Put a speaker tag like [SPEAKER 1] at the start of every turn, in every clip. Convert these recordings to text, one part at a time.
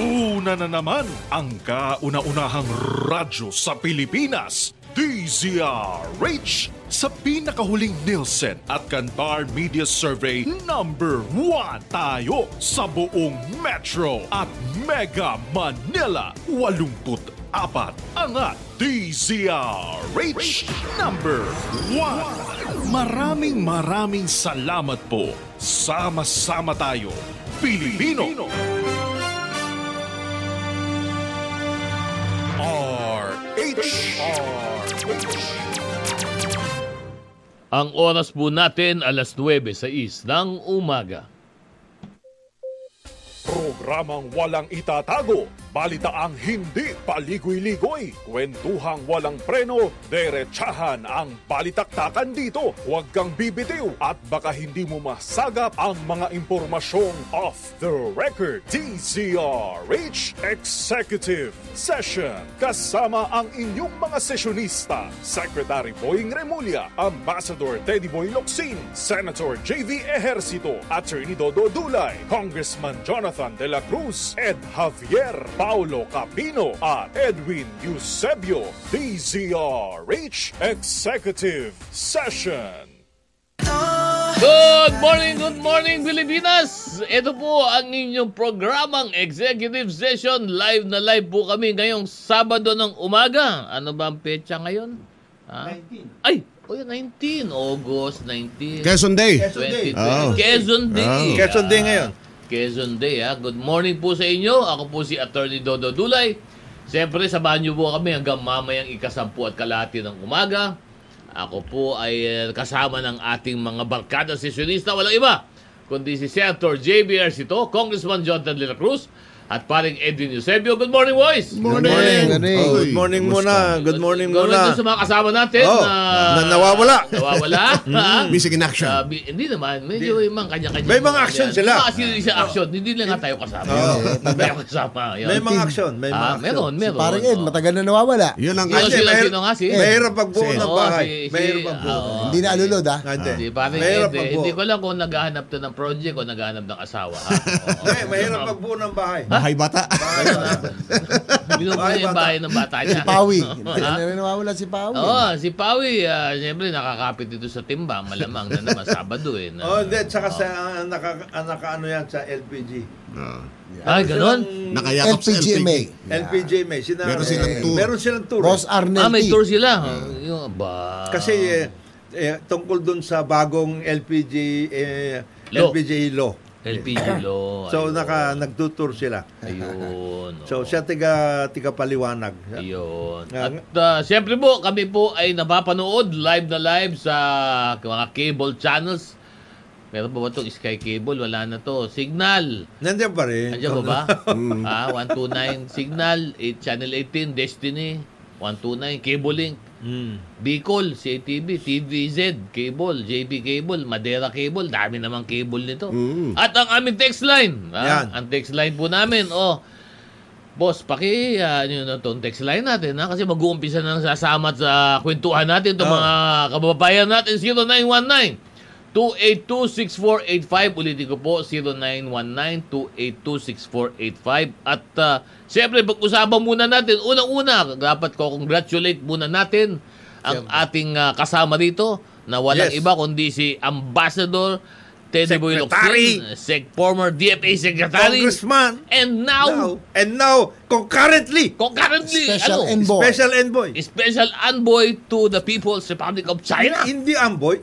[SPEAKER 1] Una na naman ang kauna-unahang radyo sa Pilipinas, DZRH, sa pinakahuling Nielsen at Kantar Media Survey number 1 tayo sa buong Metro at Mega Manila 84 angat DZRH number 1. Maraming maraming salamat po. Sama-sama tayo. Pilipino. RH.
[SPEAKER 2] Ang oras po natin alas 9 sa is ng umaga.
[SPEAKER 1] Programang walang itatago, balitaang hindi paligoy-ligoy, kwentuhang walang preno, derechahan ang balitaktakan dito. Huwag kang bibitiw at baka hindi mo masagap ang mga impormasyong off the record. DZRH Executive Session kasama ang inyong mga sesyonista, Secretary Boying Remulla, Ambassador Teddy Boy Locsin, Senator JV Ejercito, Attorney Dodo Dulay, Congressman Jonathan de la Cruz, Ed Javier, Paulo Capino, at Edwin Eusebio, DZRH Executive Session.
[SPEAKER 2] Good morning, good morning Pilipinas! Ito po ang inyong programang Executive Session. Live na live po kami ngayong Sabado ng umaga. Ano ba ang petsa ngayon? Ha? 19. Ay! O yun, 19. August 19.
[SPEAKER 3] Quezon Day.
[SPEAKER 2] 20,
[SPEAKER 3] Oh.
[SPEAKER 2] Quezon Day.
[SPEAKER 3] Oh.
[SPEAKER 4] Quezon Day ngayon.
[SPEAKER 2] Quezon Day, ha? Good morning po sa inyo. Ako po si Attorney Dodo Dulay. Siyempre, samahan niyo po kami hanggang mamayang ikasampu at kalahati ng umaga. Ako po ay eh, kasama ng ating mga barkada sesyonista. Walang iba, kundi si Senator JBR Sito, Congressman Jonathan de la Cruz, at paring Edwin Eusebio. Good morning, boys!
[SPEAKER 3] Good morning.
[SPEAKER 4] Oh, good morning muna. Good morning
[SPEAKER 2] Good morning
[SPEAKER 4] muna.
[SPEAKER 2] dun sa mga kasama natin.
[SPEAKER 4] Oh,
[SPEAKER 2] na-
[SPEAKER 4] na- nawawala.
[SPEAKER 2] Nawawala. ha?
[SPEAKER 3] Missing in action.
[SPEAKER 2] Sabi, Ah, hindi naman, medyo yung mga kanya-kanya.
[SPEAKER 4] May mga action
[SPEAKER 2] Yan.
[SPEAKER 4] sila.
[SPEAKER 2] Mga action, isa action, hindi lang nga tayo kasama.
[SPEAKER 4] Oo.
[SPEAKER 2] Hindi tayo kasama. Yun.
[SPEAKER 4] May mga action. May mga
[SPEAKER 2] Ah,
[SPEAKER 4] action.
[SPEAKER 2] meron, meron.
[SPEAKER 5] Parang Ed, matagal na nawawala.
[SPEAKER 3] Yun ang
[SPEAKER 2] Sino,
[SPEAKER 4] Kasi
[SPEAKER 2] sino,
[SPEAKER 4] mahir-
[SPEAKER 2] sino nga si Ed?
[SPEAKER 4] Mahirap pagbuo
[SPEAKER 3] Si Ed.
[SPEAKER 4] ng
[SPEAKER 2] Oo,
[SPEAKER 4] bahay.
[SPEAKER 2] si- si-
[SPEAKER 4] Mahirap pagbuo.
[SPEAKER 2] oo.
[SPEAKER 5] Hindi na alulod ah.
[SPEAKER 4] Ah, Hindi.
[SPEAKER 2] Hindi, parang
[SPEAKER 4] Mahirap
[SPEAKER 2] Ed, eh,
[SPEAKER 4] pagbuo.
[SPEAKER 2] hindi ko lang kung naghahanap to ng project o naghahanap ng asawa. Ha? Oo.
[SPEAKER 4] Hindi, mahirap pagbuo ng bahay.
[SPEAKER 3] Bahay bata.
[SPEAKER 2] Ah. Binubuo niya yung bahay ng bata niya.
[SPEAKER 5] Si Pawi.
[SPEAKER 2] Ha?
[SPEAKER 5] Matagal na rin nawawala si Pawi.
[SPEAKER 2] Oo, si Pawi, ah, siyempre nakakapit dito sa timba. Malamang na naman Sabado eh. na-
[SPEAKER 4] Oh, hindi. Tsaka sa ah, naka, ah, nakaano yan sa LPG.
[SPEAKER 3] Ah.
[SPEAKER 2] Ay, ganon?
[SPEAKER 4] Silang
[SPEAKER 3] Nakayakap sa
[SPEAKER 5] LPGMA.
[SPEAKER 3] LPG.
[SPEAKER 4] LPG may. Sina,
[SPEAKER 3] Meron silang tour.
[SPEAKER 4] Meron silang tour.
[SPEAKER 5] Ross Arnelty.
[SPEAKER 2] Ah, may tour sila. Yung, ba?
[SPEAKER 4] Kasi eh, eh, tungkol dun sa bagong LPG eh,
[SPEAKER 2] Law.
[SPEAKER 4] LPG law.
[SPEAKER 2] LPG lo.
[SPEAKER 4] eh, So
[SPEAKER 2] ayun.
[SPEAKER 4] naka nagtutur sila.
[SPEAKER 2] Ayun. oo.
[SPEAKER 4] So siya tiga tiga paliwanag.
[SPEAKER 2] Ayun.
[SPEAKER 4] Ah,
[SPEAKER 2] At ah, siyempre po, kami po ay napapanood live na live sa mga cable channels. Meron ba ba itong Sky Cable? Wala na to. Signal.
[SPEAKER 4] Nandiyan pa rin.
[SPEAKER 2] Andiyan ba ba?
[SPEAKER 4] Hmm.
[SPEAKER 2] ah, 129 Signal, 8, Channel 18, Destiny, 129, Cable Link, Hmm.
[SPEAKER 4] Mm.
[SPEAKER 2] Bicol, CTV, TVZ, Cable, JB Cable, Madera Cable, dami namang cable nito.
[SPEAKER 3] Mm.
[SPEAKER 2] At ang aming text line, ah,
[SPEAKER 4] Hmm. Yan.
[SPEAKER 2] ang text line po namin, oh, Boss, paki ah, yun na tong text line natin ha? kasi mag-uumpisa na ng sasama at sa kwentuhan natin itong
[SPEAKER 4] Oh.
[SPEAKER 2] mga kababayan natin 0919 282-6485 ulitin ko po 0919-282-6485 at ah, siyempre pag-usapan muna natin unang-una dapat ko congratulate muna natin ang ating ah, kasama dito na walang
[SPEAKER 4] Yes.
[SPEAKER 2] iba kundi si Ambassador Teddy Boy
[SPEAKER 4] Secretary.
[SPEAKER 2] Locsin, sec- former DFA Secretary
[SPEAKER 4] Congressman.
[SPEAKER 2] and now
[SPEAKER 4] Now, and now, concurrently,
[SPEAKER 2] Kung currently,
[SPEAKER 5] Special
[SPEAKER 2] ano,
[SPEAKER 5] envoy.
[SPEAKER 4] special envoy.
[SPEAKER 2] special envoy to the People's Republic of China.
[SPEAKER 4] Hindi amboy.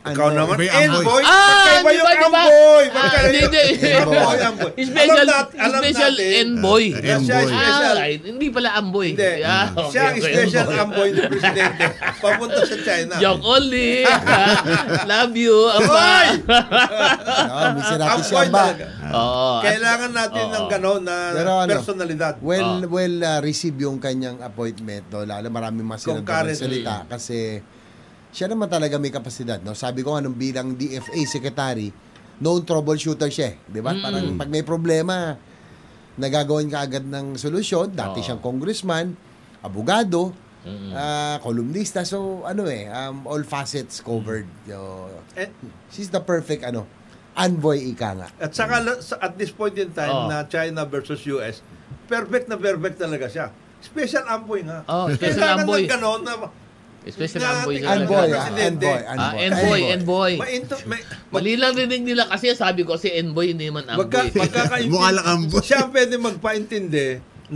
[SPEAKER 4] Ikaw
[SPEAKER 5] Ano?
[SPEAKER 4] naman,
[SPEAKER 3] Iba yung amboy.
[SPEAKER 4] envoy.
[SPEAKER 2] Ah,
[SPEAKER 4] Magkaiba
[SPEAKER 2] di ba, di
[SPEAKER 4] yung
[SPEAKER 2] ba?
[SPEAKER 4] amboy.
[SPEAKER 2] Ah,
[SPEAKER 4] Magkaiba
[SPEAKER 2] hindi,
[SPEAKER 4] yung
[SPEAKER 2] hindi.
[SPEAKER 4] amboy. amboy.
[SPEAKER 2] Special,
[SPEAKER 4] Alam nat- alam
[SPEAKER 2] special
[SPEAKER 4] natin.
[SPEAKER 2] envoy.
[SPEAKER 3] Eh,
[SPEAKER 4] Siya
[SPEAKER 3] Envoy.
[SPEAKER 4] special.
[SPEAKER 2] Ah, right. hindi pala amboy.
[SPEAKER 4] Hindi.
[SPEAKER 5] Ah,
[SPEAKER 2] Yeah, okay,
[SPEAKER 4] Siya ang
[SPEAKER 2] okay.
[SPEAKER 4] special amboy ni Presidente. Papunta sa China.
[SPEAKER 2] Joke only. Ah, Love you.
[SPEAKER 4] Hoy!
[SPEAKER 2] Aba.
[SPEAKER 5] Oo, Ah, may sinabi siya
[SPEAKER 4] Amboy
[SPEAKER 5] ba?
[SPEAKER 4] talaga.
[SPEAKER 2] Oo. ah, at-
[SPEAKER 4] Kailangan natin ng gano'n na
[SPEAKER 5] Pero ano?
[SPEAKER 4] personalidad.
[SPEAKER 2] Ah.
[SPEAKER 5] Well, well uh, receive yung kanyang appointment. No? Lalo maraming mga sinabi ng
[SPEAKER 4] Concurrently.
[SPEAKER 5] salita. Kasi siya naman talaga may kapasidad. No? Sabi ko nga nung bilang DFA secretary, known troubleshooter siya. eh.
[SPEAKER 2] Mm.
[SPEAKER 5] Di ba? Parang pag may problema, nagagawin ka agad ng solusyon. Dati
[SPEAKER 2] Oo.
[SPEAKER 5] siyang congressman, abogado, ah, kolumnista.
[SPEAKER 2] Mm.
[SPEAKER 5] So, ano eh, um, all facets covered. So,
[SPEAKER 4] Eh,
[SPEAKER 5] she's the perfect, ano, Envoy ika nga.
[SPEAKER 4] At saka la- sa- at this point in time
[SPEAKER 2] Oh.
[SPEAKER 4] na China versus US, perfect na perfect talaga siya. Special amboy nga.
[SPEAKER 2] Oh, special
[SPEAKER 4] Kailangan
[SPEAKER 2] amboy.
[SPEAKER 4] ng ganon na
[SPEAKER 2] Special
[SPEAKER 4] Na-
[SPEAKER 2] envoy
[SPEAKER 4] Talaga.
[SPEAKER 2] talaga.
[SPEAKER 5] Envoy, ah,
[SPEAKER 4] Presidente.
[SPEAKER 5] envoy,
[SPEAKER 2] Ah,
[SPEAKER 5] envoy.
[SPEAKER 2] envoy, envoy.
[SPEAKER 4] mainto, may,
[SPEAKER 2] Mali lang rinig nila kasi sabi ko si envoy hindi man amboy.
[SPEAKER 4] magka, magkakaintindi.
[SPEAKER 3] Mukha lang amboy.
[SPEAKER 4] Siya ang pwede magpaintindi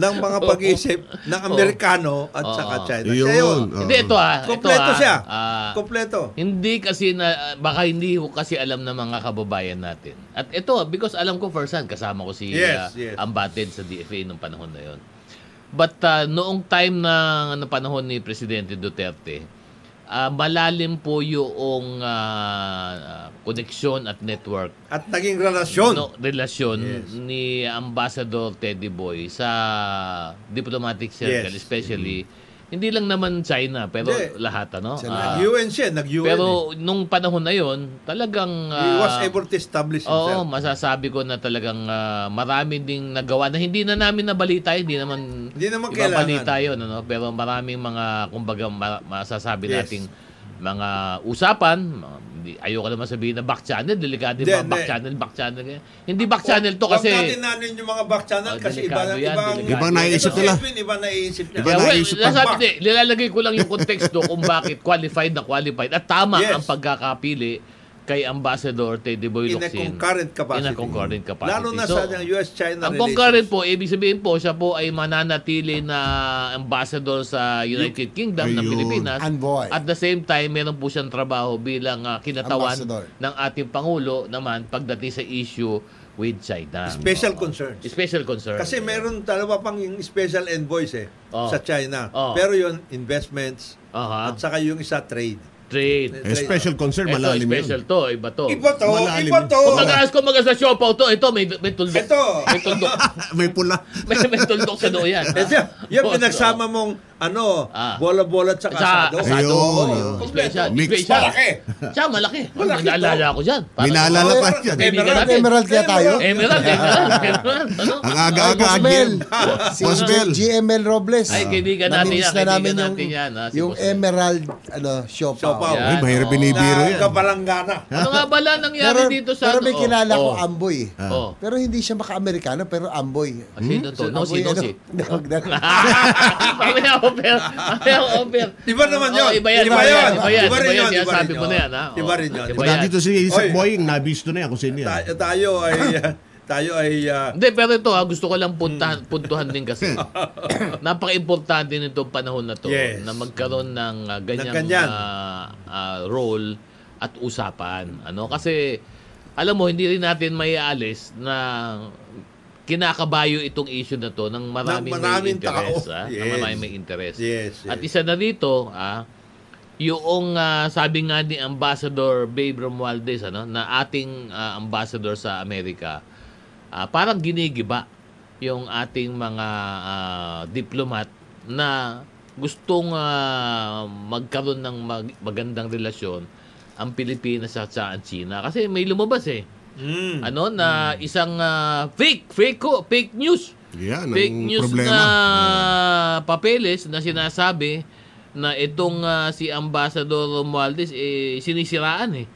[SPEAKER 4] ng mga
[SPEAKER 2] Oh.
[SPEAKER 4] pag-iisip ng Amerikano at
[SPEAKER 2] Oo.
[SPEAKER 4] saka China.
[SPEAKER 3] Yun.
[SPEAKER 4] Siya yun.
[SPEAKER 3] Oo.
[SPEAKER 2] Hindi, ito ah.
[SPEAKER 4] Kompleto
[SPEAKER 2] ito, ah.
[SPEAKER 4] siya.
[SPEAKER 2] Ah,
[SPEAKER 4] Kompleto.
[SPEAKER 2] hindi kasi na, baka hindi ho kasi alam ng mga kababayan natin. At ito, because alam ko first hand, kasama ko si
[SPEAKER 4] Yes,
[SPEAKER 2] ah,
[SPEAKER 4] yes.
[SPEAKER 2] Ambated sa DFA nung panahon na yon. But ah, noong time na, na panahon ni Presidente Duterte, ah, malalim po yung ah, ah, koneksyon at network
[SPEAKER 4] At naging relasyon.
[SPEAKER 2] no, relasyon
[SPEAKER 4] Yes.
[SPEAKER 2] ni Ambassador Teddy Boy sa diplomatic circle,
[SPEAKER 4] Yes. Mm-hmm.
[SPEAKER 2] especially hindi lang naman China, pero
[SPEAKER 4] Hindi.
[SPEAKER 2] lahat ano.
[SPEAKER 5] Sa
[SPEAKER 2] Ah,
[SPEAKER 4] Nag-UN siya. Nag-UN. eh.
[SPEAKER 2] pero nung panahon na yon, talagang
[SPEAKER 4] He
[SPEAKER 2] ah, oh,
[SPEAKER 4] was able to establish
[SPEAKER 2] Oo,
[SPEAKER 4] himself.
[SPEAKER 2] masasabi ko na talagang ah, marami ding nagawa na hindi na namin nabalita, hindi naman
[SPEAKER 4] Hindi naman
[SPEAKER 2] iba
[SPEAKER 4] kailangan.
[SPEAKER 2] balita yun, ano? pero maraming mga kumbaga ma- masasabi
[SPEAKER 4] Yes.
[SPEAKER 2] nating mga usapan, mga, hindi, ayoko naman sabihin na back channel, delikado yung
[SPEAKER 4] Hindi,
[SPEAKER 2] mga back
[SPEAKER 4] hindi.
[SPEAKER 2] channel, back channel. ganyan. Hindi back channel to
[SPEAKER 4] Huwag
[SPEAKER 2] kasi
[SPEAKER 4] natin nanin yung mga back channel
[SPEAKER 2] Oh,
[SPEAKER 4] kasi iba
[SPEAKER 2] delikado
[SPEAKER 4] na
[SPEAKER 2] yan,
[SPEAKER 4] ibang
[SPEAKER 2] delikado.
[SPEAKER 3] Ibang naiisip
[SPEAKER 4] Ibang
[SPEAKER 3] nila.
[SPEAKER 4] isipin, Ibang naiisip nila.
[SPEAKER 3] Iba
[SPEAKER 2] Kaya,
[SPEAKER 3] na
[SPEAKER 2] well,
[SPEAKER 3] issue pa.
[SPEAKER 2] nasabi ko, eh, nilalagay ko lang yung konteksto kung bakit qualified na qualified at tama
[SPEAKER 4] Yes.
[SPEAKER 2] ang pagkakapili kay Ambassador Teddy Boy
[SPEAKER 4] In a
[SPEAKER 2] Locsin.
[SPEAKER 4] concurrent capacity.
[SPEAKER 2] In a concurrent capacity.
[SPEAKER 4] Lalo na
[SPEAKER 2] So,
[SPEAKER 4] sa US-China
[SPEAKER 2] Ang
[SPEAKER 4] relations.
[SPEAKER 2] concurrent po, ibig sabihin po, siya po ay mananatili na ambassador sa United Kingdom ng
[SPEAKER 3] Ayun.
[SPEAKER 2] Pilipinas.
[SPEAKER 5] Envoy.
[SPEAKER 2] At the same time, meron po siyang trabaho bilang ah, kinatawan
[SPEAKER 5] Ambassador.
[SPEAKER 2] ng ating Pangulo naman pagdating sa issue with China.
[SPEAKER 4] Special
[SPEAKER 2] Oo.
[SPEAKER 4] concerns.
[SPEAKER 2] Special concern.
[SPEAKER 4] Kasi meron dalawa pang yung special envoys eh
[SPEAKER 2] Oh.
[SPEAKER 4] sa China.
[SPEAKER 2] Oh. Ah.
[SPEAKER 4] Pero yun, investments.
[SPEAKER 2] Aha.
[SPEAKER 4] At saka yung isa, trade.
[SPEAKER 2] Trade.
[SPEAKER 3] Eh, special concern,
[SPEAKER 2] Ito,
[SPEAKER 3] malalim
[SPEAKER 2] special
[SPEAKER 3] yun.
[SPEAKER 2] to. Iba to.
[SPEAKER 4] Iba to,
[SPEAKER 3] Malalim.
[SPEAKER 4] iba to.
[SPEAKER 2] Kung mag-aas ko mag sa siopaw to, ito may, may tuldok.
[SPEAKER 4] Ito.
[SPEAKER 2] May tuldok.
[SPEAKER 3] May pula.
[SPEAKER 2] may, may tuldok sa doon yan.
[SPEAKER 4] Ito, yung
[SPEAKER 2] Oo.
[SPEAKER 4] pinagsama mong ano,
[SPEAKER 2] Ah.
[SPEAKER 4] bola-bola at saka
[SPEAKER 2] Sa
[SPEAKER 4] asado.
[SPEAKER 3] asado. Ayun,
[SPEAKER 4] Oo,
[SPEAKER 3] yun.
[SPEAKER 4] kompleto.
[SPEAKER 2] Special.
[SPEAKER 3] Mix.
[SPEAKER 2] special.
[SPEAKER 4] Malaki.
[SPEAKER 2] Siya, malaki.
[SPEAKER 4] Malaki
[SPEAKER 2] Malaki Naalala ko dyan.
[SPEAKER 3] May
[SPEAKER 2] Parang-
[SPEAKER 3] naalala pa yan.
[SPEAKER 2] Kaibigan
[SPEAKER 5] Emerald,
[SPEAKER 2] natin.
[SPEAKER 5] emerald kaya tayo?
[SPEAKER 2] Emerald, Emerald, Emerald. Ano?
[SPEAKER 3] Ang
[SPEAKER 5] Ay,
[SPEAKER 3] aga-aga,
[SPEAKER 5] Boss Mel.
[SPEAKER 3] again.
[SPEAKER 5] Si
[SPEAKER 3] Boss Mel.
[SPEAKER 5] GML Robles.
[SPEAKER 2] Ay, kaibigan natin
[SPEAKER 5] Namiss
[SPEAKER 2] yan.
[SPEAKER 5] na namin
[SPEAKER 2] Kaibigan
[SPEAKER 5] yung,
[SPEAKER 2] natin yan. ah, si
[SPEAKER 5] yung
[SPEAKER 2] Boss Mel.
[SPEAKER 5] Emerald ano, Siopaw.
[SPEAKER 4] Siopaw.
[SPEAKER 3] Ay,
[SPEAKER 2] Yan,
[SPEAKER 3] mahirap
[SPEAKER 2] oo.
[SPEAKER 3] binibiro
[SPEAKER 4] Na
[SPEAKER 3] yan.
[SPEAKER 4] kapalanggana.
[SPEAKER 2] Ano nga pala nangyari dito sa...
[SPEAKER 5] pero may
[SPEAKER 2] ano?
[SPEAKER 5] kilala ko
[SPEAKER 2] Oh.
[SPEAKER 5] Amboy. eh.
[SPEAKER 3] Ah.
[SPEAKER 2] Oh.
[SPEAKER 5] Pero hindi siya maka-Amerikano, pero Amboy.
[SPEAKER 2] Ah, Sino to? No, si,
[SPEAKER 5] Amboy,
[SPEAKER 2] no,
[SPEAKER 5] ano?
[SPEAKER 2] si.
[SPEAKER 5] Huwag na.
[SPEAKER 2] Mamaya offer. Mamaya offer.
[SPEAKER 4] Iba naman
[SPEAKER 2] Oo,
[SPEAKER 4] yun.
[SPEAKER 2] Oh, Iba yan.
[SPEAKER 4] Iba
[SPEAKER 2] Iba yan.
[SPEAKER 4] yun.
[SPEAKER 2] Iba yan.
[SPEAKER 4] Iba
[SPEAKER 2] Iba
[SPEAKER 4] rin
[SPEAKER 2] yan.
[SPEAKER 4] yun, iba
[SPEAKER 2] Sinasabi
[SPEAKER 4] rin
[SPEAKER 2] mo na
[SPEAKER 4] yun.
[SPEAKER 2] yan. ah.
[SPEAKER 4] Iba
[SPEAKER 2] Oo.
[SPEAKER 4] rin yun.
[SPEAKER 2] Iba
[SPEAKER 4] Pag
[SPEAKER 2] yan.
[SPEAKER 3] Nandito si Isaac
[SPEAKER 4] Oy.
[SPEAKER 3] Boying, nabisto na yan kung sino
[SPEAKER 4] Ta-
[SPEAKER 3] yan.
[SPEAKER 4] tayo ay tayo ay ah,
[SPEAKER 2] Hindi, pero ito ha, gusto ko lang puntahan,
[SPEAKER 4] Hmm.
[SPEAKER 2] puntuhan din kasi. Napaka-importante nitong panahon na to
[SPEAKER 4] Yes.
[SPEAKER 2] na magkaroon ng ah, ganyang
[SPEAKER 4] Ng ganyan.
[SPEAKER 2] ah, ah, role at usapan. Ano? Kasi, alam mo, hindi rin natin maialis na kinakabayo itong issue na to ng maraming,
[SPEAKER 4] Ng
[SPEAKER 2] may
[SPEAKER 4] maraming
[SPEAKER 2] interest.
[SPEAKER 4] tao.
[SPEAKER 2] ah,
[SPEAKER 4] Yes.
[SPEAKER 2] Ng maraming may interest.
[SPEAKER 4] Yes, yes.
[SPEAKER 2] At isa na rito, ah, yung ah, sabi nga ni Ambassador Babe Romualdez ano na ating ah, ambassador sa Amerika ah, parang ginigiba yung ating mga ah, diplomat na gustong ah, magkaroon ng mag- magandang relasyon ang Pilipinas at sa China kasi may lumabas eh
[SPEAKER 4] mm.
[SPEAKER 2] ano na isang ah, fake fake ko fake news
[SPEAKER 3] Yan,
[SPEAKER 2] fake
[SPEAKER 3] ang
[SPEAKER 2] news
[SPEAKER 3] problema.
[SPEAKER 2] na papeles na sinasabi na itong ah, si Ambassador Romualdez eh sinisiraan eh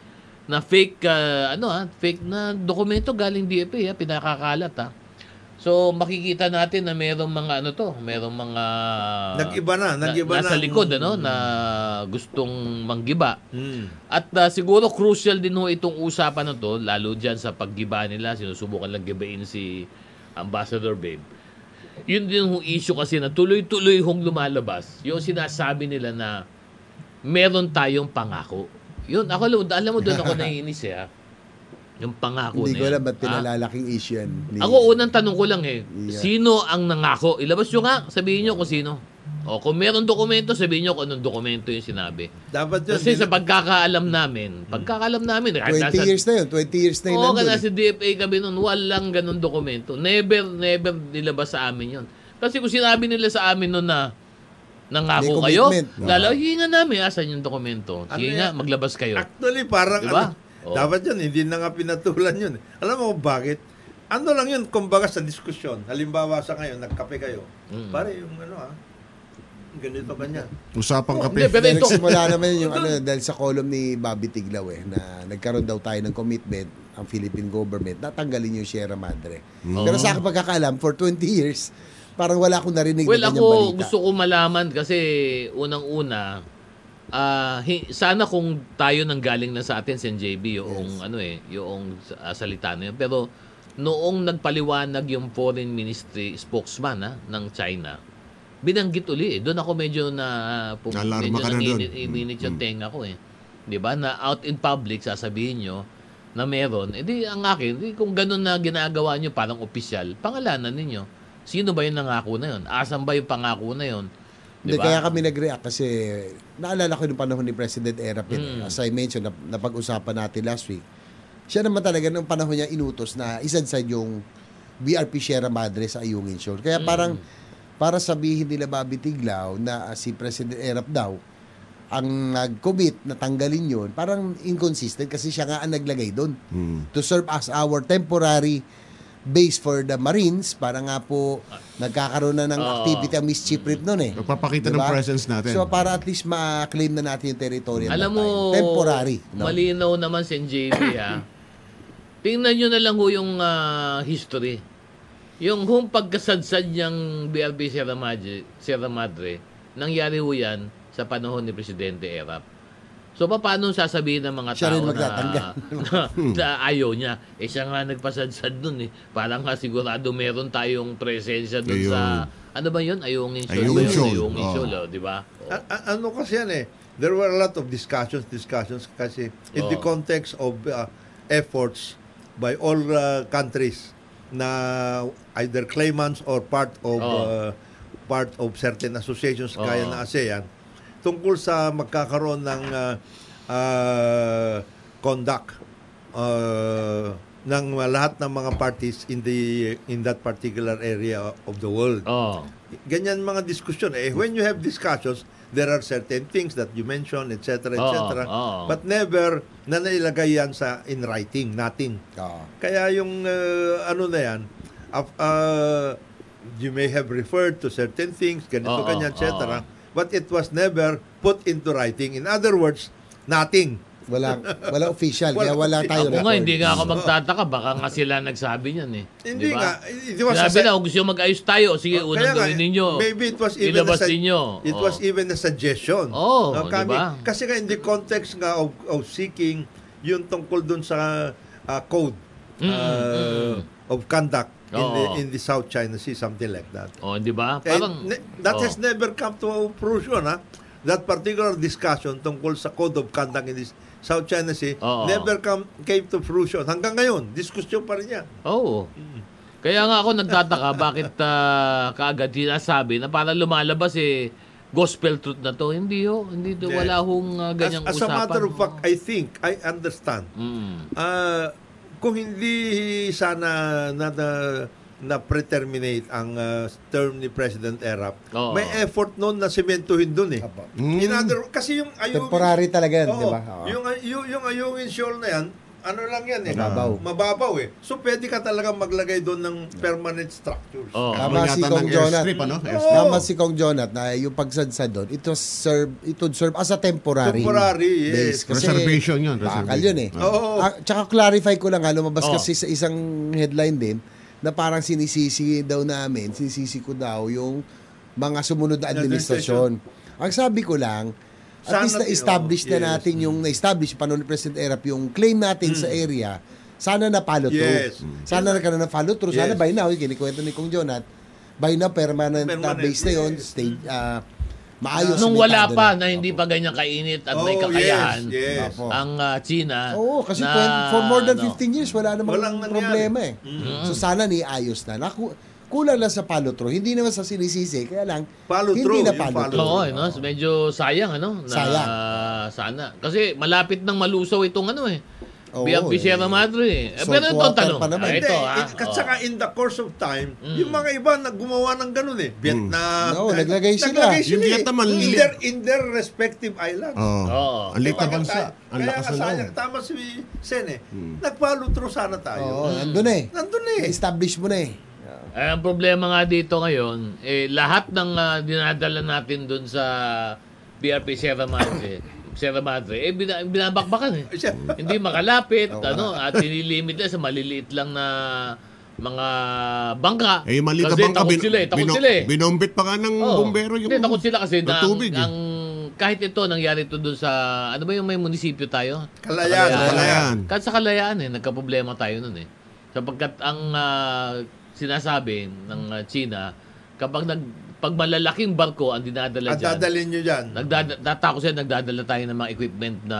[SPEAKER 2] na fake ah, ano ah, fake na dokumento galing DFA ah, pinakakalat ah. So makikita natin na merong mga ano to, merong mga Ah.
[SPEAKER 4] Nag-iba na, nag-iba
[SPEAKER 2] na, nasa
[SPEAKER 4] ng-
[SPEAKER 2] likod ano
[SPEAKER 5] Mm.
[SPEAKER 2] na gustong manggiba.
[SPEAKER 4] Mm.
[SPEAKER 2] At ah, siguro crucial din ho itong usapan na to, lalo dyan sa paggiba nila, sinusubukan lang gibain si Ambassador Babe. Yun din ho issue kasi na tuloy-tuloy hong lumalabas. Yung sinasabi nila na meron tayong pangako. Yun, ako alam, alam mo doon ako naiinis eh. ha. Yung pangako na Ah,
[SPEAKER 5] Hindi ko
[SPEAKER 2] yun.
[SPEAKER 5] alam ba't
[SPEAKER 2] Ha?
[SPEAKER 5] pinalalaking issue yan. ni-
[SPEAKER 2] Ako unang tanong ko lang eh,
[SPEAKER 5] Yeah.
[SPEAKER 2] sino ang nangako? Ilabas nyo nga, sabihin nyo kung sino. O kung meron dokumento, sabihin nyo kung anong dokumento yung sinabi.
[SPEAKER 4] Dapat yun.
[SPEAKER 2] Kasi
[SPEAKER 4] din-
[SPEAKER 2] sa pagkakaalam namin, pagkakaalam namin, kahit
[SPEAKER 5] 20 Mm. years na yun. 20 years na yun.
[SPEAKER 2] Oo,
[SPEAKER 5] nandun
[SPEAKER 2] kaya
[SPEAKER 5] eh.
[SPEAKER 2] sa DFA kami noon, walang ganun dokumento. Never, never nilabas sa amin yon. Kasi kung sinabi nila sa amin noon na nangako
[SPEAKER 5] May
[SPEAKER 2] kayo,
[SPEAKER 5] commitment.
[SPEAKER 2] lalo, hihinga namin, asan yung dokumento?
[SPEAKER 4] Ano
[SPEAKER 2] Sige nga,
[SPEAKER 4] yan?
[SPEAKER 2] maglabas kayo.
[SPEAKER 4] Actually, parang
[SPEAKER 2] Diba?
[SPEAKER 4] ano,
[SPEAKER 2] Oo.
[SPEAKER 4] dapat yun, hindi na nga pinatulan yun. Alam mo kung bakit? Ano lang yun, kumbaga sa diskusyon. Halimbawa sa ngayon, nagkape kayo.
[SPEAKER 2] Mm.
[SPEAKER 4] Pare, yung ano ah, ganito ganyan.
[SPEAKER 3] Usapang
[SPEAKER 2] Hindi,
[SPEAKER 3] kape.
[SPEAKER 2] pero
[SPEAKER 5] Pero
[SPEAKER 2] ito,
[SPEAKER 5] nagsimula naman yun yung ano, dahil sa column ni Bobby Tiglaw eh, na nagkaroon daw tayo ng commitment ang Philippine government, natanggalin yung Sierra Madre. Pero
[SPEAKER 2] Oh.
[SPEAKER 5] sa aking pagkakaalam, for 20 years, parang wala akong narinig
[SPEAKER 2] Well,
[SPEAKER 5] na
[SPEAKER 2] ako
[SPEAKER 5] ganyang balita.
[SPEAKER 2] gusto ko malaman kasi unang-una, ah, hi- sana kung tayo nang galing na sa atin, Sen JB, yung, ano eh, yung ah, salita na yun. Pero noong nagpaliwanag yung foreign ministry spokesman ah, ng China, binanggit uli eh. Doon ako medyo na ah, pum-
[SPEAKER 3] Alarma
[SPEAKER 2] medyo
[SPEAKER 3] ka na
[SPEAKER 2] nanginit-
[SPEAKER 3] doon.
[SPEAKER 2] iminit
[SPEAKER 5] Mm.
[SPEAKER 2] yung tenga ko eh. 'Di ba? Na out in public sasabihin nyo na meron. Eh di ang akin, di kung ganun na ginagawa nyo parang opisyal, pangalanan ninyo. Sino ba yung nangako na yun? Asan ba yung pangako na yun?
[SPEAKER 5] Hindi, kaya kami nag-react kasi naalala ko yung panahon ni President Erapin. As I mentioned, nap- napag-usapan natin last week. Siya naman talaga nung panahon niya inutos na isadsad yung BRP Sierra Madre sa Ayungin Shoal. Kaya parang para sabihin nila Bobby Tiglao na ah, si President Erap daw ang nag-commit na tanggalin yun, parang inconsistent kasi siya nga ang naglagay doon. To serve as our temporary base for the Marines para nga po nagkakaroon na ng
[SPEAKER 2] Oo.
[SPEAKER 5] activity ang mischief rip noon eh.
[SPEAKER 3] Nagpapakita ng presence natin.
[SPEAKER 5] So para at least ma-claim na natin yung territorial
[SPEAKER 2] Alam
[SPEAKER 5] na
[SPEAKER 2] mo,
[SPEAKER 5] time. Temporary. No?
[SPEAKER 2] malinaw naman si JB ha. ah. Tingnan nyo na lang ho yung ah, history. Yung hong pagkasadsad niyang BRB Sierra Madre, Sierra Madre, nangyari ho yan sa panahon ni Presidente Erap. So, pa- paano sasabihin ng mga
[SPEAKER 5] Siya
[SPEAKER 2] tao
[SPEAKER 5] rin magtatanggal.
[SPEAKER 2] na, na, na ayaw niya? Eh, siya nga nagpasadsad nun eh. Parang nga sigurado meron tayong presensya dun
[SPEAKER 3] Ayun.
[SPEAKER 2] sa... Ano ba yun? Ayungin Shoal.
[SPEAKER 3] Ayungin
[SPEAKER 2] ba yun?
[SPEAKER 3] Shoal.
[SPEAKER 2] Ayungin
[SPEAKER 3] Oo.
[SPEAKER 2] Shoal, oh, di ba? Oo.
[SPEAKER 4] A- a- ano kasi yan eh, there were a lot of discussions, discussions kasi in the
[SPEAKER 2] Oo.
[SPEAKER 4] context of uh, efforts by all uh, countries na either claimants or part
[SPEAKER 2] Oo.
[SPEAKER 4] of uh, part of certain associations
[SPEAKER 2] Oo.
[SPEAKER 4] kaya na ASEAN tungkol sa magkakaroon ng uh, uh, conduct uh, ng lahat ng mga parties in the in that particular area of the world
[SPEAKER 2] Oo.
[SPEAKER 4] ganyan mga diskusyon. Eh, when you have discussions, there are certain things that you mention, etc.,
[SPEAKER 2] Oo,
[SPEAKER 4] etc.
[SPEAKER 2] oo.
[SPEAKER 4] But never na nailagay yan sa in writing, nothing.
[SPEAKER 5] Oo.
[SPEAKER 4] Kaya yung uh, ano na yan, af- uh, you may have referred to certain things,
[SPEAKER 2] Oo,
[SPEAKER 4] ganito, ganyan, etc.
[SPEAKER 2] oo.
[SPEAKER 4] But it was never put into writing. In other words, nothing.
[SPEAKER 5] Wala, wala official. kaya
[SPEAKER 4] Wala
[SPEAKER 5] wala tayo.
[SPEAKER 2] Ako nga,
[SPEAKER 5] record.
[SPEAKER 2] hindi nga ako magtataka. Baka nga sila nagsabi niyan eh. Di
[SPEAKER 4] Hindi
[SPEAKER 2] ba?
[SPEAKER 4] nga. It was a
[SPEAKER 2] Sinabi
[SPEAKER 4] se-
[SPEAKER 2] na, kung gusto nyo mag-ayos tayo, sige,
[SPEAKER 4] Oh,
[SPEAKER 2] unang
[SPEAKER 4] kaya nga,
[SPEAKER 2] gawin ninyo.
[SPEAKER 4] Maybe it was even
[SPEAKER 2] Ilabas
[SPEAKER 4] a, sug-
[SPEAKER 2] ninyo. Oh.
[SPEAKER 4] It
[SPEAKER 2] Oo.
[SPEAKER 4] was even a suggestion.
[SPEAKER 2] Oo,
[SPEAKER 4] No, kami-
[SPEAKER 2] diba?
[SPEAKER 4] Kasi nga in the context nga of, of seeking yung tungkol dun sa ah, code
[SPEAKER 2] Mm,
[SPEAKER 4] ah, of conduct in
[SPEAKER 2] Oo.
[SPEAKER 4] the in the South China Sea something like that.
[SPEAKER 2] Oh, di ba?
[SPEAKER 4] Kaya
[SPEAKER 2] Parang,
[SPEAKER 4] Eh, ne- that
[SPEAKER 2] oh.
[SPEAKER 4] has never come to fruition ha. That particular discussion tungkol sa code of conduct in the South China Sea
[SPEAKER 2] Oo.
[SPEAKER 4] never come came to fruition. Hanggang ngayon, diskusyon pa rin yan.
[SPEAKER 2] Oo. oh. Kaya nga ako nagtataka bakit ah, kaagad sinasabi na para lumalabas eh gospel truth na to. Hindi ho, hindi to,
[SPEAKER 4] Hindi.
[SPEAKER 2] wala hong ah,
[SPEAKER 4] As,
[SPEAKER 2] ganyang
[SPEAKER 4] as a
[SPEAKER 2] usapan.
[SPEAKER 4] matter of fact, I think, I understand
[SPEAKER 2] Mm.
[SPEAKER 4] Ah, kung hindi sana na, na, na preterminate ang ah, term ni President Erap,
[SPEAKER 2] Oo.
[SPEAKER 4] may effort noon na sementuhin dun eh.
[SPEAKER 5] Apo. Hmm.
[SPEAKER 4] In other, kasi yung ayungin,
[SPEAKER 5] Temporary talaga yan,
[SPEAKER 4] Oo,
[SPEAKER 5] di ba? Oo.
[SPEAKER 4] Yung, yung, yung ayungin shawl na yan, ano lang yan eh.
[SPEAKER 5] Mababaw.
[SPEAKER 4] Mababaw eh. So pwede ka talaga maglagay doon ng permanent structures.
[SPEAKER 2] Oh.
[SPEAKER 5] Tama
[SPEAKER 3] Karoon
[SPEAKER 5] si
[SPEAKER 3] yata
[SPEAKER 5] Kong
[SPEAKER 3] ng
[SPEAKER 5] Jonat.
[SPEAKER 3] airstrip, ano? Airstrip.
[SPEAKER 5] Tama si Kong Jonat na yung pagsadsad doon, it was serve, it would serve as a temporary,
[SPEAKER 4] Temporary, yes.
[SPEAKER 5] base.
[SPEAKER 3] Reservation yun,
[SPEAKER 5] Bakal
[SPEAKER 3] reservation.
[SPEAKER 5] yun eh.
[SPEAKER 4] Oo.
[SPEAKER 5] Ah, tsaka clarify ko lang ha, lumabas
[SPEAKER 2] Oo.
[SPEAKER 5] kasi sa isang headline din na parang sinisisi daw namin, sinisisi ko daw yung mga sumunod na administrasyon. Ang sabi ko lang,
[SPEAKER 4] Sana
[SPEAKER 5] at least
[SPEAKER 4] tin-
[SPEAKER 5] na-establish
[SPEAKER 4] oo, yes. Mm.
[SPEAKER 5] na natin yung na-establish yung panahon ni President Erap yung claim natin sa area, sana na follow through.
[SPEAKER 4] Yes. Mm.
[SPEAKER 5] Sana na na follow through. Sana
[SPEAKER 4] Yes.
[SPEAKER 5] by now, yung kinikwento ni Kung Jonat, by now permanent, na
[SPEAKER 4] Permanent,
[SPEAKER 5] base na yun,
[SPEAKER 4] yes. Mm.
[SPEAKER 5] stage, ah, maayos.
[SPEAKER 2] Nung
[SPEAKER 5] cementado
[SPEAKER 2] wala pa na
[SPEAKER 5] na.
[SPEAKER 2] hindi pa ganyan kainit at may
[SPEAKER 4] Oh,
[SPEAKER 2] kakayahan,
[SPEAKER 4] yes, yes.
[SPEAKER 5] Opo.
[SPEAKER 2] ang ah, China
[SPEAKER 5] Oh. Oo, kasi
[SPEAKER 2] na,
[SPEAKER 5] 20 for more than
[SPEAKER 2] ano, Mm-hmm.
[SPEAKER 5] 15 years, wala namang
[SPEAKER 4] Walang nangyari.
[SPEAKER 5] problema eh. So sana niayos na. Naku, kulang lang sa follow through. Hindi naman sa sinisisi, kaya lang,
[SPEAKER 4] Follow
[SPEAKER 5] hindi
[SPEAKER 4] through,
[SPEAKER 5] na
[SPEAKER 4] yung
[SPEAKER 5] follow
[SPEAKER 4] follow
[SPEAKER 5] through.
[SPEAKER 2] Oo, eh, no? medyo sayang ano na
[SPEAKER 5] Sayang.
[SPEAKER 2] sana. Kasi malapit ng malusaw itong ano eh.
[SPEAKER 5] Oo,
[SPEAKER 2] BRP
[SPEAKER 5] eh.
[SPEAKER 2] Sierra Madre. Eh. Eh,
[SPEAKER 5] Salt
[SPEAKER 2] Pero ito ang
[SPEAKER 5] water
[SPEAKER 2] tanong.
[SPEAKER 5] pa naman. eh,
[SPEAKER 2] Ah,
[SPEAKER 4] Hindi,
[SPEAKER 2] ito, ah.
[SPEAKER 4] it- at
[SPEAKER 5] Oh.
[SPEAKER 4] saka in the course of time,
[SPEAKER 5] Mm.
[SPEAKER 4] yung mga iba na gumawa ng ganun eh. Vietnam.
[SPEAKER 5] No, Mm. naglagay sila.
[SPEAKER 3] Yung
[SPEAKER 4] eh.
[SPEAKER 3] Vietnam, ang
[SPEAKER 4] in
[SPEAKER 3] lilit.
[SPEAKER 4] their, in their respective islands.
[SPEAKER 5] Oh,
[SPEAKER 3] Oo.
[SPEAKER 2] Oo.
[SPEAKER 3] Oh. Ang liit na
[SPEAKER 4] Kaya
[SPEAKER 3] bansa.
[SPEAKER 4] tayo-
[SPEAKER 3] Ang
[SPEAKER 4] kaya
[SPEAKER 3] lakas
[SPEAKER 4] nga
[SPEAKER 3] ng
[SPEAKER 4] sayang,
[SPEAKER 3] loob.
[SPEAKER 4] Tama si Sen eh.
[SPEAKER 5] Mm.
[SPEAKER 4] Nagpalutro sana tayo.
[SPEAKER 5] Oo, nandun eh.
[SPEAKER 4] Nandun eh.
[SPEAKER 5] Establish mo na eh.
[SPEAKER 2] Eh, ang problema nga dito ngayon, eh, lahat ng ah, dinadala natin dun sa BRP Sierra Madre, Sierra Madre, eh, bina- binabakbakan eh.
[SPEAKER 4] Siya.
[SPEAKER 2] Hindi makalapit,
[SPEAKER 5] Oo.
[SPEAKER 2] ano, at nililimit lang sa maliliit lang na mga bangka.
[SPEAKER 3] Eh, yung malita
[SPEAKER 2] Kasi
[SPEAKER 3] bang
[SPEAKER 2] takot sila eh, takot sila eh.
[SPEAKER 3] binombit pa nga ng
[SPEAKER 2] Oo.
[SPEAKER 3] bumbero yung
[SPEAKER 2] Hindi, takot sila kasi
[SPEAKER 3] ng
[SPEAKER 2] na,
[SPEAKER 3] tubig. eh.
[SPEAKER 2] ang, kahit ito, nangyari ito doon sa, ano ba yung may munisipyo tayo?
[SPEAKER 4] Kalayaan.
[SPEAKER 3] Kalayaan.
[SPEAKER 2] Kahit sa kalayaan eh, nagkaproblema tayo nun eh. Sapagkat ang ah, sinasabi ng ah, China, kapag nag, pag malalaking barko ang dinadala
[SPEAKER 4] At
[SPEAKER 2] dyan,
[SPEAKER 4] dadalhin nyo dyan.
[SPEAKER 2] nagdada, natakot siya, nagdadala tayo ng mga equipment na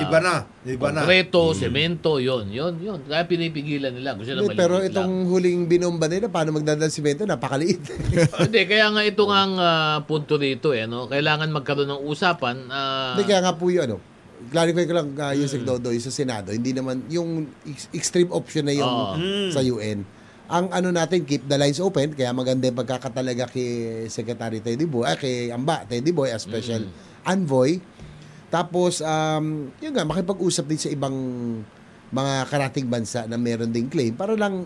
[SPEAKER 4] Iba na.
[SPEAKER 5] Oh,
[SPEAKER 4] Iba na.
[SPEAKER 3] Mm.
[SPEAKER 2] Konkreto, semento, yon, yon, yon. Kaya pinipigilan nila. Gusto nila
[SPEAKER 5] Hindi, pero
[SPEAKER 2] maliliit lang.
[SPEAKER 5] itong huling binomba nila, paano magdadala si Bento? Napakaliit.
[SPEAKER 2] Ah, Hindi, kaya nga ito nga ang ah, punto dito eh. No? Kailangan magkaroon ng usapan. ah,
[SPEAKER 5] Hindi, kaya nga po yun, ano, clarify ko lang, uh, Yusek
[SPEAKER 2] Mm.
[SPEAKER 5] Dodo, yung sa Senado, hindi naman, yung ex- extreme option na yung
[SPEAKER 2] Oo. Mm.
[SPEAKER 5] sa UN. Ang ano natin, keep the lines open, kaya maganda yung pagkakatalaga kay Secretary Teddy Boy, ah, kay Amba Teddy Boy as special
[SPEAKER 2] Mm.
[SPEAKER 5] envoy. Tapos, um, yun nga, makipag-usap din sa ibang mga karating bansa na meron ding claim para lang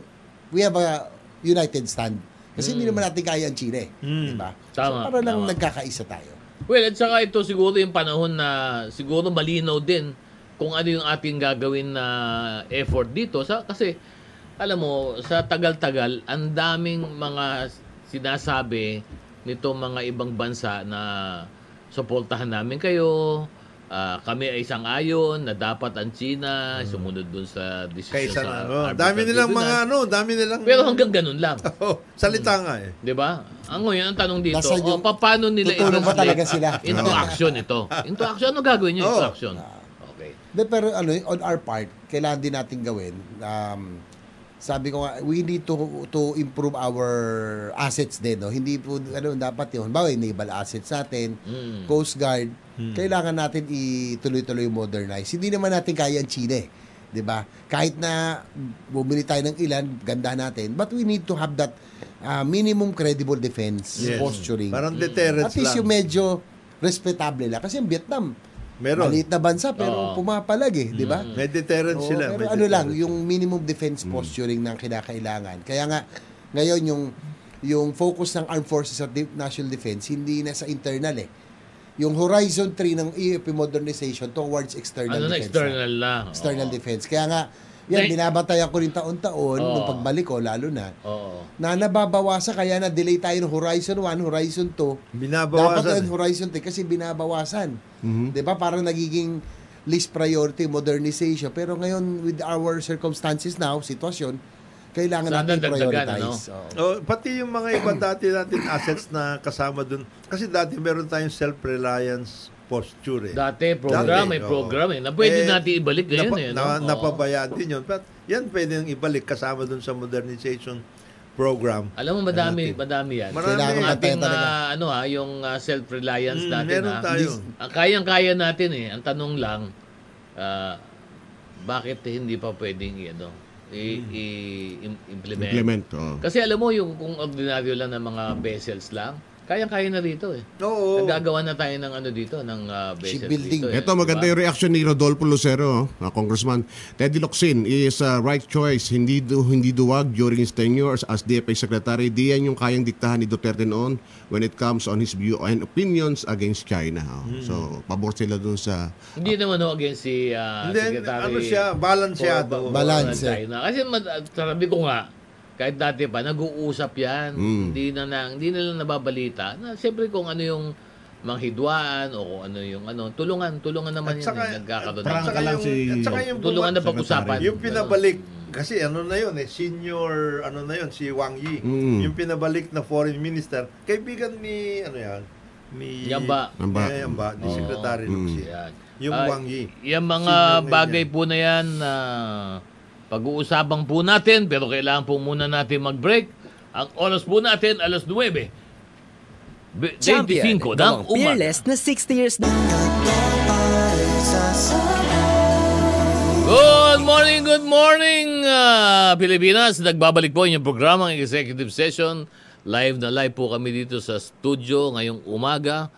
[SPEAKER 5] we have a united stand. Kasi hindi naman natin kaya ang Chile. Di ba?
[SPEAKER 2] Mm. Tama,
[SPEAKER 5] so, para lang
[SPEAKER 2] tama.
[SPEAKER 5] nagkakaisa tayo.
[SPEAKER 2] Well, at saka ito siguro yung panahon na siguro malinaw din kung ano yung ating gagawin na effort dito. Sa, kasi, alam mo, sa tagal-tagal, ang daming mga sinasabi nito mga ibang bansa na suportahan namin kayo, ah, kami ay isang ayon na dapat ang China sumunod dun sa desisyon
[SPEAKER 4] Hmm. Kaysa na.
[SPEAKER 2] sa
[SPEAKER 4] Oh,
[SPEAKER 2] arbitral
[SPEAKER 4] dami nilang mga
[SPEAKER 2] tribunal.
[SPEAKER 4] ano. Dami nilang...
[SPEAKER 2] Pero hanggang ganun lang.
[SPEAKER 4] Oh, salita
[SPEAKER 5] Mm.
[SPEAKER 4] nga eh.
[SPEAKER 2] 'Di ba? Ang ngayon ang tanong dito,
[SPEAKER 5] Nasaan
[SPEAKER 2] o
[SPEAKER 5] yung-
[SPEAKER 2] paano nila
[SPEAKER 5] Tutulong ba
[SPEAKER 2] i-translate
[SPEAKER 5] talaga sila? Oh.
[SPEAKER 2] into
[SPEAKER 4] Ano?
[SPEAKER 2] action ito? Into action ano gagawin niyo
[SPEAKER 4] Oo.
[SPEAKER 2] into action? Okay.
[SPEAKER 5] De, pero ano, on our part, kailangan din natin gawin. Um, sabi ko nga, we need to to improve our assets din. No? Hindi po, ano, dapat yun. Bawa, naval assets natin,
[SPEAKER 2] Mm.
[SPEAKER 5] Coast Guard, kailangan natin ituloy-tuloy modernize. Hindi naman natin kaya ang Chile. 'di ba? Kahit na bumili tayo ng ilan, ganda natin. But we need to have that uh, minimum credible defense
[SPEAKER 4] Yes.
[SPEAKER 5] posturing. Mm.
[SPEAKER 4] Parang deterrence
[SPEAKER 5] At least yung
[SPEAKER 4] lang.
[SPEAKER 5] medyo respetable na. Kasi yung Vietnam,
[SPEAKER 4] Meron.
[SPEAKER 5] maliit na bansa pero
[SPEAKER 2] Oo. Mm-hmm.
[SPEAKER 5] pumapalag eh, di ba?
[SPEAKER 4] May deterrence
[SPEAKER 5] Oo,
[SPEAKER 4] sila. may
[SPEAKER 5] pero ano lang,
[SPEAKER 4] deterrence.
[SPEAKER 5] yung minimum defense
[SPEAKER 2] Mm.
[SPEAKER 5] posturing ng kinakailangan. Kaya nga, ngayon yung yung focus ng Armed Forces at de- National Defense, hindi na sa internal eh. Yung Horizon 3 ng EFP modernization towards external
[SPEAKER 2] Ano na
[SPEAKER 5] defense. na.
[SPEAKER 2] external na. Oo.
[SPEAKER 5] External defense. Kaya nga, yan,
[SPEAKER 2] Na-
[SPEAKER 5] binabantayan ko rin
[SPEAKER 2] Oo.
[SPEAKER 5] taon-taon nung pagbalik ko, lalo na,
[SPEAKER 2] Oo.
[SPEAKER 5] na nababawasan kaya na delay tayo ng Horizon 1, Horizon 2. Dapat
[SPEAKER 4] Binabawasan. eh.
[SPEAKER 5] ang Horizon 3 kasi binabawasan. 'Di ba? Parang nagiging least priority modernization. Pero ngayon with our circumstances now, sitwasyon, kailangan
[SPEAKER 2] Sana
[SPEAKER 5] natin
[SPEAKER 2] dagdagan, ano?
[SPEAKER 5] prioritize.
[SPEAKER 4] Oh, pati yung mga iba dati natin assets na kasama dun. Kasi dati meron tayong self-reliance posture. Eh.
[SPEAKER 2] Dati program, may
[SPEAKER 4] oo.
[SPEAKER 2] program eh. Na pwede
[SPEAKER 4] Eh,
[SPEAKER 2] natin ibalik ngayon
[SPEAKER 4] napa-
[SPEAKER 2] eh. No?
[SPEAKER 4] na-
[SPEAKER 2] Oo.
[SPEAKER 4] Napabayaan din yun. But yan pwede yung ibalik kasama dun sa modernization program.
[SPEAKER 2] Alam mo madami, madami yan.
[SPEAKER 4] Marami.
[SPEAKER 5] Ano Kailangan
[SPEAKER 2] Yung
[SPEAKER 5] natin
[SPEAKER 2] ating
[SPEAKER 5] talaga.
[SPEAKER 2] ah, ano ha, yung ah, self-reliance
[SPEAKER 4] Mm,
[SPEAKER 2] natin
[SPEAKER 4] meron
[SPEAKER 2] ha.
[SPEAKER 4] tayo.
[SPEAKER 2] Ang kayang-kaya natin eh. Ang tanong lang, ah, bakit hindi pa pwedeng ano, i- i- im- implement?
[SPEAKER 3] Implement. oh. oo.
[SPEAKER 2] Kasi alam mo, yung kung ordinaryo lang ng mga vessels lang, kaya-kaya na rito eh.
[SPEAKER 4] Oo.
[SPEAKER 2] Naggagawa na tayo ng ano dito, ng ah, vessels dito.
[SPEAKER 5] Shipbuilding.
[SPEAKER 3] Ito maganda yung reaction ni Rodolfo Lucero, ah, Congressman. Teddy Locsin is a right choice. Hindi du- hindi duwag during his tenure as, as DFA Secretary. Di yan yung kayang diktahan ni Duterte noon when it comes on his view and opinions against China. oh.
[SPEAKER 4] Hmm.
[SPEAKER 3] So, pabor sila dun sa...
[SPEAKER 2] Hindi naman ho against si ah,
[SPEAKER 4] And then,
[SPEAKER 2] Secretary.
[SPEAKER 4] ano siya,
[SPEAKER 2] for-
[SPEAKER 4] balansyado.
[SPEAKER 2] for
[SPEAKER 5] Balance, eh.
[SPEAKER 2] China. Kasi mad- ah, sabi ko nga, kahit dati pa, nag-uusap yan.
[SPEAKER 5] Hmm.
[SPEAKER 2] Hindi na, na hindi na lang nababalita. Na, Siyempre kung ano yung manghidwaan o kung ano yung ano, tulungan, tulungan naman
[SPEAKER 4] At
[SPEAKER 2] yan.
[SPEAKER 4] saka-
[SPEAKER 2] eh, nagkakaroon
[SPEAKER 3] at
[SPEAKER 2] ng-
[SPEAKER 3] saka lang si-
[SPEAKER 4] at saka yung,
[SPEAKER 2] tulungan na
[SPEAKER 4] buwan-
[SPEAKER 2] pag-usapan.
[SPEAKER 4] Yung pinabalik, kasi ano na yun eh, senior, ano na yun, si Wang Yi.
[SPEAKER 3] Mm.
[SPEAKER 4] Yung pinabalik na foreign minister, kaibigan ni, ano yan, ni...
[SPEAKER 2] Yamba.
[SPEAKER 3] Yamba.
[SPEAKER 4] Eh, Yamba, ni
[SPEAKER 2] Oo.
[SPEAKER 4] Secretary
[SPEAKER 3] Mm.
[SPEAKER 4] Luxi.
[SPEAKER 2] Yan.
[SPEAKER 4] Yung
[SPEAKER 2] Ah,
[SPEAKER 4] Wang Yi.
[SPEAKER 2] Yung
[SPEAKER 4] Sino
[SPEAKER 2] mga
[SPEAKER 4] ngayon
[SPEAKER 2] bagay
[SPEAKER 4] yan?
[SPEAKER 2] po na yan na pag-uusapan po natin pero kailangan po muna natin mag-break. Ang oras po natin, alas 9. Be- 25 ng
[SPEAKER 6] dalawang
[SPEAKER 2] umaga.
[SPEAKER 6] Fearless na 60 years na.
[SPEAKER 2] Good morning, good morning, ah, Pilipinas. Nagbabalik po yung programang Executive Session. Live na live po kami dito sa studio ngayong umaga.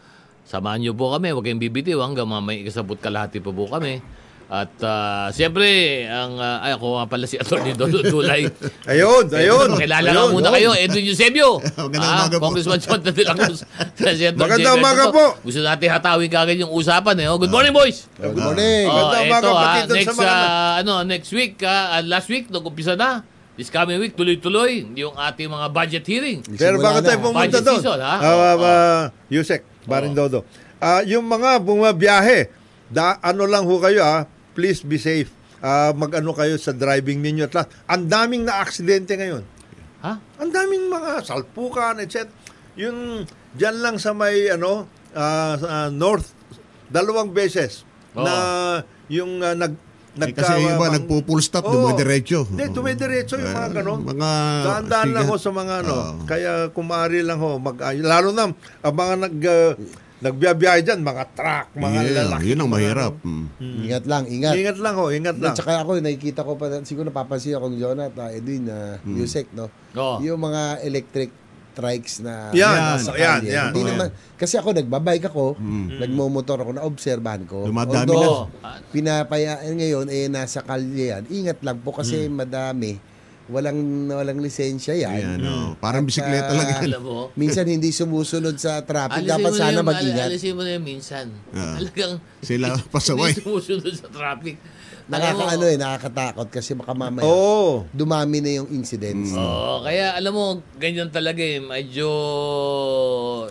[SPEAKER 2] Samahan niyo po kami. Huwag kayong bibitiw hanggang mamaya ikasabot kalahati po po kami. At ah, siyempre, ang, ah, ay ako nga pala si Atty. Dodo Dulay.
[SPEAKER 4] Ayun, ayun.
[SPEAKER 2] Kilala
[SPEAKER 4] ayun,
[SPEAKER 2] nga muna
[SPEAKER 4] ayun.
[SPEAKER 2] kayo, Edwin Eusebio. Ah,
[SPEAKER 3] Magandang umaga po.
[SPEAKER 2] Congressman John de la Cruz. Senator
[SPEAKER 4] Magandang
[SPEAKER 2] Jay
[SPEAKER 4] umaga
[SPEAKER 2] Berto.
[SPEAKER 4] po. Ah.
[SPEAKER 2] Gusto natin hatawin kagad yung usapan. Eh. oh. Good morning, boys.
[SPEAKER 5] Good morning.
[SPEAKER 2] Oh,
[SPEAKER 4] Magandang
[SPEAKER 2] eto,
[SPEAKER 4] umaga,
[SPEAKER 2] ah,
[SPEAKER 4] pati dun sa
[SPEAKER 2] next,
[SPEAKER 4] mga-
[SPEAKER 2] ah, ano, next week, ah, ah, last week, nag-umpisa na. This coming week, tuloy-tuloy yung ating mga budget hearing.
[SPEAKER 4] Pero
[SPEAKER 5] Simula
[SPEAKER 4] bago
[SPEAKER 5] na.
[SPEAKER 4] tayo pumunta
[SPEAKER 2] Budget
[SPEAKER 4] doon,
[SPEAKER 2] season, ha?
[SPEAKER 4] ah,
[SPEAKER 2] Oo,
[SPEAKER 4] ah, ah, Yusek, Barin Dodo, ah, yung mga bumabiyahe, da, ano lang ho kayo, ah, please be safe. Ah, mag-ano kayo sa driving ninyo at lahat. Ang daming na aksidente ngayon.
[SPEAKER 2] Ha?
[SPEAKER 4] Ang daming mga salpukan, etc. Yung dyan lang sa may ano, ah, sa, ah, north, dalawang beses
[SPEAKER 2] Oo.
[SPEAKER 4] na yung ah, nag
[SPEAKER 3] Eh, kasi yung iba, nagpo-full stop, dumadiretso.
[SPEAKER 4] Hindi, dumediretso yung mga
[SPEAKER 3] Eh,
[SPEAKER 4] ganon.
[SPEAKER 3] mga
[SPEAKER 4] Daan-daan lang
[SPEAKER 3] sigat.
[SPEAKER 4] ho sa mga ano.
[SPEAKER 3] Oo.
[SPEAKER 4] Kaya kumari lang ho. Mag, ay, lalo na, ang mga nag, uh, nagbiyabiyahe dyan, mga truck, mga
[SPEAKER 3] Yeah,
[SPEAKER 4] lalaki.
[SPEAKER 3] yun ang
[SPEAKER 4] mga
[SPEAKER 3] mahirap. Mm.
[SPEAKER 5] Ingat lang, ingat.
[SPEAKER 4] ano. Ingat lang ho, ingat lang.
[SPEAKER 5] At saka ako, nakikita ko pa, siguro napapansin akong Jonat, ah, Edwin, na
[SPEAKER 4] Hmm.
[SPEAKER 5] music, no?
[SPEAKER 2] Oo.
[SPEAKER 5] Yung mga electric trikes na
[SPEAKER 4] Yan,
[SPEAKER 5] nasasakali,
[SPEAKER 4] yan,
[SPEAKER 5] eh.
[SPEAKER 4] yan.
[SPEAKER 5] Hindi
[SPEAKER 4] Oo. Hmm.
[SPEAKER 5] naman, kasi ako nagbabike ako, nagmumotor ako, naobserbahan ko.
[SPEAKER 3] Dumadami
[SPEAKER 5] Although,
[SPEAKER 2] na.
[SPEAKER 5] Pinapayaan ngayon, eh, nasa kalye yan. Ingat lang po kasi
[SPEAKER 4] Hmm.
[SPEAKER 5] madami. Walang, walang lisensya
[SPEAKER 3] Ayan,
[SPEAKER 5] yan.
[SPEAKER 4] hmm.
[SPEAKER 3] oh. Parang
[SPEAKER 5] At,
[SPEAKER 3] bisikleta
[SPEAKER 5] ah,
[SPEAKER 3] lang yan.
[SPEAKER 2] Alam mo?
[SPEAKER 5] Minsan hindi sumusunod sa traffic.
[SPEAKER 2] Alisin
[SPEAKER 5] Dapat
[SPEAKER 2] mo na
[SPEAKER 5] sana
[SPEAKER 2] yung-
[SPEAKER 5] mag-ingat.
[SPEAKER 2] Alisin mo na yung minsan.
[SPEAKER 3] Ah.
[SPEAKER 2] Talagang
[SPEAKER 3] Sila pasaway.
[SPEAKER 2] Hindi sumusunod sa traffic.
[SPEAKER 5] Nakaka,
[SPEAKER 2] Alam mo-
[SPEAKER 5] ano eh, nakakatakot kasi baka mamaya
[SPEAKER 4] Oo. Hmm.
[SPEAKER 5] dumami na yung incidents.
[SPEAKER 2] Oo, kaya alam mo, ganyan talaga eh. Medyo...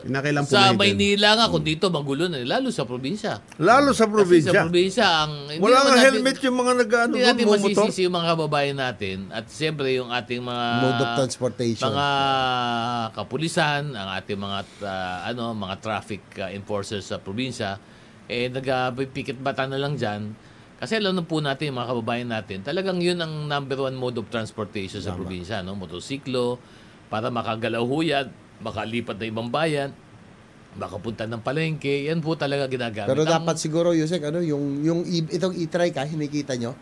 [SPEAKER 3] Kinakailang
[SPEAKER 2] Sa
[SPEAKER 3] pumayag yan.
[SPEAKER 2] Maynila nga, kung dito, magulo na. eh, Lalo sa probinsya.
[SPEAKER 4] Lalo sa
[SPEAKER 2] Kasi sa
[SPEAKER 4] probinsya.
[SPEAKER 2] probinsya, ang... hindi
[SPEAKER 4] Wala
[SPEAKER 2] naman
[SPEAKER 4] nga
[SPEAKER 2] natin-
[SPEAKER 4] helmet yung mga nag-ano
[SPEAKER 5] Ano
[SPEAKER 2] Hindi
[SPEAKER 4] doon,
[SPEAKER 2] natin
[SPEAKER 4] mumotor.
[SPEAKER 2] masisisi yung mga kababayan natin at siyempre yung ating mga
[SPEAKER 5] Mode of transportation.
[SPEAKER 2] mga kapulisan, ang ating mga ah, ano, mga traffic ah, enforcers sa probinsya eh nagpipikit bata na lang diyan. Kasi alam na po natin, yung mga kababayan natin, talagang yun ang number one mode of transportation sa probinsya. No? Motosiklo, para makagalaw ho yan, makalipat na ibang bayan, makapunta ng palengke. Yan po talaga ginagamit.
[SPEAKER 5] Pero
[SPEAKER 2] Ang-
[SPEAKER 5] dapat siguro, Yusek, ano, yung, yung i- itong e-trike, ah, hinikita nyo,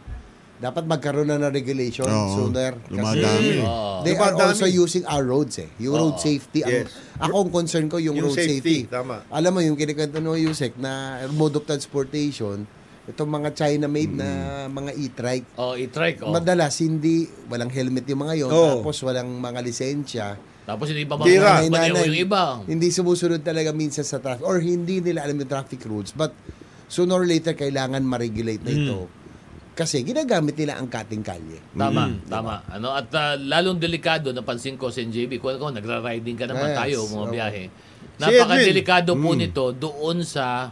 [SPEAKER 5] dapat magkaroon na ng regulation
[SPEAKER 3] Oo.
[SPEAKER 5] sooner.
[SPEAKER 3] Dumadami.
[SPEAKER 5] Kasi
[SPEAKER 2] Oo.
[SPEAKER 5] they are
[SPEAKER 4] Dumadami.
[SPEAKER 5] also using our roads eh. Yung road safety.
[SPEAKER 4] Yes.
[SPEAKER 5] ang- ako ang concern ko yung,
[SPEAKER 4] Yung
[SPEAKER 5] road
[SPEAKER 4] safety,
[SPEAKER 5] safety.
[SPEAKER 4] tama.
[SPEAKER 5] Alam mo, yung kinikanta no, Yusek, na mode of transportation, itong mga China-made na
[SPEAKER 4] Mm-hmm.
[SPEAKER 5] mga e-trike,
[SPEAKER 2] Oh, i-trike. Oh.
[SPEAKER 5] madalas hindi, walang helmet yung mga yon,
[SPEAKER 4] Oo.
[SPEAKER 5] tapos walang mga lisensya.
[SPEAKER 2] Tapos yung iba
[SPEAKER 4] Tira.
[SPEAKER 2] mga maneho yung iba.
[SPEAKER 5] Hindi sumusunod talaga minsan sa traffic or hindi nila alam yung traffic rules but sooner or later kailangan ma-regulate
[SPEAKER 2] Hmm.
[SPEAKER 5] na ito. Kasi ginagamit nila ang kating kalye.
[SPEAKER 2] Tama, tama. Ano at ah, lalong delikado napansin ko sa NJB, kung ano, nagra-riding ka naman
[SPEAKER 5] Yes,
[SPEAKER 2] tayo mga
[SPEAKER 5] oo.
[SPEAKER 2] biyahe.
[SPEAKER 4] Si
[SPEAKER 2] Napakadelikado po nito doon sa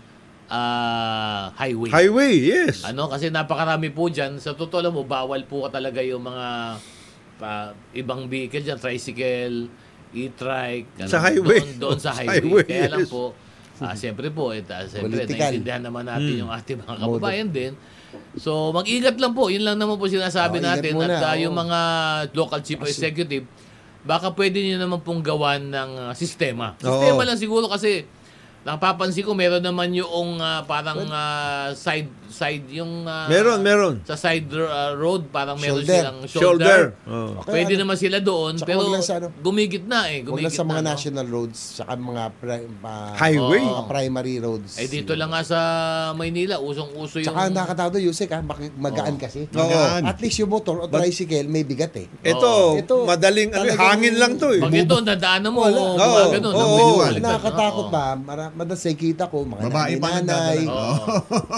[SPEAKER 2] ah, highway.
[SPEAKER 4] Highway, yes.
[SPEAKER 2] Ano kasi napakarami po diyan. Sa totoo lang mo bawal po talaga yung mga ah, ibang vehicle diyan, tricycle, e-trike, ano,
[SPEAKER 4] Sa highway.
[SPEAKER 2] doon, doon sa
[SPEAKER 4] Sa
[SPEAKER 2] highway.
[SPEAKER 4] highway,
[SPEAKER 2] Kaya lang
[SPEAKER 4] yes.
[SPEAKER 2] po
[SPEAKER 4] Mm-hmm.
[SPEAKER 2] Ah, siyempre po, eh, ah, siyempre,
[SPEAKER 5] Political.
[SPEAKER 2] naiintindihan naman natin
[SPEAKER 4] Hmm.
[SPEAKER 2] yung ating mga kababayan din. So, mag-ingat lang po. Yun lang naman po sinasabi
[SPEAKER 5] Oo, Oh, ingat
[SPEAKER 2] natin.
[SPEAKER 5] muna,
[SPEAKER 2] At ah, yung
[SPEAKER 5] oo.
[SPEAKER 2] mga local chief
[SPEAKER 4] Ah,
[SPEAKER 2] executive, baka pwede nyo naman pong gawan ng ah, sistema. Sistema
[SPEAKER 4] Oo.
[SPEAKER 2] lang siguro kasi napapansin ko meron naman yung ah, parang ah, side side yung ah,
[SPEAKER 4] Meron, meron.
[SPEAKER 2] sa side uh, road parang meron
[SPEAKER 5] Shoulder.
[SPEAKER 2] silang
[SPEAKER 4] Shoulder.
[SPEAKER 2] shoulder.
[SPEAKER 4] Oh.
[SPEAKER 5] Okay,
[SPEAKER 2] Pwede
[SPEAKER 5] ano?
[SPEAKER 2] naman sila doon
[SPEAKER 5] Tsaka
[SPEAKER 2] pero
[SPEAKER 5] wag lang sa ano.
[SPEAKER 2] gumigit na eh,
[SPEAKER 5] Huwag
[SPEAKER 2] gumigit
[SPEAKER 5] lang sa mga
[SPEAKER 2] na, no?
[SPEAKER 5] national roads, saka mga pri- pa-
[SPEAKER 4] Highway.
[SPEAKER 5] mga primary roads.
[SPEAKER 2] Eh dito lang nga sa Maynila, usong-uso yung
[SPEAKER 5] Saka ang nakakatawa doon, Yusek, ha, mak- magaan kasi.
[SPEAKER 4] Oo.
[SPEAKER 5] At least yung motor o tricycle may bigat eh.
[SPEAKER 4] Ito,
[SPEAKER 5] Ito,
[SPEAKER 4] madaling ano,
[SPEAKER 5] talagang-
[SPEAKER 4] hangin lang to eh.
[SPEAKER 2] pag ito nadaanan mo,
[SPEAKER 5] Wala.
[SPEAKER 2] oh,
[SPEAKER 4] Oo,
[SPEAKER 2] mga ganun.
[SPEAKER 4] oo,
[SPEAKER 2] Ang
[SPEAKER 4] oo.
[SPEAKER 2] baliktad, no?
[SPEAKER 5] Nakakatakot
[SPEAKER 2] Oo.
[SPEAKER 5] pa. Mara- Madalas ay kita ko, mga
[SPEAKER 3] Babae pa ang
[SPEAKER 5] nanay,
[SPEAKER 3] dadala.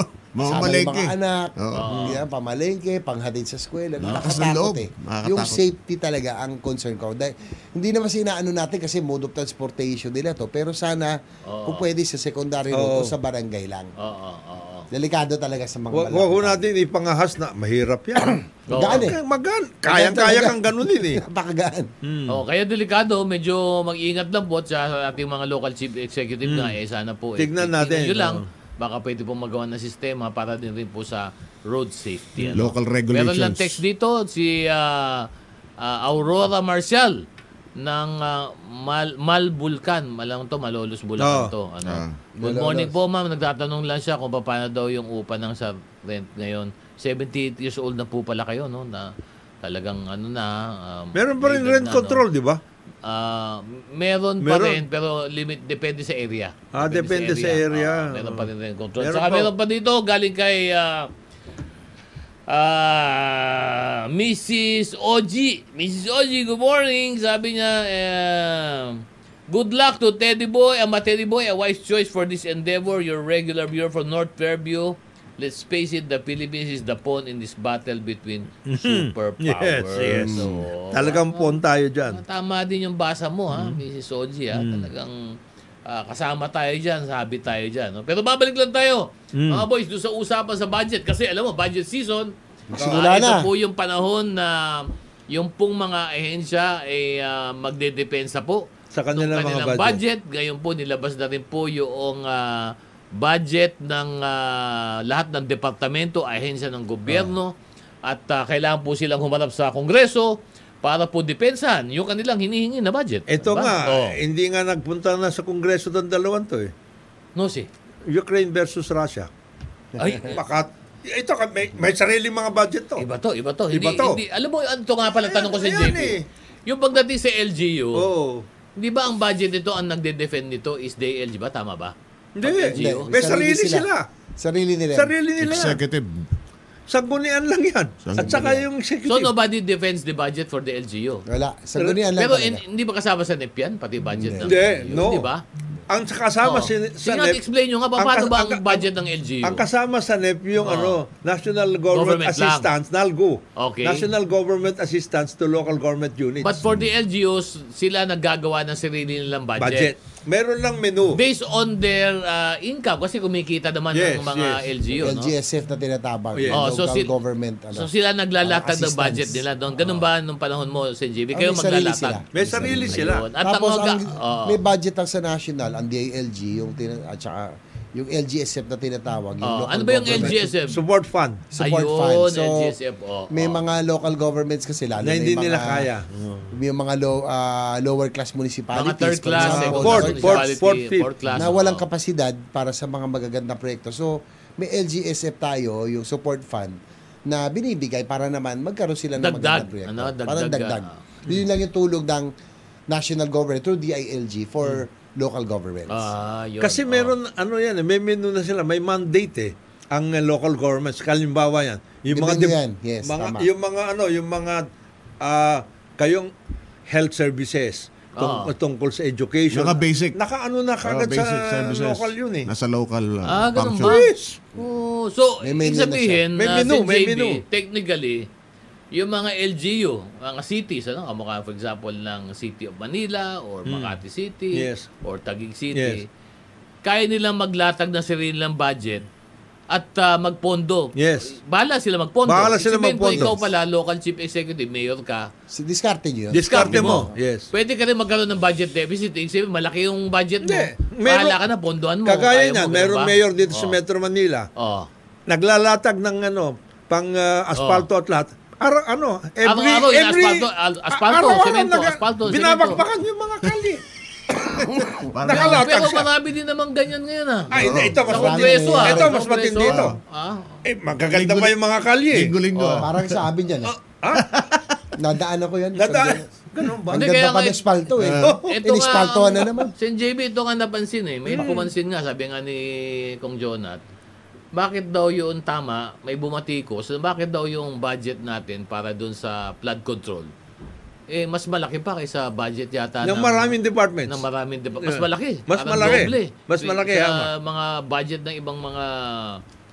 [SPEAKER 3] Oo. Mga
[SPEAKER 5] Sama yung
[SPEAKER 3] malengke.
[SPEAKER 5] mga anak,
[SPEAKER 3] Oo.
[SPEAKER 5] yan, pamalengke, panghatid sa eskwela.
[SPEAKER 3] Lakas ng loob.
[SPEAKER 5] Nakakatakot eh.
[SPEAKER 3] Nakakatakot.
[SPEAKER 5] Yung safety talaga ang concern ko. Dahil, hindi naman sinaano natin kasi mode of transportation nila to. Pero sana, kung pwede sa secondary
[SPEAKER 4] Oo.
[SPEAKER 5] road o sa barangay lang.
[SPEAKER 2] Oo, oo, oo.
[SPEAKER 5] Delikado talaga sa mga
[SPEAKER 4] Huwag
[SPEAKER 5] malapit.
[SPEAKER 4] huwag ho natin ipangahas na mahirap yan.
[SPEAKER 2] Oo.
[SPEAKER 5] Gaan eh.
[SPEAKER 4] Kaya magan. Kayang-kaya kang ganun din eh.
[SPEAKER 5] Napakagaan.
[SPEAKER 4] Hmm.
[SPEAKER 2] Oo, Oh, kaya delikado, medyo mag-ingat lang po at sa ating mga local chief executive na eh, sana po. eh,
[SPEAKER 4] Hmm. Tignan natin, oh.
[SPEAKER 2] Yun lang,
[SPEAKER 4] oo.
[SPEAKER 2] baka pwede pong magawa ng sistema para din rin po sa road
[SPEAKER 4] Hmm.
[SPEAKER 2] safety. ano.
[SPEAKER 3] Local
[SPEAKER 2] Meron lang
[SPEAKER 3] regulations.
[SPEAKER 2] text dito, si ah, ah, Aurora Marcial ng ah, Mal Malbulkan, malang to Malolos Bulacan
[SPEAKER 4] Oo.
[SPEAKER 2] to. Ano.
[SPEAKER 3] Ah.
[SPEAKER 2] Good morning po ma'am, nagtatanong lang siya kung paano daw yung upa ng sa rent ngayon. 78 years old na po pala kayo no na talagang ano na um,
[SPEAKER 4] Meron pa rin
[SPEAKER 2] rated
[SPEAKER 4] rent
[SPEAKER 2] na, no?
[SPEAKER 4] control, di ba?
[SPEAKER 2] Ah, meron, pa
[SPEAKER 4] Meron.
[SPEAKER 2] rin pero limit depende sa area.
[SPEAKER 4] Ah, depende sa
[SPEAKER 2] Ah,
[SPEAKER 4] area.
[SPEAKER 2] meron pa rin rin control.
[SPEAKER 4] Meron
[SPEAKER 2] Saka
[SPEAKER 4] pa.
[SPEAKER 2] meron pa dito galing kay ah, Ah, Mrs. Oji. Mrs. Oji, good morning. Sabi niya, eh, good luck to Teddy Boy, ama Teddy Boy, a wise choice for this endeavor. Your regular viewer from North Fairview. Let's face it, the Philippines is the pawn in this battle between superpowers.
[SPEAKER 4] Mm-hmm. Yes, yes.
[SPEAKER 2] So,
[SPEAKER 4] Mm. Talagang pon tayo dyan.
[SPEAKER 2] Tama din yung basa mo, ha, Mrs. Oji, ha. Talagang ah, kasama tayo dyan, sabi tayo dyan. No? Pero babalik lang tayo, mga boys, doon sa usapan sa budget. Kasi alam mo, budget season, ah,
[SPEAKER 5] Magsimula
[SPEAKER 2] ito
[SPEAKER 5] na.
[SPEAKER 2] po yung panahon na yung pong mga ahensya ay ah, magdedepensa po
[SPEAKER 4] Sa
[SPEAKER 2] ng
[SPEAKER 4] kanilang Ano mga
[SPEAKER 2] kanilang budget. Gayon po, nilabas na rin po yung ah, budget ng ah, lahat ng departamento, ahensya ng gobyerno. At ah, kailangan po silang humarap sa Kongreso para po depensahan yung kanilang hinihingi na budget.
[SPEAKER 4] Ito
[SPEAKER 2] Diba?
[SPEAKER 4] nga, eh.
[SPEAKER 2] Oh.
[SPEAKER 4] hindi nga nagpunta na sa Kongreso ng dalawang to eh.
[SPEAKER 2] No, si.
[SPEAKER 4] Ukraine versus Russia.
[SPEAKER 2] Ay,
[SPEAKER 4] Baka, ito, may, may sarili mga budget to.
[SPEAKER 2] iba to, iba to. Hindi,
[SPEAKER 4] Iba to.
[SPEAKER 2] Hindi, alam mo, ito nga pala, tanong ko si
[SPEAKER 4] Ayan,
[SPEAKER 2] JP.
[SPEAKER 4] eh. Oh.
[SPEAKER 2] Yung pagdating sa LGU,
[SPEAKER 4] Oo.
[SPEAKER 2] Di ba ang budget nito, ang nagde-defend nito is DLG ba? Tama ba?
[SPEAKER 4] Hindi.
[SPEAKER 2] LGU?
[SPEAKER 4] May sarili sila.
[SPEAKER 5] Sarili nila.
[SPEAKER 4] Sarili nila.
[SPEAKER 3] Executive.
[SPEAKER 4] Sanggunian lang yan. At saka yung
[SPEAKER 2] So
[SPEAKER 4] executive.
[SPEAKER 2] nobody defends the budget for the LGU.
[SPEAKER 5] Wala. Sagunian lang
[SPEAKER 2] Pero
[SPEAKER 5] talaga.
[SPEAKER 2] hin- hindi ba kasama sa NEP yan? Pati budget ng
[SPEAKER 4] Hindi,
[SPEAKER 2] LGU,
[SPEAKER 4] no.
[SPEAKER 2] Di ba?
[SPEAKER 4] ang kasama
[SPEAKER 2] Oo.
[SPEAKER 4] si,
[SPEAKER 2] Sige
[SPEAKER 4] sa
[SPEAKER 2] nga,
[SPEAKER 4] NEP,
[SPEAKER 2] explain nyo nga,
[SPEAKER 4] ang
[SPEAKER 2] paano
[SPEAKER 4] kas-
[SPEAKER 2] ba
[SPEAKER 4] ang-
[SPEAKER 2] ang budget ng LGU?
[SPEAKER 4] ang kasama sa NEP yung
[SPEAKER 2] Oo.
[SPEAKER 4] ano, National Government,
[SPEAKER 2] Oh. Government lang.
[SPEAKER 4] Assistance, NALGO.
[SPEAKER 2] Okay.
[SPEAKER 4] National Government Assistance to Local Government Units.
[SPEAKER 2] But for the LGUs, sila naggagawa ng sarili nilang budget.
[SPEAKER 4] budget. Meron lang menu.
[SPEAKER 2] Based on their uh, income, kasi kumikita naman ng
[SPEAKER 4] Yes,
[SPEAKER 2] mga
[SPEAKER 4] yes.
[SPEAKER 2] LGU. no?
[SPEAKER 5] LGSF na tinatawag.
[SPEAKER 4] Yeah.
[SPEAKER 2] Oh, so
[SPEAKER 5] Local
[SPEAKER 2] sil-
[SPEAKER 5] government. Ano.
[SPEAKER 2] So sila naglalatag ng
[SPEAKER 5] assistance.
[SPEAKER 2] budget nila doon. Ganun ba nung panahon mo, Sen. JB?
[SPEAKER 5] Ah,
[SPEAKER 2] Kayo
[SPEAKER 5] may sarili
[SPEAKER 2] maglalatag.
[SPEAKER 4] May sarili sila.
[SPEAKER 2] Yun. At ang
[SPEAKER 5] Tapos
[SPEAKER 2] mga...
[SPEAKER 5] ang,
[SPEAKER 2] Oo.
[SPEAKER 5] may budget lang sa national, ang DILG, yung tina, at saka yung LGSF na tinatawag. Yung
[SPEAKER 2] Oh,
[SPEAKER 5] local
[SPEAKER 2] ano ba yung
[SPEAKER 5] government
[SPEAKER 2] LGSF?
[SPEAKER 4] Support fund.
[SPEAKER 5] Support
[SPEAKER 2] Ayun,
[SPEAKER 5] fund. So,
[SPEAKER 2] LGSF, oo,
[SPEAKER 5] may
[SPEAKER 2] oo.
[SPEAKER 5] mga local governments kasi lalo
[SPEAKER 4] Na hindi
[SPEAKER 5] yung mga-
[SPEAKER 4] nila kaya.
[SPEAKER 5] Yung mga low, ah, lower class
[SPEAKER 2] mga
[SPEAKER 5] municipalities.
[SPEAKER 2] third
[SPEAKER 5] for
[SPEAKER 2] class, eh,
[SPEAKER 5] example,
[SPEAKER 2] second
[SPEAKER 4] Fourth,
[SPEAKER 2] class
[SPEAKER 4] fourth,
[SPEAKER 2] municipality,
[SPEAKER 4] fourth, fifth.
[SPEAKER 2] fourth class.
[SPEAKER 5] na walang
[SPEAKER 2] oo.
[SPEAKER 5] kapasidad para sa mga magagandang proyekto. So, may LGSF tayo, yung support fund, na binibigay para naman magkaroon sila ng
[SPEAKER 2] Dagdag,
[SPEAKER 5] magandang proyekto.
[SPEAKER 2] ano, dagdag,
[SPEAKER 5] Parang dagdag.
[SPEAKER 2] ah.
[SPEAKER 5] Yun lang yung tulog ng national government through DILG for local governments.
[SPEAKER 2] Hmm. Ah, yun. oo.
[SPEAKER 4] Kasi meron, ano yan, eh, may menu na sila. May mandate eh ang eh, local governments. Kalimbawa yan. Yung mga,
[SPEAKER 5] Depende
[SPEAKER 4] dep-
[SPEAKER 5] yan. Yes,
[SPEAKER 4] mga,
[SPEAKER 5] tama.
[SPEAKER 4] yung mga ano, yung mga ah, kayong health services tung-
[SPEAKER 2] Oo.
[SPEAKER 4] tungkol sa education.
[SPEAKER 3] Mga basic.
[SPEAKER 4] Nakaano na
[SPEAKER 3] Mga
[SPEAKER 4] kagad
[SPEAKER 3] basic
[SPEAKER 4] sa
[SPEAKER 3] services.
[SPEAKER 4] local yun eh.
[SPEAKER 3] Nasa local uh,
[SPEAKER 2] Ah, ganun
[SPEAKER 3] function.
[SPEAKER 2] ba?
[SPEAKER 4] Yes.
[SPEAKER 2] Oo, so,
[SPEAKER 5] May
[SPEAKER 2] ibig
[SPEAKER 5] menu na
[SPEAKER 2] sabihin,
[SPEAKER 4] siya. May
[SPEAKER 2] na
[SPEAKER 4] menu,
[SPEAKER 2] si
[SPEAKER 4] may
[SPEAKER 2] JB,
[SPEAKER 4] menu.
[SPEAKER 2] technically, yung mga LGU, mga cities, ano, kamukha for example ng City of Manila or Makati City
[SPEAKER 4] Hmm. Yes.
[SPEAKER 2] or Taguig City,
[SPEAKER 4] Yes.
[SPEAKER 2] kaya nilang maglatag ng sarili nilang budget at ah, magpondo.
[SPEAKER 4] Yes.
[SPEAKER 2] Bahala sila magpondo.
[SPEAKER 4] Bahala sila
[SPEAKER 2] Sabihin ko,
[SPEAKER 4] magpondo.
[SPEAKER 2] ikaw pala, local chief executive, mayor ka,
[SPEAKER 5] So, diskarte nyo yun.
[SPEAKER 4] Diskarte
[SPEAKER 2] mo.
[SPEAKER 4] mo. Yes.
[SPEAKER 2] Pwede ka rin magkaroon ng budget deficit. Ibig sabihin, malaki yung budget mo.
[SPEAKER 4] Hindi. Meron-
[SPEAKER 2] Bahala ka na, pondoan mo.
[SPEAKER 4] Kagaya
[SPEAKER 2] Kaya
[SPEAKER 4] niyan,
[SPEAKER 2] mo,
[SPEAKER 4] meron
[SPEAKER 2] ganun ba? Oh.
[SPEAKER 4] mayor dito
[SPEAKER 2] Oo.
[SPEAKER 4] sa Metro Manila.
[SPEAKER 2] Oo.
[SPEAKER 4] Naglalatag ng ano, pang ah, asfalto at lahat. Ara, ano, every,
[SPEAKER 2] Araw-araw,
[SPEAKER 4] every,
[SPEAKER 2] inaasfalto, al- asfalto,
[SPEAKER 4] araw-araw
[SPEAKER 2] semento,
[SPEAKER 4] nag-
[SPEAKER 2] asfalto, semento.
[SPEAKER 4] binabakbakan yung mga kali.
[SPEAKER 3] Parang-
[SPEAKER 4] Nakalatag
[SPEAKER 2] Pero
[SPEAKER 4] siya.
[SPEAKER 2] marami din naman ganyan ngayon ah.
[SPEAKER 4] Ay, hindi, ito
[SPEAKER 2] Sa
[SPEAKER 4] mas
[SPEAKER 5] Marami
[SPEAKER 4] matindi.
[SPEAKER 2] kongreso ah.
[SPEAKER 4] Ito
[SPEAKER 2] Sa
[SPEAKER 4] mas
[SPEAKER 2] Kongreso,
[SPEAKER 4] matindi ito.
[SPEAKER 2] Ah.
[SPEAKER 4] Eh, magaganda ba yung mga kalye? eh.
[SPEAKER 3] Linggo-linggo.
[SPEAKER 5] Oh,
[SPEAKER 3] ah.
[SPEAKER 5] parang sa amin yan. eh. Nadaan ako yan.
[SPEAKER 4] Nadaan. Ganun ba?
[SPEAKER 2] ah.
[SPEAKER 5] Ang
[SPEAKER 2] Hindi,
[SPEAKER 5] ganda
[SPEAKER 2] kaya
[SPEAKER 5] pa
[SPEAKER 2] nga- Ah.
[SPEAKER 5] ng espalto eh.
[SPEAKER 4] Oh,
[SPEAKER 2] Ito nga,
[SPEAKER 5] Inispaltohan na naman.
[SPEAKER 2] Sen JB, ito nga napansin eh.
[SPEAKER 4] Hmm.
[SPEAKER 2] May pumansin nga, sabi nga ni Kong Jonat, bakit daw yun tama, may bumatikos, bakit daw yung budget natin para dun sa flood control, eh mas malaki pa kaysa budget yata
[SPEAKER 4] Ng maraming departments.
[SPEAKER 2] ng maraming depa- mas
[SPEAKER 4] Yeah.
[SPEAKER 2] malaki.
[SPEAKER 4] Mas
[SPEAKER 2] Parang
[SPEAKER 4] malaki.
[SPEAKER 2] doble.
[SPEAKER 4] Mas
[SPEAKER 2] Sa-
[SPEAKER 4] malaki,
[SPEAKER 2] Sa
[SPEAKER 4] ama.
[SPEAKER 2] mga budget ng ibang mga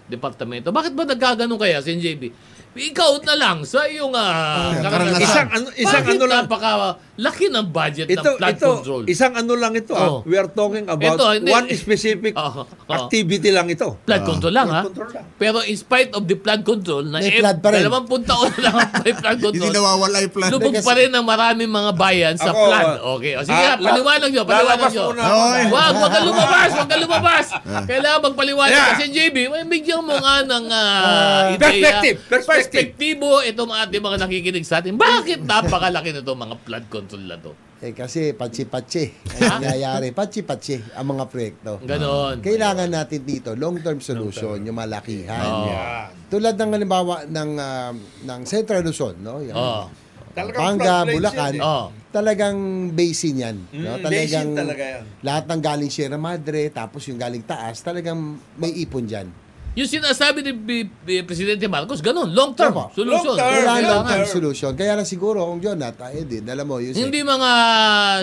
[SPEAKER 2] departamento. Bakit ba nagkaganon kaya, Sen JB? Ikaw na lang sa iyong ah, karanasan.
[SPEAKER 4] Isang ano- isang
[SPEAKER 2] Bakit
[SPEAKER 4] ano lang-
[SPEAKER 2] napaka laki ng budget
[SPEAKER 4] Ito,
[SPEAKER 2] ng flood
[SPEAKER 4] ito,
[SPEAKER 2] control?
[SPEAKER 4] isang ano lang ito.
[SPEAKER 2] Oh.
[SPEAKER 4] ah. We are talking about
[SPEAKER 2] Ito, hindi.
[SPEAKER 4] one specific
[SPEAKER 2] Oh, oh.
[SPEAKER 4] activity lang ito.
[SPEAKER 2] Flood control lang, ha?
[SPEAKER 4] Ah. flood control lang.
[SPEAKER 2] Pero in spite of the flood control, na
[SPEAKER 5] May
[SPEAKER 2] eh,
[SPEAKER 5] flood pa rin.
[SPEAKER 2] dalawampung taon na lang ang may flood control,
[SPEAKER 3] Hindi nawawala yung plan.
[SPEAKER 2] lubog
[SPEAKER 5] Kasi-
[SPEAKER 2] pa rin ang maraming mga bayan sa
[SPEAKER 4] Ako,
[SPEAKER 2] flood.
[SPEAKER 4] ah,
[SPEAKER 2] Okay. O, sige,
[SPEAKER 4] ah,
[SPEAKER 2] ah, paliwanag nyo, paliwanag
[SPEAKER 4] lalabas
[SPEAKER 2] nyo.
[SPEAKER 4] muna ako.
[SPEAKER 3] Oy.
[SPEAKER 2] Wag, wag kang lumabas, wag kang lumabas.
[SPEAKER 5] Ah.
[SPEAKER 2] Kailangan magpaliwanag.
[SPEAKER 4] Yeah.
[SPEAKER 2] Kasi JB, may bigyan mo nga ng ah, ideya.
[SPEAKER 4] perspective, perspective.
[SPEAKER 2] Perspektibo itong ating mga nakikinig sa atin. Bakit napakalaki na itong mga flood control na to?
[SPEAKER 5] Eh kasi patsi-patsi ang nangyayari. Patsi-patsi ang mga proyekto.
[SPEAKER 2] Ganon.
[SPEAKER 5] Ah, Kailangan natin dito long-term solution, yung malakihan. Tulad ng halimbawa ng ah, ng Central Luzon, no? Yung
[SPEAKER 2] Oo.
[SPEAKER 4] Talagang
[SPEAKER 5] Pampanga,
[SPEAKER 4] floodplains
[SPEAKER 5] Bulacan.
[SPEAKER 4] yan eh.
[SPEAKER 2] Oo.
[SPEAKER 5] Talagang basin 'yan, no?
[SPEAKER 4] Mm,
[SPEAKER 5] Talagang
[SPEAKER 4] basin talaga yan.
[SPEAKER 5] lahat ng galing Sierra Madre tapos yung galing taas, talagang may ipon diyan.
[SPEAKER 2] Yung sinasabi ni B- B- Presidente Marcos, ganun, long term
[SPEAKER 5] Opo.
[SPEAKER 2] solution.
[SPEAKER 4] Long term,
[SPEAKER 5] Kailangan
[SPEAKER 4] yeah.
[SPEAKER 5] lang ang
[SPEAKER 4] Sir.
[SPEAKER 5] solution. Kaya lang siguro, kung John, at ah, Edin, alam mo, yun.
[SPEAKER 2] Hindi mga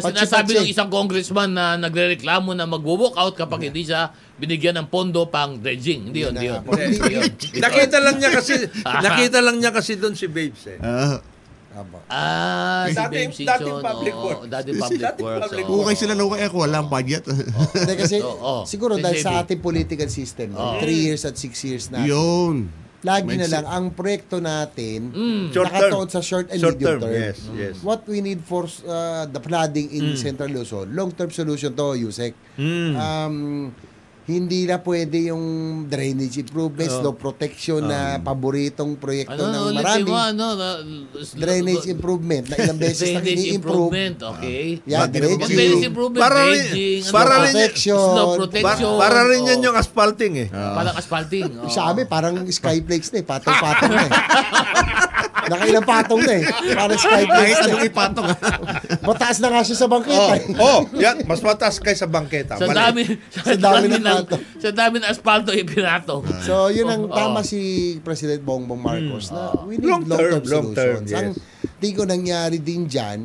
[SPEAKER 2] sinasabi
[SPEAKER 5] Patsi-patsi.
[SPEAKER 2] ng isang congressman na nagrereklamo na mag-walk out kapag hindi siya binigyan ng pondo pang dredging. Hindi yun, hindi yun.
[SPEAKER 5] Hindi.
[SPEAKER 2] Hindi yun.
[SPEAKER 4] Nakita lang niya kasi nakita lang niya kasi doon si Babes eh.
[SPEAKER 3] Ah,
[SPEAKER 5] Aba.
[SPEAKER 2] Ah, si
[SPEAKER 4] Dating-
[SPEAKER 2] Bem
[SPEAKER 4] dating
[SPEAKER 2] Singson.
[SPEAKER 4] public
[SPEAKER 2] oo,
[SPEAKER 4] works.
[SPEAKER 2] oh, Dating public
[SPEAKER 4] Dating
[SPEAKER 2] works. oh.
[SPEAKER 4] public
[SPEAKER 2] oo.
[SPEAKER 3] kung kayo sila low kaya ko, walang budget.
[SPEAKER 5] Hindi kasi
[SPEAKER 2] Oo.
[SPEAKER 5] siguro dahil
[SPEAKER 2] Yes,
[SPEAKER 5] sa
[SPEAKER 2] Eddie.
[SPEAKER 5] ating political system, 3 years at 6 years na.
[SPEAKER 3] Yun.
[SPEAKER 5] Lagi na
[SPEAKER 3] Mindset.
[SPEAKER 5] lang ang proyekto natin
[SPEAKER 2] Mm.
[SPEAKER 4] Short term.
[SPEAKER 5] nakataon sa short and
[SPEAKER 4] Short
[SPEAKER 5] medium
[SPEAKER 4] term,
[SPEAKER 5] term.
[SPEAKER 4] yes, yes.
[SPEAKER 5] What we need for uh, the flooding
[SPEAKER 2] Mm.
[SPEAKER 5] in Central Luzon, long-term solution to, Yusek. Um, hindi na pwede yung drainage improvements, no protection na paboritong proyekto
[SPEAKER 2] Ano, Oh. Um. ano,
[SPEAKER 5] ng
[SPEAKER 2] ulit
[SPEAKER 5] marami.
[SPEAKER 2] yung ano, na-
[SPEAKER 5] Drainage improvement na ilang beses na
[SPEAKER 2] Drainage
[SPEAKER 5] ini-improve. Ah.
[SPEAKER 2] improvement, okay.
[SPEAKER 5] Yeah,
[SPEAKER 3] Bakit naman
[SPEAKER 2] Pag
[SPEAKER 5] dredging,
[SPEAKER 2] drainage improvement,
[SPEAKER 4] Para rin-
[SPEAKER 2] dredging, ano,
[SPEAKER 4] para rin-
[SPEAKER 5] protection.
[SPEAKER 2] snow
[SPEAKER 4] Pa-
[SPEAKER 2] protection. Ah.
[SPEAKER 4] para rin yan
[SPEAKER 2] oo.
[SPEAKER 4] yung asphalting eh.
[SPEAKER 2] Parang asphalting. oo.
[SPEAKER 5] Sa amin, parang skyflakes na eh. Patong-patong na eh. Nakailang patong na eh. Parang skyflakes
[SPEAKER 3] Kahit
[SPEAKER 5] na. eh.
[SPEAKER 3] anong ipatong.
[SPEAKER 5] Mataas na nga siya sa bangkita eh.
[SPEAKER 4] Oh, yan, mas mataas kaysa bangketa.
[SPEAKER 2] Sa
[SPEAKER 4] Mali.
[SPEAKER 2] dami, sa
[SPEAKER 5] dami
[SPEAKER 2] dami
[SPEAKER 5] ng
[SPEAKER 2] ng,
[SPEAKER 5] patong.
[SPEAKER 2] sa dami ng eh, asphalto ipinatong.
[SPEAKER 5] So, yun ang
[SPEAKER 4] Oh,
[SPEAKER 2] Oo.
[SPEAKER 5] tama si President Bongbong Marcos na we need
[SPEAKER 4] Mm. Long
[SPEAKER 5] long-term
[SPEAKER 4] term, long term,
[SPEAKER 5] solutions. Ang
[SPEAKER 4] yes.
[SPEAKER 5] tingin ko nangyari din dyan,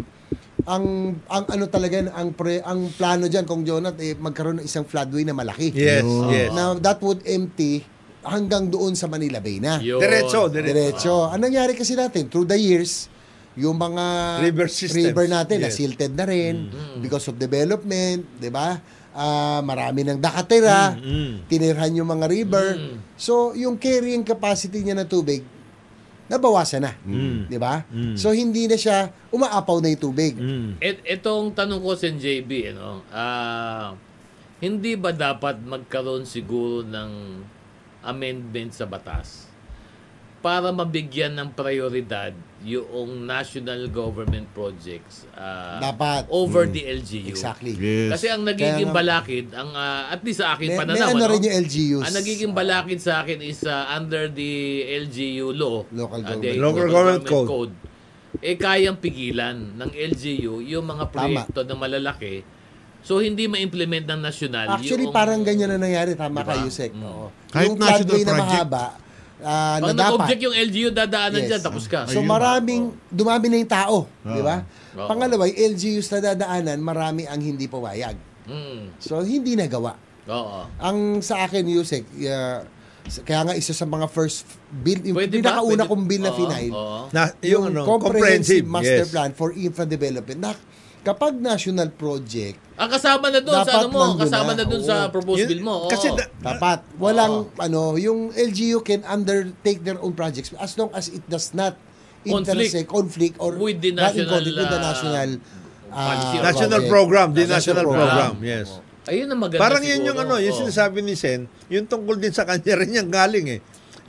[SPEAKER 5] ang ang ano talaga ang pre, ang plano diyan kung Jonat eh, magkaroon ng isang floodway na malaki.
[SPEAKER 4] Yes,
[SPEAKER 2] Oh.
[SPEAKER 3] Yun.
[SPEAKER 4] yes.
[SPEAKER 5] Na that would empty hanggang doon sa Manila Bay na.
[SPEAKER 2] Yun.
[SPEAKER 4] Diretso, diretso.
[SPEAKER 5] Diretso. Ang nangyari kasi natin, through the years, yung mga
[SPEAKER 4] River systems.
[SPEAKER 5] river natin, na
[SPEAKER 4] Yes.
[SPEAKER 5] silted na rin because of development, di ba? Ah, marami ng nakatira, tinirhan yung mga river. So, yung carrying capacity niya ng tubig, nabawasan na. Di ba? So, hindi na siya, umaapaw na yung tubig.
[SPEAKER 2] Et, etong tanong ko sa JB, ano, ah, hindi ba dapat magkaroon siguro ng amendment sa batas para mabigyan ng prioridad yung national government projects ah,
[SPEAKER 5] Dapat. Mm.
[SPEAKER 2] over the LGU?
[SPEAKER 5] Exactly.
[SPEAKER 3] Yes.
[SPEAKER 2] Kasi ang nagiging
[SPEAKER 5] Kaya nga-
[SPEAKER 2] balakid, ang, ah, at least sa akin
[SPEAKER 5] May, may
[SPEAKER 2] pananaw,
[SPEAKER 5] ano
[SPEAKER 2] ano,
[SPEAKER 5] rin yung LGUs.
[SPEAKER 2] ang nagiging balakid sa akin is ah, under the LGU law,
[SPEAKER 5] Local
[SPEAKER 2] ah,
[SPEAKER 5] government.
[SPEAKER 2] the
[SPEAKER 4] Local government
[SPEAKER 2] code, eh kayang pigilan ng LGU yung mga proyekto na malalaki so hindi ma-implement ng nasyonal.
[SPEAKER 5] Actually,
[SPEAKER 2] yung-
[SPEAKER 5] parang ganyan na nangyari. Tama
[SPEAKER 2] Diba?
[SPEAKER 5] ka, Yusek. Oo.
[SPEAKER 3] Kahit
[SPEAKER 5] yung
[SPEAKER 3] national
[SPEAKER 5] floodway na
[SPEAKER 3] project.
[SPEAKER 5] mahaba, ah,
[SPEAKER 2] Pag
[SPEAKER 5] na dapat.
[SPEAKER 2] nag-object yung LGU, dadaanan
[SPEAKER 5] Yes.
[SPEAKER 2] dyan, Ah, tapos ka.
[SPEAKER 5] So maraming, dumami na yung tao,
[SPEAKER 4] Ah.
[SPEAKER 5] di ba?
[SPEAKER 2] Oo.
[SPEAKER 5] Pangalawa, yung LGUs na dadaanan, marami ang hindi pawayag.
[SPEAKER 2] Mm,
[SPEAKER 5] So hindi nagawa.
[SPEAKER 2] oo.
[SPEAKER 5] Ang sa akin, Yusek, uh, s- kaya nga isa sa mga first bill, yung
[SPEAKER 2] Pwede ba?
[SPEAKER 5] pinakauna
[SPEAKER 2] Pwede-
[SPEAKER 5] kong bill na
[SPEAKER 2] oo,
[SPEAKER 5] final,
[SPEAKER 2] oo.
[SPEAKER 4] Na, yung, ano, comprehensive, yes.
[SPEAKER 5] master plan for infra development. Na, kapag national project,
[SPEAKER 2] Ang kasama na doon sa
[SPEAKER 5] Dapat
[SPEAKER 2] ano mo,
[SPEAKER 5] nandun
[SPEAKER 2] kasama
[SPEAKER 5] na,
[SPEAKER 2] na doon
[SPEAKER 5] oo.
[SPEAKER 2] sa proposed
[SPEAKER 4] Yun-
[SPEAKER 2] bill mo. oo.
[SPEAKER 4] Kasi da-
[SPEAKER 5] dapat walang ano, yung LGU can undertake their own projects as long as it does not
[SPEAKER 2] Conflict.
[SPEAKER 5] intersect conflict or
[SPEAKER 2] With the
[SPEAKER 5] not in
[SPEAKER 2] national,
[SPEAKER 5] conflict with the
[SPEAKER 2] ah,
[SPEAKER 5] national ah,
[SPEAKER 2] policy or
[SPEAKER 4] national
[SPEAKER 5] project.
[SPEAKER 4] program, di
[SPEAKER 5] Ah,
[SPEAKER 4] national program, yes.
[SPEAKER 2] Ayun ang maganda
[SPEAKER 4] Parang yun yung
[SPEAKER 2] Oh. siguro, oh.
[SPEAKER 4] ano, yung
[SPEAKER 2] oo.
[SPEAKER 4] sinasabi ni Sen, yung tungkol din sa kanya rin yung galing eh.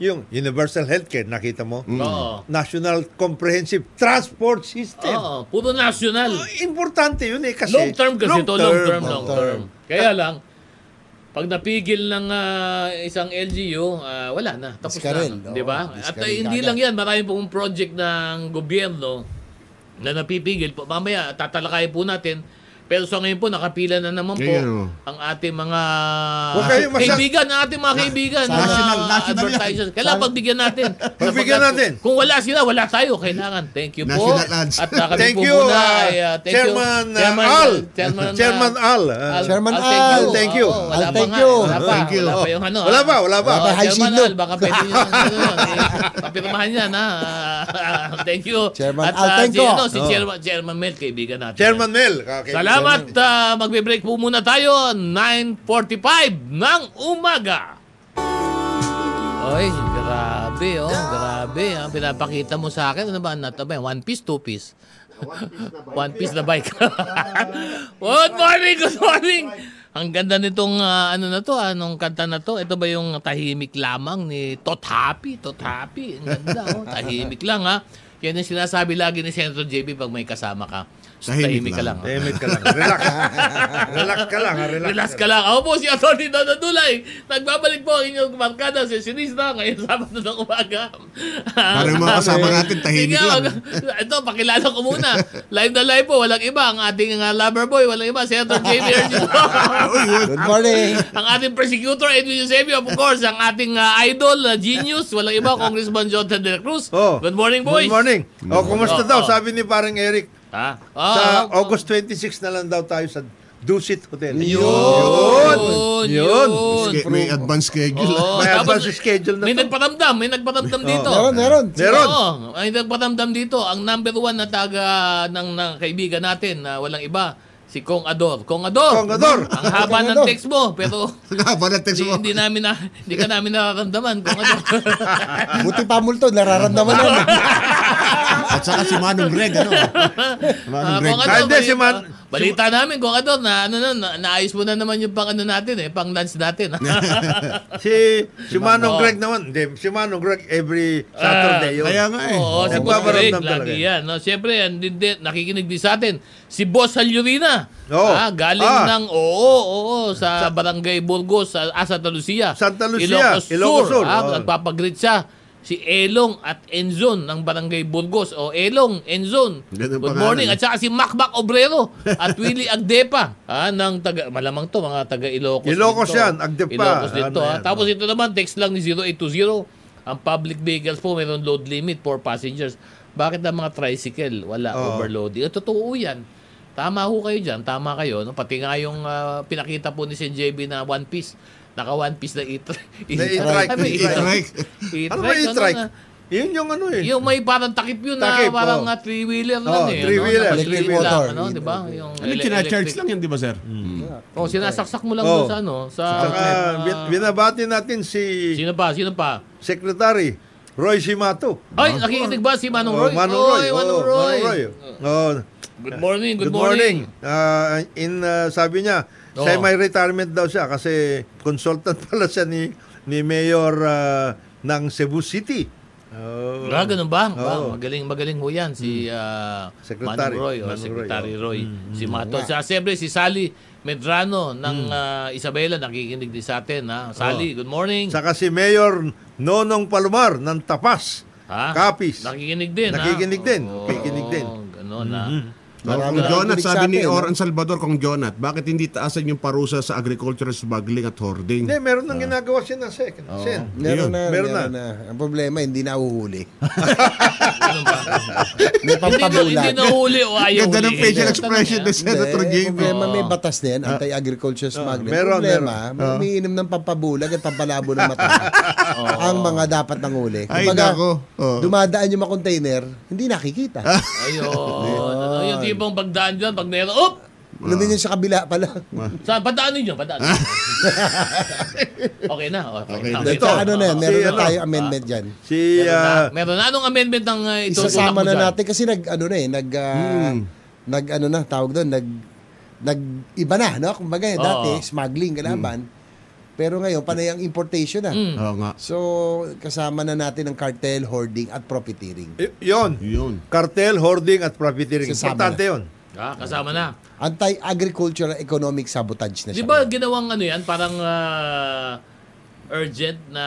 [SPEAKER 4] Yung universal healthcare, nakita mo?
[SPEAKER 2] Oo.
[SPEAKER 4] National Comprehensive Transport System.
[SPEAKER 2] Oo, puro national.
[SPEAKER 4] Importante yun eh kasi.
[SPEAKER 2] Oh.
[SPEAKER 4] Oh.
[SPEAKER 2] long term kasi to, long term, long
[SPEAKER 5] long
[SPEAKER 2] term. Kaya lang, pag napigil ng ah, isang LGU, ah, wala na, tapos
[SPEAKER 5] Diskarel,
[SPEAKER 2] na,
[SPEAKER 5] oo.
[SPEAKER 2] 'di ba? At ah,
[SPEAKER 5] Diskarel
[SPEAKER 2] hindi
[SPEAKER 5] kagad.
[SPEAKER 2] lang 'yan, marami pong project ng gobyerno na napipigil po. Mamaya tatalakayin po natin. Pero sa ngayon po, nakapila na naman po
[SPEAKER 3] Ngayon, oh.
[SPEAKER 2] ang ating mga
[SPEAKER 4] Huwag kayo masya-
[SPEAKER 2] kaibigan, ang ating mga kaibigan, mga
[SPEAKER 3] national- national yan.
[SPEAKER 2] advertisers. Kailangan pagbigyan natin.
[SPEAKER 4] Pagbigyan
[SPEAKER 2] Sapagkat
[SPEAKER 4] natin.
[SPEAKER 2] Kung wala sila, wala tayo. Kailangan. Thank you po.
[SPEAKER 3] National ads.
[SPEAKER 2] At ah, kami
[SPEAKER 4] Thank
[SPEAKER 2] po
[SPEAKER 4] you,
[SPEAKER 2] muna
[SPEAKER 4] ah,
[SPEAKER 2] ay, ah, thank
[SPEAKER 4] Chairman,
[SPEAKER 2] you.
[SPEAKER 4] ah, Al.
[SPEAKER 2] Chairman, ah,
[SPEAKER 4] Chairman Al. ah.
[SPEAKER 2] Al,
[SPEAKER 5] Chairman Al,
[SPEAKER 4] thank you.
[SPEAKER 2] Oo, wala
[SPEAKER 5] Al,
[SPEAKER 2] pa
[SPEAKER 5] thank
[SPEAKER 2] nga,
[SPEAKER 5] you.
[SPEAKER 2] Wala pa,
[SPEAKER 3] Thank you.
[SPEAKER 2] wala pa yung ano.
[SPEAKER 4] Wala
[SPEAKER 2] ah.
[SPEAKER 4] pa, wala pa.
[SPEAKER 2] Oo,
[SPEAKER 5] Wala pa, high
[SPEAKER 2] Chairman
[SPEAKER 5] signal.
[SPEAKER 2] Al, baka pwede nyo ano, yun, eh, papirmahan yan, ha. Ah, thank you.
[SPEAKER 5] Chairman
[SPEAKER 2] At,
[SPEAKER 5] Al,
[SPEAKER 2] ah,
[SPEAKER 5] thank
[SPEAKER 2] si,
[SPEAKER 5] you. Oh.
[SPEAKER 2] ano, si
[SPEAKER 4] Oo.
[SPEAKER 2] Chairman, Chairman Mel, kaibigan natin.
[SPEAKER 4] Chairman Mel. okay.
[SPEAKER 2] Salamat. ah, magbe-break po muna tayo. 9.45 ng umaga. Oy, grabe, oh, grabe. Ang pinapakita mo sa akin, ano ba, not ba, one piece, two piece? One piece na bike. good morning, good morning. Ang ganda nitong ah, ano na to, anong kanta na to? Ito ba yung tahimik lamang ni Tot Happy? Tot ah. Happy. Ang ganda, oh. tahimik lang ha. Yan ang sinasabi lagi ni Senator JB pag may kasama ka.
[SPEAKER 3] Tahimik
[SPEAKER 2] Tahimik
[SPEAKER 3] lang.
[SPEAKER 2] ka lang.
[SPEAKER 4] Tahimik ka lang. Relax. Relax ka lang. ha? Relax,
[SPEAKER 2] Relax ka lang. Ako po si Atty. Dodo Dulay. Nagbabalik po ang inyong barkada sa Sinista ngayong Sabado ng umaga. Ah,
[SPEAKER 3] Parang mga kasama natin,
[SPEAKER 2] Sige,
[SPEAKER 3] tahimik lang.
[SPEAKER 2] wag- Ito, pakilala ko muna. Live na live po. Walang iba. Ang ating uh, lover boy. Walang iba. Senator J.B. Ernesto.
[SPEAKER 5] Good morning.
[SPEAKER 2] ang ating prosecutor, Edwin Eusebio. Of course, ang ating uh, idol, uh, genius. Walang iba. Congressman Jonathan De La Cruz.
[SPEAKER 4] Oh.
[SPEAKER 2] Good morning, boys.
[SPEAKER 4] Good morning. Oh, kumusta
[SPEAKER 2] Oh,
[SPEAKER 4] daw?
[SPEAKER 2] oh.
[SPEAKER 4] Sabi ni parang Eric,
[SPEAKER 2] Ha? Ah,
[SPEAKER 4] sa
[SPEAKER 2] ah,
[SPEAKER 4] August 26 na lang daw tayo sa Dusit Hotel.
[SPEAKER 2] Yun! Oh. Yun!
[SPEAKER 4] Yun!
[SPEAKER 3] Ske- may advance schedule.
[SPEAKER 2] Oo,
[SPEAKER 4] May
[SPEAKER 2] tapos
[SPEAKER 4] advance schedule na
[SPEAKER 2] May
[SPEAKER 4] to.
[SPEAKER 2] nagpatamdam, may nagpatamdam
[SPEAKER 4] Oh.
[SPEAKER 2] dito.
[SPEAKER 5] Meron, meron.
[SPEAKER 4] Meron.
[SPEAKER 2] Oo, may nagpatamdam dito. Ang number one na taga ng, ng kaibigan natin na walang iba, si Kong Ador. Kong Ador!
[SPEAKER 4] Kong Ador!
[SPEAKER 2] Ang haba
[SPEAKER 5] Kong
[SPEAKER 2] ng
[SPEAKER 5] Ador.
[SPEAKER 2] text mo, pero
[SPEAKER 3] Haba ng text
[SPEAKER 2] hindi,
[SPEAKER 3] mo.
[SPEAKER 2] hindi namin na, hindi ka namin nararamdaman, Kong Ah, Ador.
[SPEAKER 5] Buti pa multo, nararamdaman na.
[SPEAKER 3] At saka si Manong Greg, ano?
[SPEAKER 2] Ah,
[SPEAKER 3] Manong Greg.
[SPEAKER 2] Kong
[SPEAKER 4] Ah,
[SPEAKER 2] Ador,
[SPEAKER 4] hindi, si Man-
[SPEAKER 2] balita- balita namin, Kong Ador, na ano na, na, naayos mo na naman yung pang ano natin eh, pang lunch natin.
[SPEAKER 4] Si, si
[SPEAKER 2] Manong.
[SPEAKER 4] Manong Greg naman. Hindi, si Manong Greg every Saturday yun.
[SPEAKER 3] Kaya nga eh.
[SPEAKER 2] Oo, si
[SPEAKER 4] Oo.
[SPEAKER 2] Boss
[SPEAKER 4] Nagbabaramdam
[SPEAKER 2] Greg,
[SPEAKER 4] talaga
[SPEAKER 2] lagi
[SPEAKER 4] yan.
[SPEAKER 2] yan. No, Siyempre, yan, din, din, nakikinig din sa atin. Si Boss Halurina.
[SPEAKER 4] Oo.
[SPEAKER 2] Ah, galing
[SPEAKER 4] Ah.
[SPEAKER 2] ng, oo, oo, sa, Barangay Burgos, sa ah, Santa Lucia.
[SPEAKER 4] Santa Lucia,
[SPEAKER 2] Ilocos,
[SPEAKER 4] Ilocos
[SPEAKER 2] Sur.
[SPEAKER 4] Sur,
[SPEAKER 2] Ah,
[SPEAKER 4] oo.
[SPEAKER 2] Nagpapagreet siya. Si Elong at Enzon ng Barangay Burgos. O Elong, Enzon.
[SPEAKER 3] Ganun
[SPEAKER 2] Good
[SPEAKER 3] pangalan.
[SPEAKER 2] morning. At saka si Macmac Obrero at Willie Agdepa. Ah, ng taga, malamang to, mga taga Ilocos.
[SPEAKER 4] Ilocos
[SPEAKER 2] din to.
[SPEAKER 4] yan, Agdepa.
[SPEAKER 2] Ilocos din
[SPEAKER 4] Ano
[SPEAKER 2] to, ah.
[SPEAKER 4] yan,
[SPEAKER 2] Tapos tapos ito naman, text lang ni 0820. Ang public vehicles po, mayroon load limit for passengers. Bakit ang mga tricycle, wala
[SPEAKER 4] Oo.
[SPEAKER 2] overloading? Eh, totoo yan. Tama ho kayo dyan, tama kayo. No? Pati nga yung ah, pinakita po ni Sen JB na one piece. Naka one piece na e-trike.
[SPEAKER 4] Na
[SPEAKER 2] Ano
[SPEAKER 4] e-trike.
[SPEAKER 2] ba,
[SPEAKER 3] E-trike.
[SPEAKER 2] E-trike.
[SPEAKER 4] Ano ba yung trike?
[SPEAKER 2] na?
[SPEAKER 4] Yun yung ano eh.
[SPEAKER 2] Yung may parang takip yun na
[SPEAKER 4] Takip,
[SPEAKER 2] parang
[SPEAKER 4] oo.
[SPEAKER 2] ah, three-wheeler
[SPEAKER 4] Oo,
[SPEAKER 2] lang eh. no?
[SPEAKER 4] three-wheeler,
[SPEAKER 2] Tapos
[SPEAKER 5] electric
[SPEAKER 2] three-wheeler,
[SPEAKER 5] motor.
[SPEAKER 2] Ano, di ba? Yung
[SPEAKER 3] Ano,
[SPEAKER 2] ele-
[SPEAKER 3] kinacharge
[SPEAKER 2] electric.
[SPEAKER 3] lang yan, di ba, sir?
[SPEAKER 2] Oh, sinasaksak mo lang
[SPEAKER 4] Mm. Oo.
[SPEAKER 2] dun sa ano. Sa,
[SPEAKER 4] Saka
[SPEAKER 2] mga-
[SPEAKER 4] bin- binabati natin si
[SPEAKER 2] Sino pa? Sino pa?
[SPEAKER 4] Secretary Roy Simato.
[SPEAKER 2] Ay, nakikinig ba si Manong
[SPEAKER 4] Oh,
[SPEAKER 2] Roy?
[SPEAKER 4] Manong
[SPEAKER 2] Oy,
[SPEAKER 4] Roy. oh,
[SPEAKER 2] Manong Roy.
[SPEAKER 4] Oh,
[SPEAKER 2] Good morning, good,
[SPEAKER 4] good, morning. Ah, in ah, sabi niya,
[SPEAKER 2] Oo.
[SPEAKER 4] semi-retirement daw siya kasi consultant pala siya ni ni Mayor ah, ng Cebu City. Oh.
[SPEAKER 2] Ah, ganun ba? Ba,
[SPEAKER 4] Oo. Mm.
[SPEAKER 2] magaling, magaling ho yan si ah, Manong
[SPEAKER 4] Secretary.
[SPEAKER 2] Roy o
[SPEAKER 4] Manong Roy,
[SPEAKER 2] Secretary
[SPEAKER 4] oh.
[SPEAKER 2] Roy. Si Mato. Sa siyempre, si Sally Medrano ng
[SPEAKER 4] Mm.
[SPEAKER 2] ah, Isabela, nakikinig din sa atin. Ha?
[SPEAKER 4] Oh.
[SPEAKER 2] Sally, good morning.
[SPEAKER 4] Saka si Mayor Nonong Palomar ng Tapas.
[SPEAKER 2] Ha?
[SPEAKER 4] Kapis.
[SPEAKER 2] Nakikinig din. ha?
[SPEAKER 4] Nakikinig din,
[SPEAKER 2] Oo,
[SPEAKER 4] nakikinig din. Mm-hmm.
[SPEAKER 2] Ganun ha.
[SPEAKER 3] Kung
[SPEAKER 5] Maraming
[SPEAKER 3] Jonat,
[SPEAKER 5] nakikinig sa
[SPEAKER 3] sabi ni
[SPEAKER 5] atin, no?
[SPEAKER 3] Oran Salvador, kung Jonat, bakit hindi taasan yung parusa sa agricultural smuggling at hoarding?
[SPEAKER 4] Hindi, meron nang ginagawa siya na second. Sen.
[SPEAKER 5] Meron
[SPEAKER 4] Meron
[SPEAKER 5] na, meron,
[SPEAKER 4] na.
[SPEAKER 5] na. Ang problema, hindi na uhuli.
[SPEAKER 2] Ganun ba?
[SPEAKER 5] May
[SPEAKER 2] hindi, na, hindi
[SPEAKER 5] pampabulan.
[SPEAKER 2] na huli o ayaw
[SPEAKER 3] Ganda ng
[SPEAKER 2] huli.
[SPEAKER 3] facial
[SPEAKER 2] Ganun.
[SPEAKER 3] expression ni
[SPEAKER 5] Hindi,
[SPEAKER 3] Senator
[SPEAKER 5] ang
[SPEAKER 3] Gabe.
[SPEAKER 5] problema may batas na yan, anti-agriculture smuggling.
[SPEAKER 4] meron,
[SPEAKER 5] problema, may umiinom ng pampabulag at pampalabo ng mata. ang mga dapat ng huli.
[SPEAKER 3] Ay,
[SPEAKER 5] Kumbaga,
[SPEAKER 3] nako. Oo.
[SPEAKER 5] dumadaan yung mga container, hindi nakikita.
[SPEAKER 2] Ayun. Ano, yung tipong pagdaan dyan, pag meron, up!
[SPEAKER 5] Lumingon sa kabila pala.
[SPEAKER 2] Sa padaanin niyo, padaanin. okay na. Okay,
[SPEAKER 3] Okay
[SPEAKER 2] na.
[SPEAKER 3] na.
[SPEAKER 2] Okay
[SPEAKER 5] Ito,
[SPEAKER 4] Ito,
[SPEAKER 2] na.
[SPEAKER 5] ano na yan, meron
[SPEAKER 4] si
[SPEAKER 5] na
[SPEAKER 4] ano,
[SPEAKER 5] tayo amendment dyan.
[SPEAKER 4] Si
[SPEAKER 2] Meron na.
[SPEAKER 4] ah,
[SPEAKER 2] Meron na. Anong amendment ng uh, ito?
[SPEAKER 5] Isasama na natin kasi nag, ano na eh, nag, ah, nag, ano na, tawag doon, nag, nag, iba na, no? Kumbaga,
[SPEAKER 2] Oo.
[SPEAKER 5] dati, smuggling, kalaban. Pero ngayon, panay ang importation
[SPEAKER 2] Hmm.
[SPEAKER 5] na.
[SPEAKER 3] Oo nga.
[SPEAKER 5] So, kasama na natin ang cartel, hoarding, at profiteering.
[SPEAKER 4] ah, y- yun.
[SPEAKER 3] Yun.
[SPEAKER 4] Cartel, hoarding at profiteering.
[SPEAKER 5] Sasama
[SPEAKER 4] Importante yun.
[SPEAKER 2] Ah, kasama na.
[SPEAKER 5] Anti-agricultural economic sabotage na
[SPEAKER 2] Di
[SPEAKER 5] siya.
[SPEAKER 2] ba ginawang ano yan? Parang ah, urgent na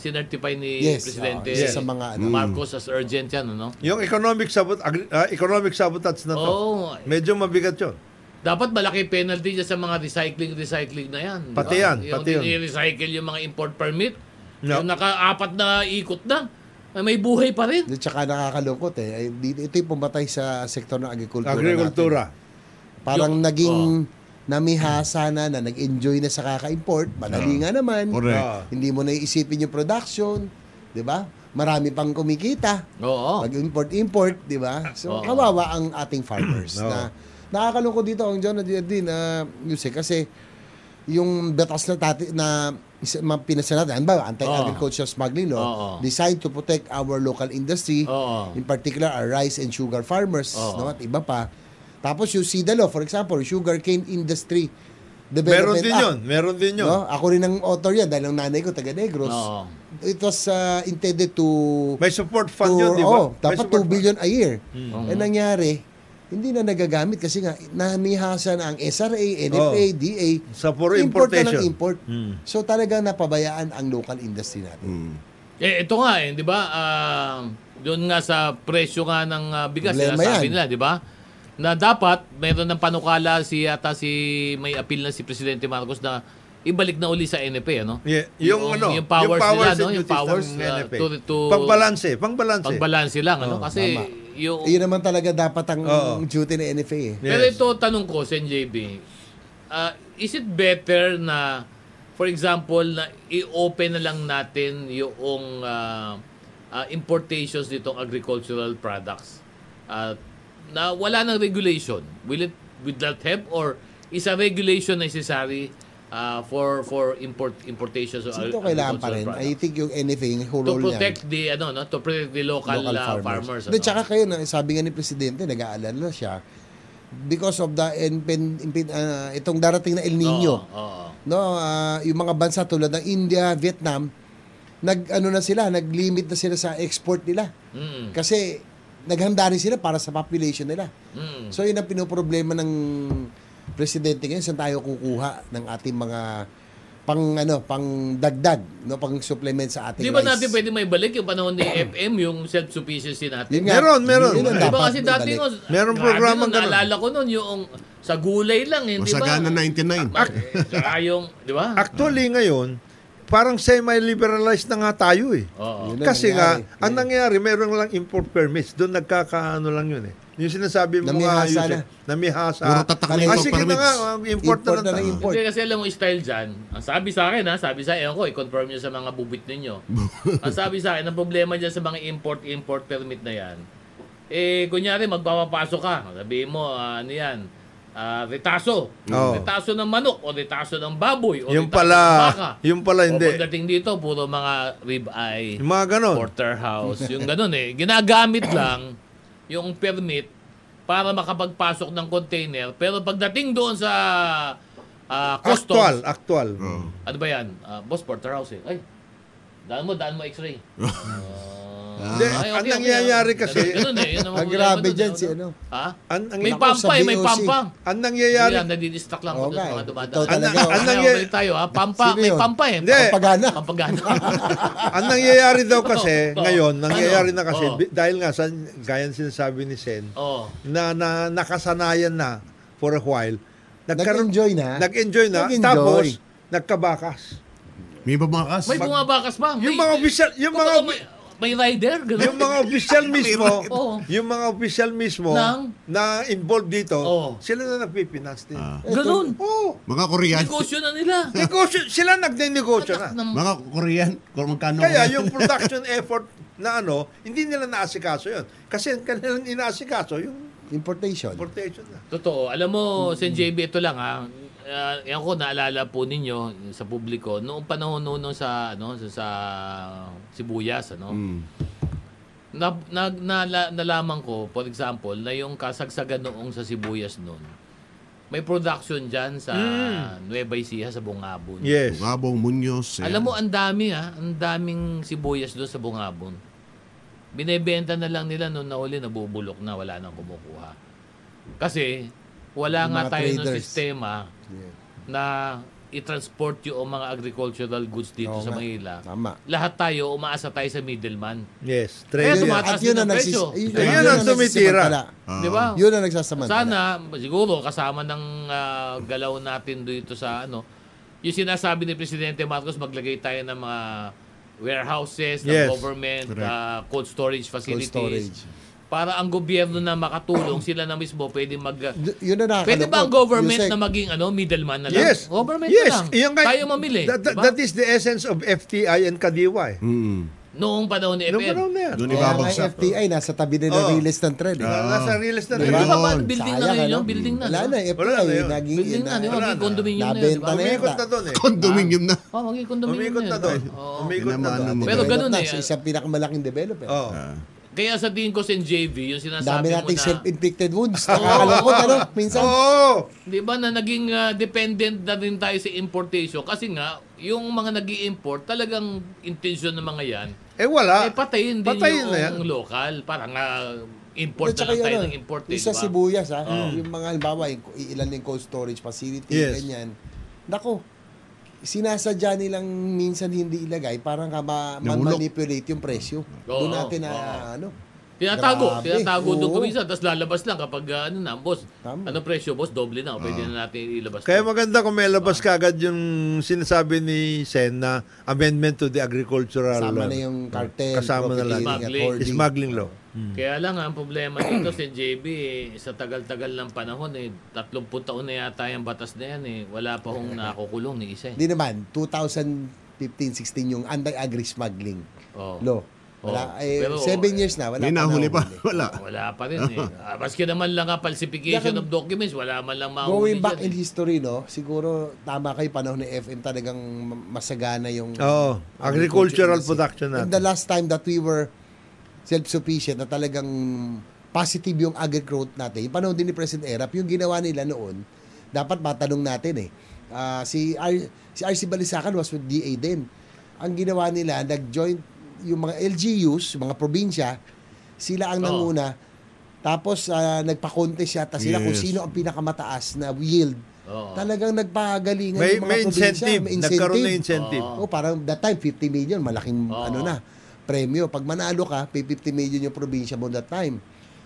[SPEAKER 2] sinertify ni
[SPEAKER 5] Yes,
[SPEAKER 2] Presidente Mm.
[SPEAKER 5] oh, isa sa mga ano.
[SPEAKER 2] Marcos as urgent yan, ano?
[SPEAKER 4] Yung economic sabot agri- ah, economic sabotage na to.
[SPEAKER 2] Oo.
[SPEAKER 4] Medyo mabigat 'yon.
[SPEAKER 2] Dapat malaki penalty dyan sa mga recycling-recycling na yan. Di
[SPEAKER 4] Pati
[SPEAKER 2] ba?
[SPEAKER 4] yan, pati yun.
[SPEAKER 2] Yung dinirecycle yung mga import permit.
[SPEAKER 4] Yeah.
[SPEAKER 2] Yung naka-apat na ikot na. May buhay pa rin.
[SPEAKER 5] At saka nakakalungkot eh. Ay, di- Ito yung pumatay sa sektor ng agrikultura natin.
[SPEAKER 4] Agrikultura.
[SPEAKER 5] Parang
[SPEAKER 2] Yung- Oh.
[SPEAKER 5] naging namihasa na na nag-enjoy na sa kaka-import. Madali nga naman.
[SPEAKER 3] Correct.
[SPEAKER 4] Ah.
[SPEAKER 5] Hindi mo naisipin yung production. Di ba? Marami pang kumikita.
[SPEAKER 2] Oo.
[SPEAKER 5] Pag-import-import, di ba? So,
[SPEAKER 2] Oo.
[SPEAKER 5] kawawa ang ating farmers.
[SPEAKER 4] Oo.
[SPEAKER 5] na nakakalungkot dito ang John at Edwin, uh, Yuse, kasi yung batas na, tati, na isa- mga pinasa natin, ano ba, anti-agriculture smuggling law,
[SPEAKER 2] Oo.
[SPEAKER 5] designed to protect our local industry,
[SPEAKER 2] Oo.
[SPEAKER 5] in particular our rice and sugar farmers,
[SPEAKER 2] Oo.
[SPEAKER 5] no, at iba pa. Tapos yung SIDA law, for example, sugarcane industry
[SPEAKER 4] Meron
[SPEAKER 5] development
[SPEAKER 4] din
[SPEAKER 5] Act,
[SPEAKER 4] 'yon. Meron din 'yon.
[SPEAKER 5] No? Ako rin ang author yan dahil ang nanay ko taga Negros.
[SPEAKER 2] Oo.
[SPEAKER 5] It was uh, intended to
[SPEAKER 4] May support fund
[SPEAKER 5] to-
[SPEAKER 4] 'yon, di ba?
[SPEAKER 5] oo,
[SPEAKER 4] May
[SPEAKER 5] dapat
[SPEAKER 4] support
[SPEAKER 2] Mm.
[SPEAKER 5] 2 billion a year. Eh nangyari, hindi na nagagamit kasi nga namihasa na ang SRA, NFA,
[SPEAKER 4] Oh.
[SPEAKER 5] DA.
[SPEAKER 4] Sa puro
[SPEAKER 5] import na
[SPEAKER 4] importation.
[SPEAKER 5] ng import.
[SPEAKER 2] Mm.
[SPEAKER 5] So talaga napabayaan ang local industry
[SPEAKER 4] Mm.
[SPEAKER 5] natin.
[SPEAKER 2] Eh, ito nga eh, di ba? Ah, doon nga sa presyo nga ng ah, bigas,
[SPEAKER 5] Problema
[SPEAKER 2] sinasabi
[SPEAKER 5] yan.
[SPEAKER 2] nila, di ba? Na dapat, meron ng panukala si ata si may appeal na si Presidente Marcos na ibalik na uli sa NFA, ano?
[SPEAKER 4] Yeah, yung, ano,
[SPEAKER 2] yung powers, nila,
[SPEAKER 4] and
[SPEAKER 2] no? Yung
[SPEAKER 4] duties
[SPEAKER 2] powers
[SPEAKER 4] ng
[SPEAKER 2] ah,
[SPEAKER 4] NFA.
[SPEAKER 2] to, to
[SPEAKER 4] pangbalanse, pangbalanse.
[SPEAKER 2] pagbalanse lang, ano? Kasi
[SPEAKER 5] eh. Oh, tama. Eh,
[SPEAKER 2] yung...
[SPEAKER 5] Iyon naman talaga dapat ang
[SPEAKER 4] Oo.
[SPEAKER 5] duty ng NFA eh.
[SPEAKER 4] Yes.
[SPEAKER 2] Pero ito, tanong ko, Sen. JB, ah, is it better na, for example, na i-open na lang natin yung ah, ah, importations nitong agricultural products at na wala ng regulation? Will it will that help or is a regulation necessary ah, for for import importations of
[SPEAKER 5] Sino
[SPEAKER 2] ag-
[SPEAKER 5] kailangan pa rin?
[SPEAKER 2] agricultural
[SPEAKER 5] I
[SPEAKER 2] products?
[SPEAKER 5] think yung NFA, yung role
[SPEAKER 2] To
[SPEAKER 5] niya.
[SPEAKER 2] protect the ano no to protect the local, ah, farmers.
[SPEAKER 5] Hindi,
[SPEAKER 2] ano?
[SPEAKER 5] tsaka kayo, na- sabi nga ni Presidente, nag-aalala siya because of the impend, impend, ah, itong darating na El
[SPEAKER 2] Oo,
[SPEAKER 5] Nino.
[SPEAKER 2] oo.
[SPEAKER 5] No, ah, yung mga bansa tulad ng India, Vietnam, nag ano na sila, nag-limit na sila sa export nila.
[SPEAKER 2] Mm,
[SPEAKER 5] Kasi naghanda rin sila para sa population nila.
[SPEAKER 2] mm.
[SPEAKER 5] So yun ang pinoproblema ng presidente ngayon, saan tayo kukuha ng ating mga pang ano, pang dagdag, no, pang supplement sa ating
[SPEAKER 2] Di ba
[SPEAKER 5] rice.
[SPEAKER 2] natin pwede may balik yung panahon ni FM, yung self-sufficiency natin?
[SPEAKER 5] Yun nga.
[SPEAKER 4] Meron, meron.
[SPEAKER 5] Yun ang
[SPEAKER 2] Di
[SPEAKER 5] dapat
[SPEAKER 2] ba kasi dati
[SPEAKER 5] ibalik.
[SPEAKER 2] nun,
[SPEAKER 4] Merong
[SPEAKER 2] grabe
[SPEAKER 4] programa
[SPEAKER 2] nun,
[SPEAKER 4] ganun.
[SPEAKER 2] Naalala ko nun yung sa gulay lang, eh, di ba?
[SPEAKER 3] Masagana 99.
[SPEAKER 2] Ak- Tsaka yung, di ba?
[SPEAKER 4] Actually, ngayon, parang semi-liberalized na nga tayo eh.
[SPEAKER 2] Oo.
[SPEAKER 5] Yun ang
[SPEAKER 4] Kasi nga,
[SPEAKER 5] Oh, ano nangyari.
[SPEAKER 4] ang nangyari, meron lang import permits. Doon nagkakaano lang yun eh. Yung sinasabi mo nga,
[SPEAKER 5] Namihasa
[SPEAKER 4] Yusef, namihasa.
[SPEAKER 3] Puro tatak
[SPEAKER 4] Ah,
[SPEAKER 3] na import
[SPEAKER 4] sige na
[SPEAKER 3] permits.
[SPEAKER 4] nga, ah, import,
[SPEAKER 5] Import
[SPEAKER 4] na
[SPEAKER 5] na
[SPEAKER 4] lang.
[SPEAKER 5] ng
[SPEAKER 4] tayo.
[SPEAKER 5] import.
[SPEAKER 2] Kasi, kasi alam mo, yung style dyan, ang sabi sa akin, ha, sabi sa akin, ko, i-confirm nyo sa mga bubit ninyo. ang sabi sa akin, ang problema dyan sa mga import-import permit na yan, eh, kunyari, magpapapasok ka, sabihin mo, ah, ano yan, ah, retaso.
[SPEAKER 4] Oo.
[SPEAKER 2] Retaso ng manok, o retaso ng baboy, o
[SPEAKER 4] Yung
[SPEAKER 2] retaso
[SPEAKER 4] pala,
[SPEAKER 2] ng baka.
[SPEAKER 4] yung pala hindi.
[SPEAKER 2] O pagdating dito, puro mga ribeye,
[SPEAKER 4] Yung mga ganon.
[SPEAKER 2] porterhouse, yung ganun eh. Ginagamit lang yung permit para makapagpasok ng container. Pero pagdating doon sa ah, customs,
[SPEAKER 4] Actual, actual.
[SPEAKER 2] ano ba yan? Ah, boss, porterhouse eh. Ay, daan mo, daan mo x-ray. Ah,
[SPEAKER 4] Hindi, ang nangyayari kasi-
[SPEAKER 2] Ganun eh. Yun ang mga
[SPEAKER 5] Ang grabe
[SPEAKER 2] problema
[SPEAKER 5] dyan
[SPEAKER 2] doon,
[SPEAKER 5] si
[SPEAKER 2] eh,
[SPEAKER 5] ano.
[SPEAKER 2] Ha?
[SPEAKER 4] Ang, ang,
[SPEAKER 2] May
[SPEAKER 5] Nako, pa-
[SPEAKER 2] pampa
[SPEAKER 5] sa
[SPEAKER 2] eh, may
[SPEAKER 5] DOC.
[SPEAKER 2] pampa.
[SPEAKER 4] ang
[SPEAKER 2] Hindi
[SPEAKER 4] nangyayari,
[SPEAKER 2] lang, nadidistract lang
[SPEAKER 5] Oo
[SPEAKER 2] ko doon
[SPEAKER 5] nga
[SPEAKER 2] sa mga
[SPEAKER 5] eh.
[SPEAKER 2] dumadaan.
[SPEAKER 5] Ikaw
[SPEAKER 2] Ang-
[SPEAKER 4] ang-
[SPEAKER 5] talaga, oh.
[SPEAKER 2] ang
[SPEAKER 4] nangyay-
[SPEAKER 2] nangyayari tayo ha? Pampa,
[SPEAKER 5] Sino
[SPEAKER 2] may
[SPEAKER 5] yun?
[SPEAKER 2] pampa eh.
[SPEAKER 4] Hindi.
[SPEAKER 5] Pampagana.
[SPEAKER 2] Pampagana.
[SPEAKER 4] ang nangyayari daw kasi,
[SPEAKER 2] Oo, oo.
[SPEAKER 4] ngayon, nangyayari na kasi,
[SPEAKER 2] Oo.
[SPEAKER 4] bi- dahil nga, sa, gaya ng sinasabi ni Sen,
[SPEAKER 2] Oo.
[SPEAKER 4] na, na nakasanayan na for a while, nagkaroon,
[SPEAKER 5] Nag-enjoy na.
[SPEAKER 4] nag-enjoy na,
[SPEAKER 5] Nag-enjoy.
[SPEAKER 4] tapos, nagkabakas.
[SPEAKER 3] May babakas.
[SPEAKER 2] May bumabakas ba?
[SPEAKER 4] Yung
[SPEAKER 2] May-
[SPEAKER 4] mga official, yung mga,
[SPEAKER 2] Kumbaga, eh, may, may rider, gano'n.
[SPEAKER 4] yung mga official mismo,
[SPEAKER 2] Oo.
[SPEAKER 4] yung mga official mismo
[SPEAKER 2] Ng-
[SPEAKER 4] na involved dito,
[SPEAKER 2] Oo.
[SPEAKER 4] sila na nagpipinance din.
[SPEAKER 3] Ah.
[SPEAKER 2] Ganun.
[SPEAKER 4] Oo.
[SPEAKER 3] Mga Korean.
[SPEAKER 2] Negosyo na nila.
[SPEAKER 4] Negosyo, sila nagninegosyo na.
[SPEAKER 2] Anak ng-
[SPEAKER 3] Mga Korean. Kung magkano.
[SPEAKER 4] Kaya yung production effort na ano, hindi nila naasikaso yun. Kasi ang kanilang inaasikaso yung
[SPEAKER 5] Importation.
[SPEAKER 4] importation na.
[SPEAKER 2] Totoo. Alam mo, Sen JB, ito lang ha. Ah, yan ko, naalala po ninyo sa publiko. Noong panahon noon noon sa, ano, sa, sa Sibuyas, ano,
[SPEAKER 4] Hmm.
[SPEAKER 3] Mm.
[SPEAKER 2] na, na, nala- nalaman ko, for example, na yung kasagsagan noong sa Sibuyas noon, may production dyan sa Nueva Ecija, sa Bungabon.
[SPEAKER 4] Hmm. Yes.
[SPEAKER 3] Gabong Munoz. eh.
[SPEAKER 2] Alam mo, ang dami ha. Ang daming sibuyas doon sa Bungabon. Binebenta na lang nila noon na uli, nabubulok na, wala nang kumukuha. Kasi, wala
[SPEAKER 5] Yung mga
[SPEAKER 2] nga tayo ng
[SPEAKER 5] traders.
[SPEAKER 2] sistema
[SPEAKER 5] Yeah.
[SPEAKER 2] na i-transport yung mga agricultural goods dito
[SPEAKER 5] Oo
[SPEAKER 2] sa
[SPEAKER 5] nga.
[SPEAKER 2] Manila.
[SPEAKER 5] Tama.
[SPEAKER 2] Lahat tayo, umaasa tayo sa middleman.
[SPEAKER 4] Yes.
[SPEAKER 2] Kaya
[SPEAKER 4] Trade.
[SPEAKER 2] tumataas
[SPEAKER 5] At yun
[SPEAKER 2] Eh, din
[SPEAKER 5] ang
[SPEAKER 2] ang
[SPEAKER 5] nagsis-
[SPEAKER 2] presyo.
[SPEAKER 5] yun
[SPEAKER 4] Ayun
[SPEAKER 5] yun
[SPEAKER 4] ang
[SPEAKER 5] ang
[SPEAKER 4] tumitira.
[SPEAKER 5] nagsisamantala.
[SPEAKER 2] Di ba?
[SPEAKER 5] Yun ang nagsasamantala.
[SPEAKER 2] Sana, siguro, kasama ng ah, galaw natin dito sa ano, yung sinasabi ni Presidente Marcos, maglagay tayo ng mga warehouses, ng
[SPEAKER 4] Yes.
[SPEAKER 2] government,
[SPEAKER 3] Correct.
[SPEAKER 2] ah, cold storage
[SPEAKER 5] Cold
[SPEAKER 2] facilities.
[SPEAKER 5] storage.
[SPEAKER 2] Para ang gobyerno na makatulong, sila na mismo pwede mag...
[SPEAKER 5] D- yun ang nakakalungkot.
[SPEAKER 2] Pwede ba ang government
[SPEAKER 5] Yusek,
[SPEAKER 2] na maging ano, middleman na lang?
[SPEAKER 4] Yes.
[SPEAKER 2] Government
[SPEAKER 4] yes.
[SPEAKER 2] na lang.
[SPEAKER 4] Yung kay-
[SPEAKER 2] Tayo mamili.
[SPEAKER 4] That, that-
[SPEAKER 2] diba?
[SPEAKER 4] that is the essence of FTI and Kadiwa. Eh.
[SPEAKER 5] Hmm.
[SPEAKER 3] Mm.
[SPEAKER 2] Noong panahon ni
[SPEAKER 4] Nung
[SPEAKER 2] FM.
[SPEAKER 4] panahon na yan.
[SPEAKER 3] Doon
[SPEAKER 5] Kaya nga
[SPEAKER 3] ibabagsak.
[SPEAKER 5] FTI, nasa tabi din ng
[SPEAKER 4] Oo.
[SPEAKER 5] release ng trend. eh.
[SPEAKER 4] Na- Nasa realist na
[SPEAKER 2] Di ba
[SPEAKER 4] rin.
[SPEAKER 3] Diba?
[SPEAKER 2] ba?
[SPEAKER 3] Yun.
[SPEAKER 2] Building na
[SPEAKER 5] Sayang,
[SPEAKER 2] ngayon,
[SPEAKER 5] ano?
[SPEAKER 2] yung building na. no?
[SPEAKER 5] Wala na, FTI.
[SPEAKER 4] Wala na yun.
[SPEAKER 5] Naging,
[SPEAKER 2] Building na,
[SPEAKER 5] na-
[SPEAKER 2] di ba? Maging condominium na yun. di
[SPEAKER 5] Nabenta
[SPEAKER 2] ba?
[SPEAKER 4] Umikot na doon eh.
[SPEAKER 3] Condominium na.
[SPEAKER 2] Oh, maging condominium
[SPEAKER 4] Umikot
[SPEAKER 2] na yun.
[SPEAKER 4] na
[SPEAKER 2] Oh.
[SPEAKER 4] doon.
[SPEAKER 2] Oo.
[SPEAKER 4] Umikot na
[SPEAKER 3] Tinamaan
[SPEAKER 4] doon.
[SPEAKER 3] ng mga-
[SPEAKER 2] Pero ganun eh.
[SPEAKER 5] Develop na, Sa isang pinakamalaking developer.
[SPEAKER 4] Oh.
[SPEAKER 2] Kaya sa tingin ko, Sen. JV, yung
[SPEAKER 5] Dami
[SPEAKER 2] sinasabi mo
[SPEAKER 5] nating
[SPEAKER 2] na,
[SPEAKER 5] self-inflicted wounds. Nakakalungkot, ano? Minsan.
[SPEAKER 4] Oo.
[SPEAKER 2] di ba na naging ah, dependent na rin tayo sa importation kasi nga, yung mga nag import talagang intention ng mga yan,
[SPEAKER 4] Eh wala.
[SPEAKER 5] Ah,
[SPEAKER 2] eh patayin din
[SPEAKER 4] Patayin na yan.
[SPEAKER 2] yung local. Parang nga, Import na
[SPEAKER 5] At
[SPEAKER 2] lang
[SPEAKER 5] saka yun,
[SPEAKER 2] tayo
[SPEAKER 5] ah,
[SPEAKER 2] ng import. Eh,
[SPEAKER 5] Isa
[SPEAKER 2] di ba?
[SPEAKER 5] sibuyas ha. Yung mga halimbawa, yung- ilan yung cold storage facility,
[SPEAKER 4] Yes.
[SPEAKER 5] ganyan. Nako, sinasadya nilang minsan hindi ilagay parang ka ma-
[SPEAKER 3] Nahulog.
[SPEAKER 5] manipulate yung presyo.
[SPEAKER 2] Oo,
[SPEAKER 5] Doon natin na
[SPEAKER 2] oo.
[SPEAKER 5] ano.
[SPEAKER 2] Tinatago.
[SPEAKER 5] Grabe.
[SPEAKER 2] Tinatago doon
[SPEAKER 5] Oo.
[SPEAKER 2] kamisa. Tapos lalabas lang kapag ah, ano na, boss.
[SPEAKER 5] Tama. Ah.
[SPEAKER 2] Ano presyo, boss? Doble na. Pwede na natin ilabas.
[SPEAKER 4] Kaya
[SPEAKER 2] to.
[SPEAKER 4] maganda kung may labas ka agad yung sinasabi ni Sen na amendment to the agricultural uh,
[SPEAKER 5] Kasama na yung cartel,
[SPEAKER 4] kasama na lahat.
[SPEAKER 5] profiteering at
[SPEAKER 2] Smuggling.
[SPEAKER 5] hoarding.
[SPEAKER 4] Smuggling law.
[SPEAKER 2] Kaya lang, ah, ang problema nito si JB, eh, sa tagal-tagal ng panahon, eh, 30 taon na yata yung batas na yan. Eh. Wala pa hong nakukulong ni isa. Eh.
[SPEAKER 5] Hindi naman, 2015-16 yung anti-agri smuggling.
[SPEAKER 2] Oo.
[SPEAKER 5] Lo.
[SPEAKER 2] Oo.
[SPEAKER 5] Wala, eh,
[SPEAKER 2] Pero,
[SPEAKER 5] seven
[SPEAKER 2] eh,
[SPEAKER 5] years na. Wala
[SPEAKER 3] May nahuli pa.
[SPEAKER 5] nahuli.
[SPEAKER 3] Wala.
[SPEAKER 2] Wala pa rin eh. Ah, Maski naman lang nga falsification
[SPEAKER 5] Kaya-
[SPEAKER 2] of documents, wala man lang mahuli
[SPEAKER 5] Going back
[SPEAKER 2] dyan,
[SPEAKER 5] in
[SPEAKER 2] eh.
[SPEAKER 5] history, no? Siguro, tama kayo, panahon ni FM talagang masagana yung...
[SPEAKER 4] Oo. Agricultural production
[SPEAKER 5] And
[SPEAKER 4] natin.
[SPEAKER 5] the last time that we were self-sufficient na talagang positive yung agri growth natin, yung panahon din ni President Erap, yung ginawa nila noon, dapat matanong natin eh. Ah, si, R, si RC Balisacan was with DA din. Ang ginawa nila, nag-join yung mga LGUs, yung mga probinsya, sila ang
[SPEAKER 2] Oo.
[SPEAKER 5] nanguna. Tapos ah, nagpa-contest yata sila kung
[SPEAKER 3] Yes.
[SPEAKER 5] sino ang pinakamataas na yield.
[SPEAKER 2] Oo.
[SPEAKER 5] Talagang nagpagalingan
[SPEAKER 4] May,
[SPEAKER 5] yung mga
[SPEAKER 4] may incentive.
[SPEAKER 5] probinsya. May
[SPEAKER 4] Nagkaroon na incentive.
[SPEAKER 2] Oo.
[SPEAKER 5] Oh, parang that time 50 million, malaking
[SPEAKER 2] Oo.
[SPEAKER 5] ano na, premyo. Pag manalo ka, pay 50 million yung probinsya mo that time.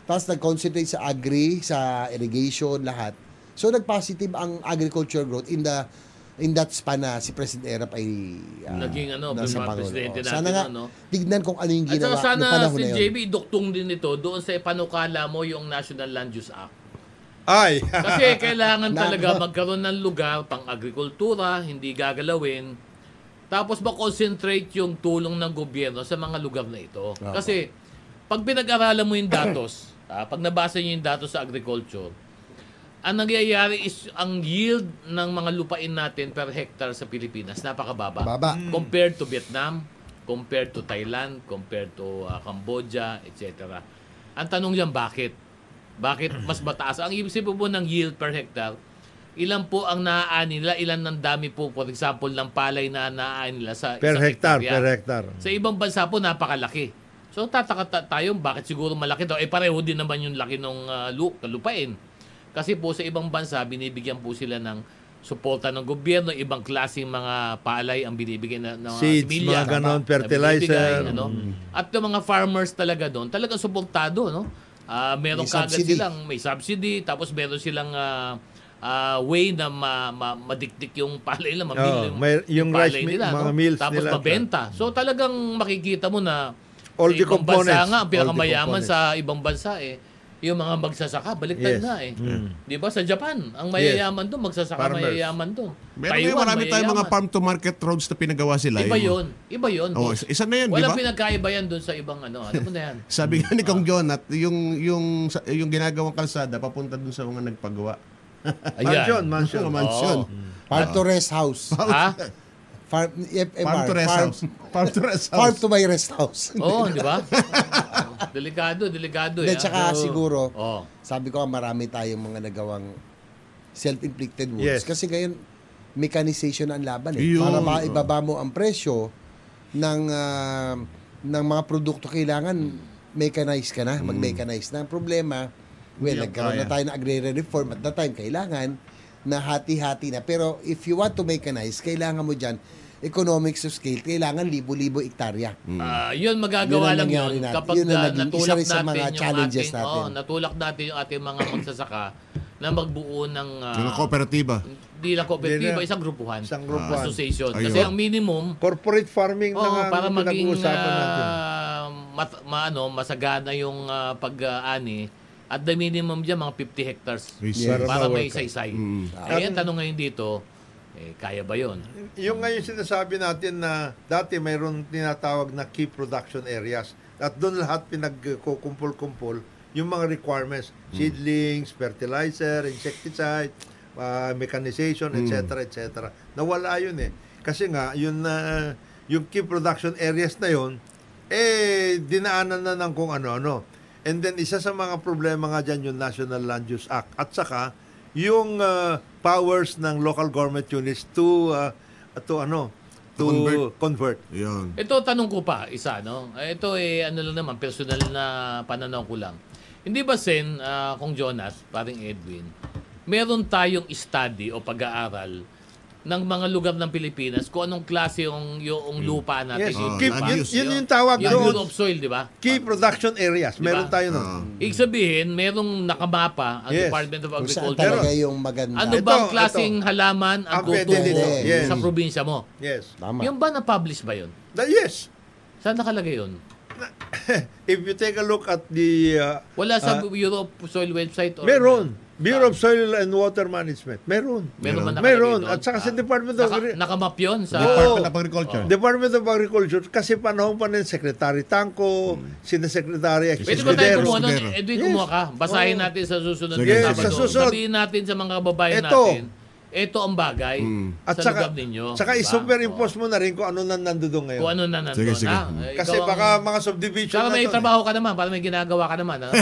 [SPEAKER 5] Tapos nag-concentrate sa agri, sa irrigation, lahat. So nag-positive ang agriculture growth in the in that span na si President Erap ay ah,
[SPEAKER 2] Naging ano,
[SPEAKER 5] nasa
[SPEAKER 2] mga
[SPEAKER 5] Pangulo.
[SPEAKER 2] presidente
[SPEAKER 5] Oo.
[SPEAKER 2] natin,
[SPEAKER 5] Sana nga,
[SPEAKER 2] ano.
[SPEAKER 5] tignan kung ano yung
[SPEAKER 2] At
[SPEAKER 5] ginawa
[SPEAKER 2] saka sana
[SPEAKER 5] noong panahon
[SPEAKER 2] si
[SPEAKER 5] na yun.
[SPEAKER 2] JB duktong din ito doon sa panukala mo yung National Land Use Act.
[SPEAKER 4] Ay!
[SPEAKER 2] Kasi kailangan
[SPEAKER 5] Nako.
[SPEAKER 2] talaga magkaroon ng lugar pang agrikultura, hindi gagalawin. Tapos ma-concentrate yung tulong ng gobyerno sa mga lugar na ito. Kasi pag pinag-aralan mo yung datos, ah, pag nabasa niyo yung datos sa agriculture, ang nangyayari is ang yield ng mga lupain natin per hectare sa Pilipinas napakababa.
[SPEAKER 5] Baba.
[SPEAKER 2] Compared to Vietnam, compared to Thailand, compared to ah, Cambodia, etc. Ang tanong yan, bakit? Bakit mas mataas? Ang ibig sabihin po ng yield per hectare, ilan po ang naaani nila, ilan ng dami po, for example, ng palay na naaani nila sa
[SPEAKER 4] per
[SPEAKER 2] isang
[SPEAKER 4] hectare,
[SPEAKER 2] hektarya.
[SPEAKER 4] per hectare.
[SPEAKER 2] Sa ibang bansa po, napakalaki. So tataka ta- tayo bakit siguro malaki daw. Eh pareho din naman yung laki ng uh, lu- lupain. Kasi po sa ibang bansa, binibigyan po sila ng suporta ng gobyerno, ibang klaseng mga palay ang binibigyan na, ng
[SPEAKER 4] Seeds,
[SPEAKER 2] similya,
[SPEAKER 4] mga ganon,
[SPEAKER 2] na
[SPEAKER 4] fertilizer. Mm.
[SPEAKER 2] binibigay, ano. At yung mga farmers talaga doon, talagang suportado. No? Ah, meron
[SPEAKER 5] May
[SPEAKER 2] kagad
[SPEAKER 5] subsidy.
[SPEAKER 2] silang may subsidy, tapos meron silang ah, ah, way na ma, ma, madikdik yung palay nila, mabili
[SPEAKER 4] Oo, may- yung rice
[SPEAKER 2] palay ano?
[SPEAKER 4] mi- mga mills
[SPEAKER 2] Tapos
[SPEAKER 4] nila.
[SPEAKER 2] mabenta. So talagang makikita mo na
[SPEAKER 4] All
[SPEAKER 2] sa
[SPEAKER 4] the
[SPEAKER 2] ibang bansa
[SPEAKER 4] components.
[SPEAKER 2] nga, ang
[SPEAKER 4] All the
[SPEAKER 2] pinakamayaman
[SPEAKER 4] components.
[SPEAKER 2] sa ibang bansa eh, yung mga magsasaka, baliktad
[SPEAKER 4] Yes. Mm.
[SPEAKER 2] na eh.
[SPEAKER 3] Mm.
[SPEAKER 2] Di ba? Sa Japan, ang mayayaman doon, magsasaka
[SPEAKER 4] Farmers.
[SPEAKER 2] mayayaman doon.
[SPEAKER 3] Meron ngayon marami tayong mga
[SPEAKER 2] mayayaman.
[SPEAKER 3] farm-to-market roads na pinagawa sila.
[SPEAKER 2] Iba
[SPEAKER 3] Yung-
[SPEAKER 2] yun. Iba yun.
[SPEAKER 3] Oh,
[SPEAKER 2] boss.
[SPEAKER 3] isa na yun, di
[SPEAKER 2] Walang
[SPEAKER 3] ba?
[SPEAKER 2] pinagkaiba yan doon sa ibang ano. Alam mo na yan.
[SPEAKER 3] Sabi nga ni Kong John at yung yung yung ginagawang kalsada papunta dun sa mga nagpagawa.
[SPEAKER 4] Mansion,
[SPEAKER 2] Ayan.
[SPEAKER 4] mansion.
[SPEAKER 3] Yung
[SPEAKER 5] Ano
[SPEAKER 3] mansion.
[SPEAKER 2] Oo.
[SPEAKER 5] Farm
[SPEAKER 2] Ah.
[SPEAKER 5] to rest house.
[SPEAKER 2] Ha?
[SPEAKER 5] Farm, FMR.
[SPEAKER 3] Farm to rest
[SPEAKER 5] Eh, farm,
[SPEAKER 3] house. Farm to rest
[SPEAKER 5] farm
[SPEAKER 3] house.
[SPEAKER 5] to my rest house.
[SPEAKER 2] Oo, di ba? delikado, delikado. eh.
[SPEAKER 5] Then,
[SPEAKER 2] yan. oh.
[SPEAKER 5] tsaka
[SPEAKER 2] Oo.
[SPEAKER 5] siguro,
[SPEAKER 2] Oo.
[SPEAKER 5] sabi ko, marami tayong mga nagawang self-inflicted
[SPEAKER 4] Yes.
[SPEAKER 5] wounds. Kasi ngayon, mechanization ang laban eh.
[SPEAKER 3] Yun.
[SPEAKER 5] Para ba
[SPEAKER 2] Oh.
[SPEAKER 5] ibaba mo ang presyo ng ah, ng mga produkto kailangan
[SPEAKER 2] Hmm.
[SPEAKER 5] mechanized ka na, mag-mechanize na. Ang problema, well,
[SPEAKER 3] Hindi
[SPEAKER 5] nagkaroon na
[SPEAKER 3] kaya.
[SPEAKER 5] tayo ng agrarian reform at that time, kailangan na hati-hati na. Pero if you want to mechanize, kailangan mo dyan economics of scale, kailangan libo-libo hektarya.
[SPEAKER 2] Ah, yun magagawa lang
[SPEAKER 5] Mm. Yun ang
[SPEAKER 2] yun
[SPEAKER 5] nangyari natin.
[SPEAKER 2] kapag
[SPEAKER 5] Yun ang
[SPEAKER 2] na-
[SPEAKER 5] naging
[SPEAKER 2] natulak
[SPEAKER 5] isa rin sa
[SPEAKER 2] natin
[SPEAKER 5] mga
[SPEAKER 2] yung
[SPEAKER 5] challenges
[SPEAKER 2] ating,
[SPEAKER 5] natin.
[SPEAKER 2] oh, natulak natin yung ating mga magsasaka na magbuo ng ah,
[SPEAKER 3] Mga kooperatiba.
[SPEAKER 2] hindi lang kooperatiba,
[SPEAKER 4] Hindi na-
[SPEAKER 2] isang grupuhan,
[SPEAKER 4] Isang grupuhan.
[SPEAKER 2] association.
[SPEAKER 3] Ayun.
[SPEAKER 2] Kasi ang minimum
[SPEAKER 4] Corporate farming na
[SPEAKER 2] oh,
[SPEAKER 4] nga
[SPEAKER 2] para
[SPEAKER 4] ang
[SPEAKER 2] maging
[SPEAKER 4] pinag-uusapan natin.
[SPEAKER 2] ah, mat- maano, masagana yung ah, pag-ani at the minimum diyan mga 50 hectares
[SPEAKER 3] Yes.
[SPEAKER 2] para,
[SPEAKER 4] Para
[SPEAKER 2] may
[SPEAKER 4] ma-work out.
[SPEAKER 2] isaysay. Eh, ang tanong ngayon dito, eh, kaya ba yun?
[SPEAKER 4] Yung ngayon sinasabi natin na dati mayroon tinatawag na key production areas at doon lahat pinagkukumpul-kumpul yung mga requirements, seedlings, fertilizer, insecticide, ah, mechanization, etc. etc. Nawala yun eh. Kasi nga, yun na yung key production areas na yun, eh, dinaanan na ng kung ano-ano. And then, isa sa mga problema nga dyan yung National Land Use Act. At saka, yung ah, powers ng local government units to, ah, to ano, to convert.
[SPEAKER 3] Yun.
[SPEAKER 2] Ito, tanong ko pa, isa, no? Eh, Ito, eh, ano lang naman, personal na pananaw ko lang. Hindi ba, Sen, ah, kung Jonas, paring Edwin, meron tayong study o pag-aaral ng mga lugar ng Pilipinas kung anong klase yung, yung lupa natin.
[SPEAKER 4] Yes,
[SPEAKER 2] yung
[SPEAKER 4] keep-
[SPEAKER 2] lupa.
[SPEAKER 3] yun-
[SPEAKER 4] Hmm. yun yung tawag
[SPEAKER 2] yung
[SPEAKER 4] doon.
[SPEAKER 2] rule of soil, di ba?
[SPEAKER 4] Key production areas.
[SPEAKER 2] Diba?
[SPEAKER 4] Meron tayo nun.
[SPEAKER 3] Oo.
[SPEAKER 2] Ibig sabihin, merong nakamapa ang
[SPEAKER 4] Yes.
[SPEAKER 2] Department of
[SPEAKER 5] Kung saan
[SPEAKER 2] Agriculture.
[SPEAKER 5] talaga yung maganda.
[SPEAKER 2] Ano
[SPEAKER 4] Ito,
[SPEAKER 2] ba ang klaseng
[SPEAKER 4] ito.
[SPEAKER 2] halaman ang
[SPEAKER 4] Ang pwede
[SPEAKER 2] tutungo
[SPEAKER 5] nila.
[SPEAKER 4] Yes.
[SPEAKER 2] sa probinsya mo?
[SPEAKER 4] Yes.
[SPEAKER 5] Tama.
[SPEAKER 2] Yung ba na-publish ba yun?
[SPEAKER 4] The- yes.
[SPEAKER 2] Saan nakalagay yun?
[SPEAKER 4] If you take a look at the... uh,
[SPEAKER 2] Wala sa
[SPEAKER 4] uh,
[SPEAKER 2] Europe Soil website? Or ano.
[SPEAKER 4] meron. Bureau of Soil and Water Management. Meron.
[SPEAKER 2] Meron. ba nakalagay
[SPEAKER 4] Meron.
[SPEAKER 2] doon?
[SPEAKER 4] At saka sa
[SPEAKER 2] Ah.
[SPEAKER 4] Department of...
[SPEAKER 2] Naka, nakamap yun sa...
[SPEAKER 4] Oo.
[SPEAKER 3] Department of
[SPEAKER 2] Ah.
[SPEAKER 3] Agriculture.
[SPEAKER 4] Department of Agriculture kasi panahon pa ng Secretary Tanco, sina Secretary
[SPEAKER 2] Hmm. Pwede ba tayo
[SPEAKER 3] Escudero.
[SPEAKER 2] kumuha nun?
[SPEAKER 3] Escudero.
[SPEAKER 2] Edwin,
[SPEAKER 4] Yes.
[SPEAKER 2] kumuha ka. Basahin
[SPEAKER 4] Oo.
[SPEAKER 2] natin sa susunod
[SPEAKER 3] Sige,
[SPEAKER 2] na
[SPEAKER 3] sa
[SPEAKER 2] Sabado.
[SPEAKER 4] susunod.
[SPEAKER 2] Sabihin natin sa mga kababayan
[SPEAKER 4] Ito. Mm.
[SPEAKER 2] natin, ito ang bagay
[SPEAKER 4] At
[SPEAKER 2] sa
[SPEAKER 4] saka,
[SPEAKER 2] lugar ninyo.
[SPEAKER 4] saka
[SPEAKER 2] Diba?
[SPEAKER 4] superimpose mo na rin kung ano na nandoon
[SPEAKER 2] Oo.
[SPEAKER 4] ngayon.
[SPEAKER 2] Kung ano na nandun.
[SPEAKER 3] Sige, sige.
[SPEAKER 2] ah. Eh,
[SPEAKER 4] Kasi
[SPEAKER 2] ikaw ang-
[SPEAKER 4] baka mga subdivision
[SPEAKER 2] Saka
[SPEAKER 4] na
[SPEAKER 2] may
[SPEAKER 4] dun,
[SPEAKER 2] trabaho ka naman, para may ginagawa ka naman. ah.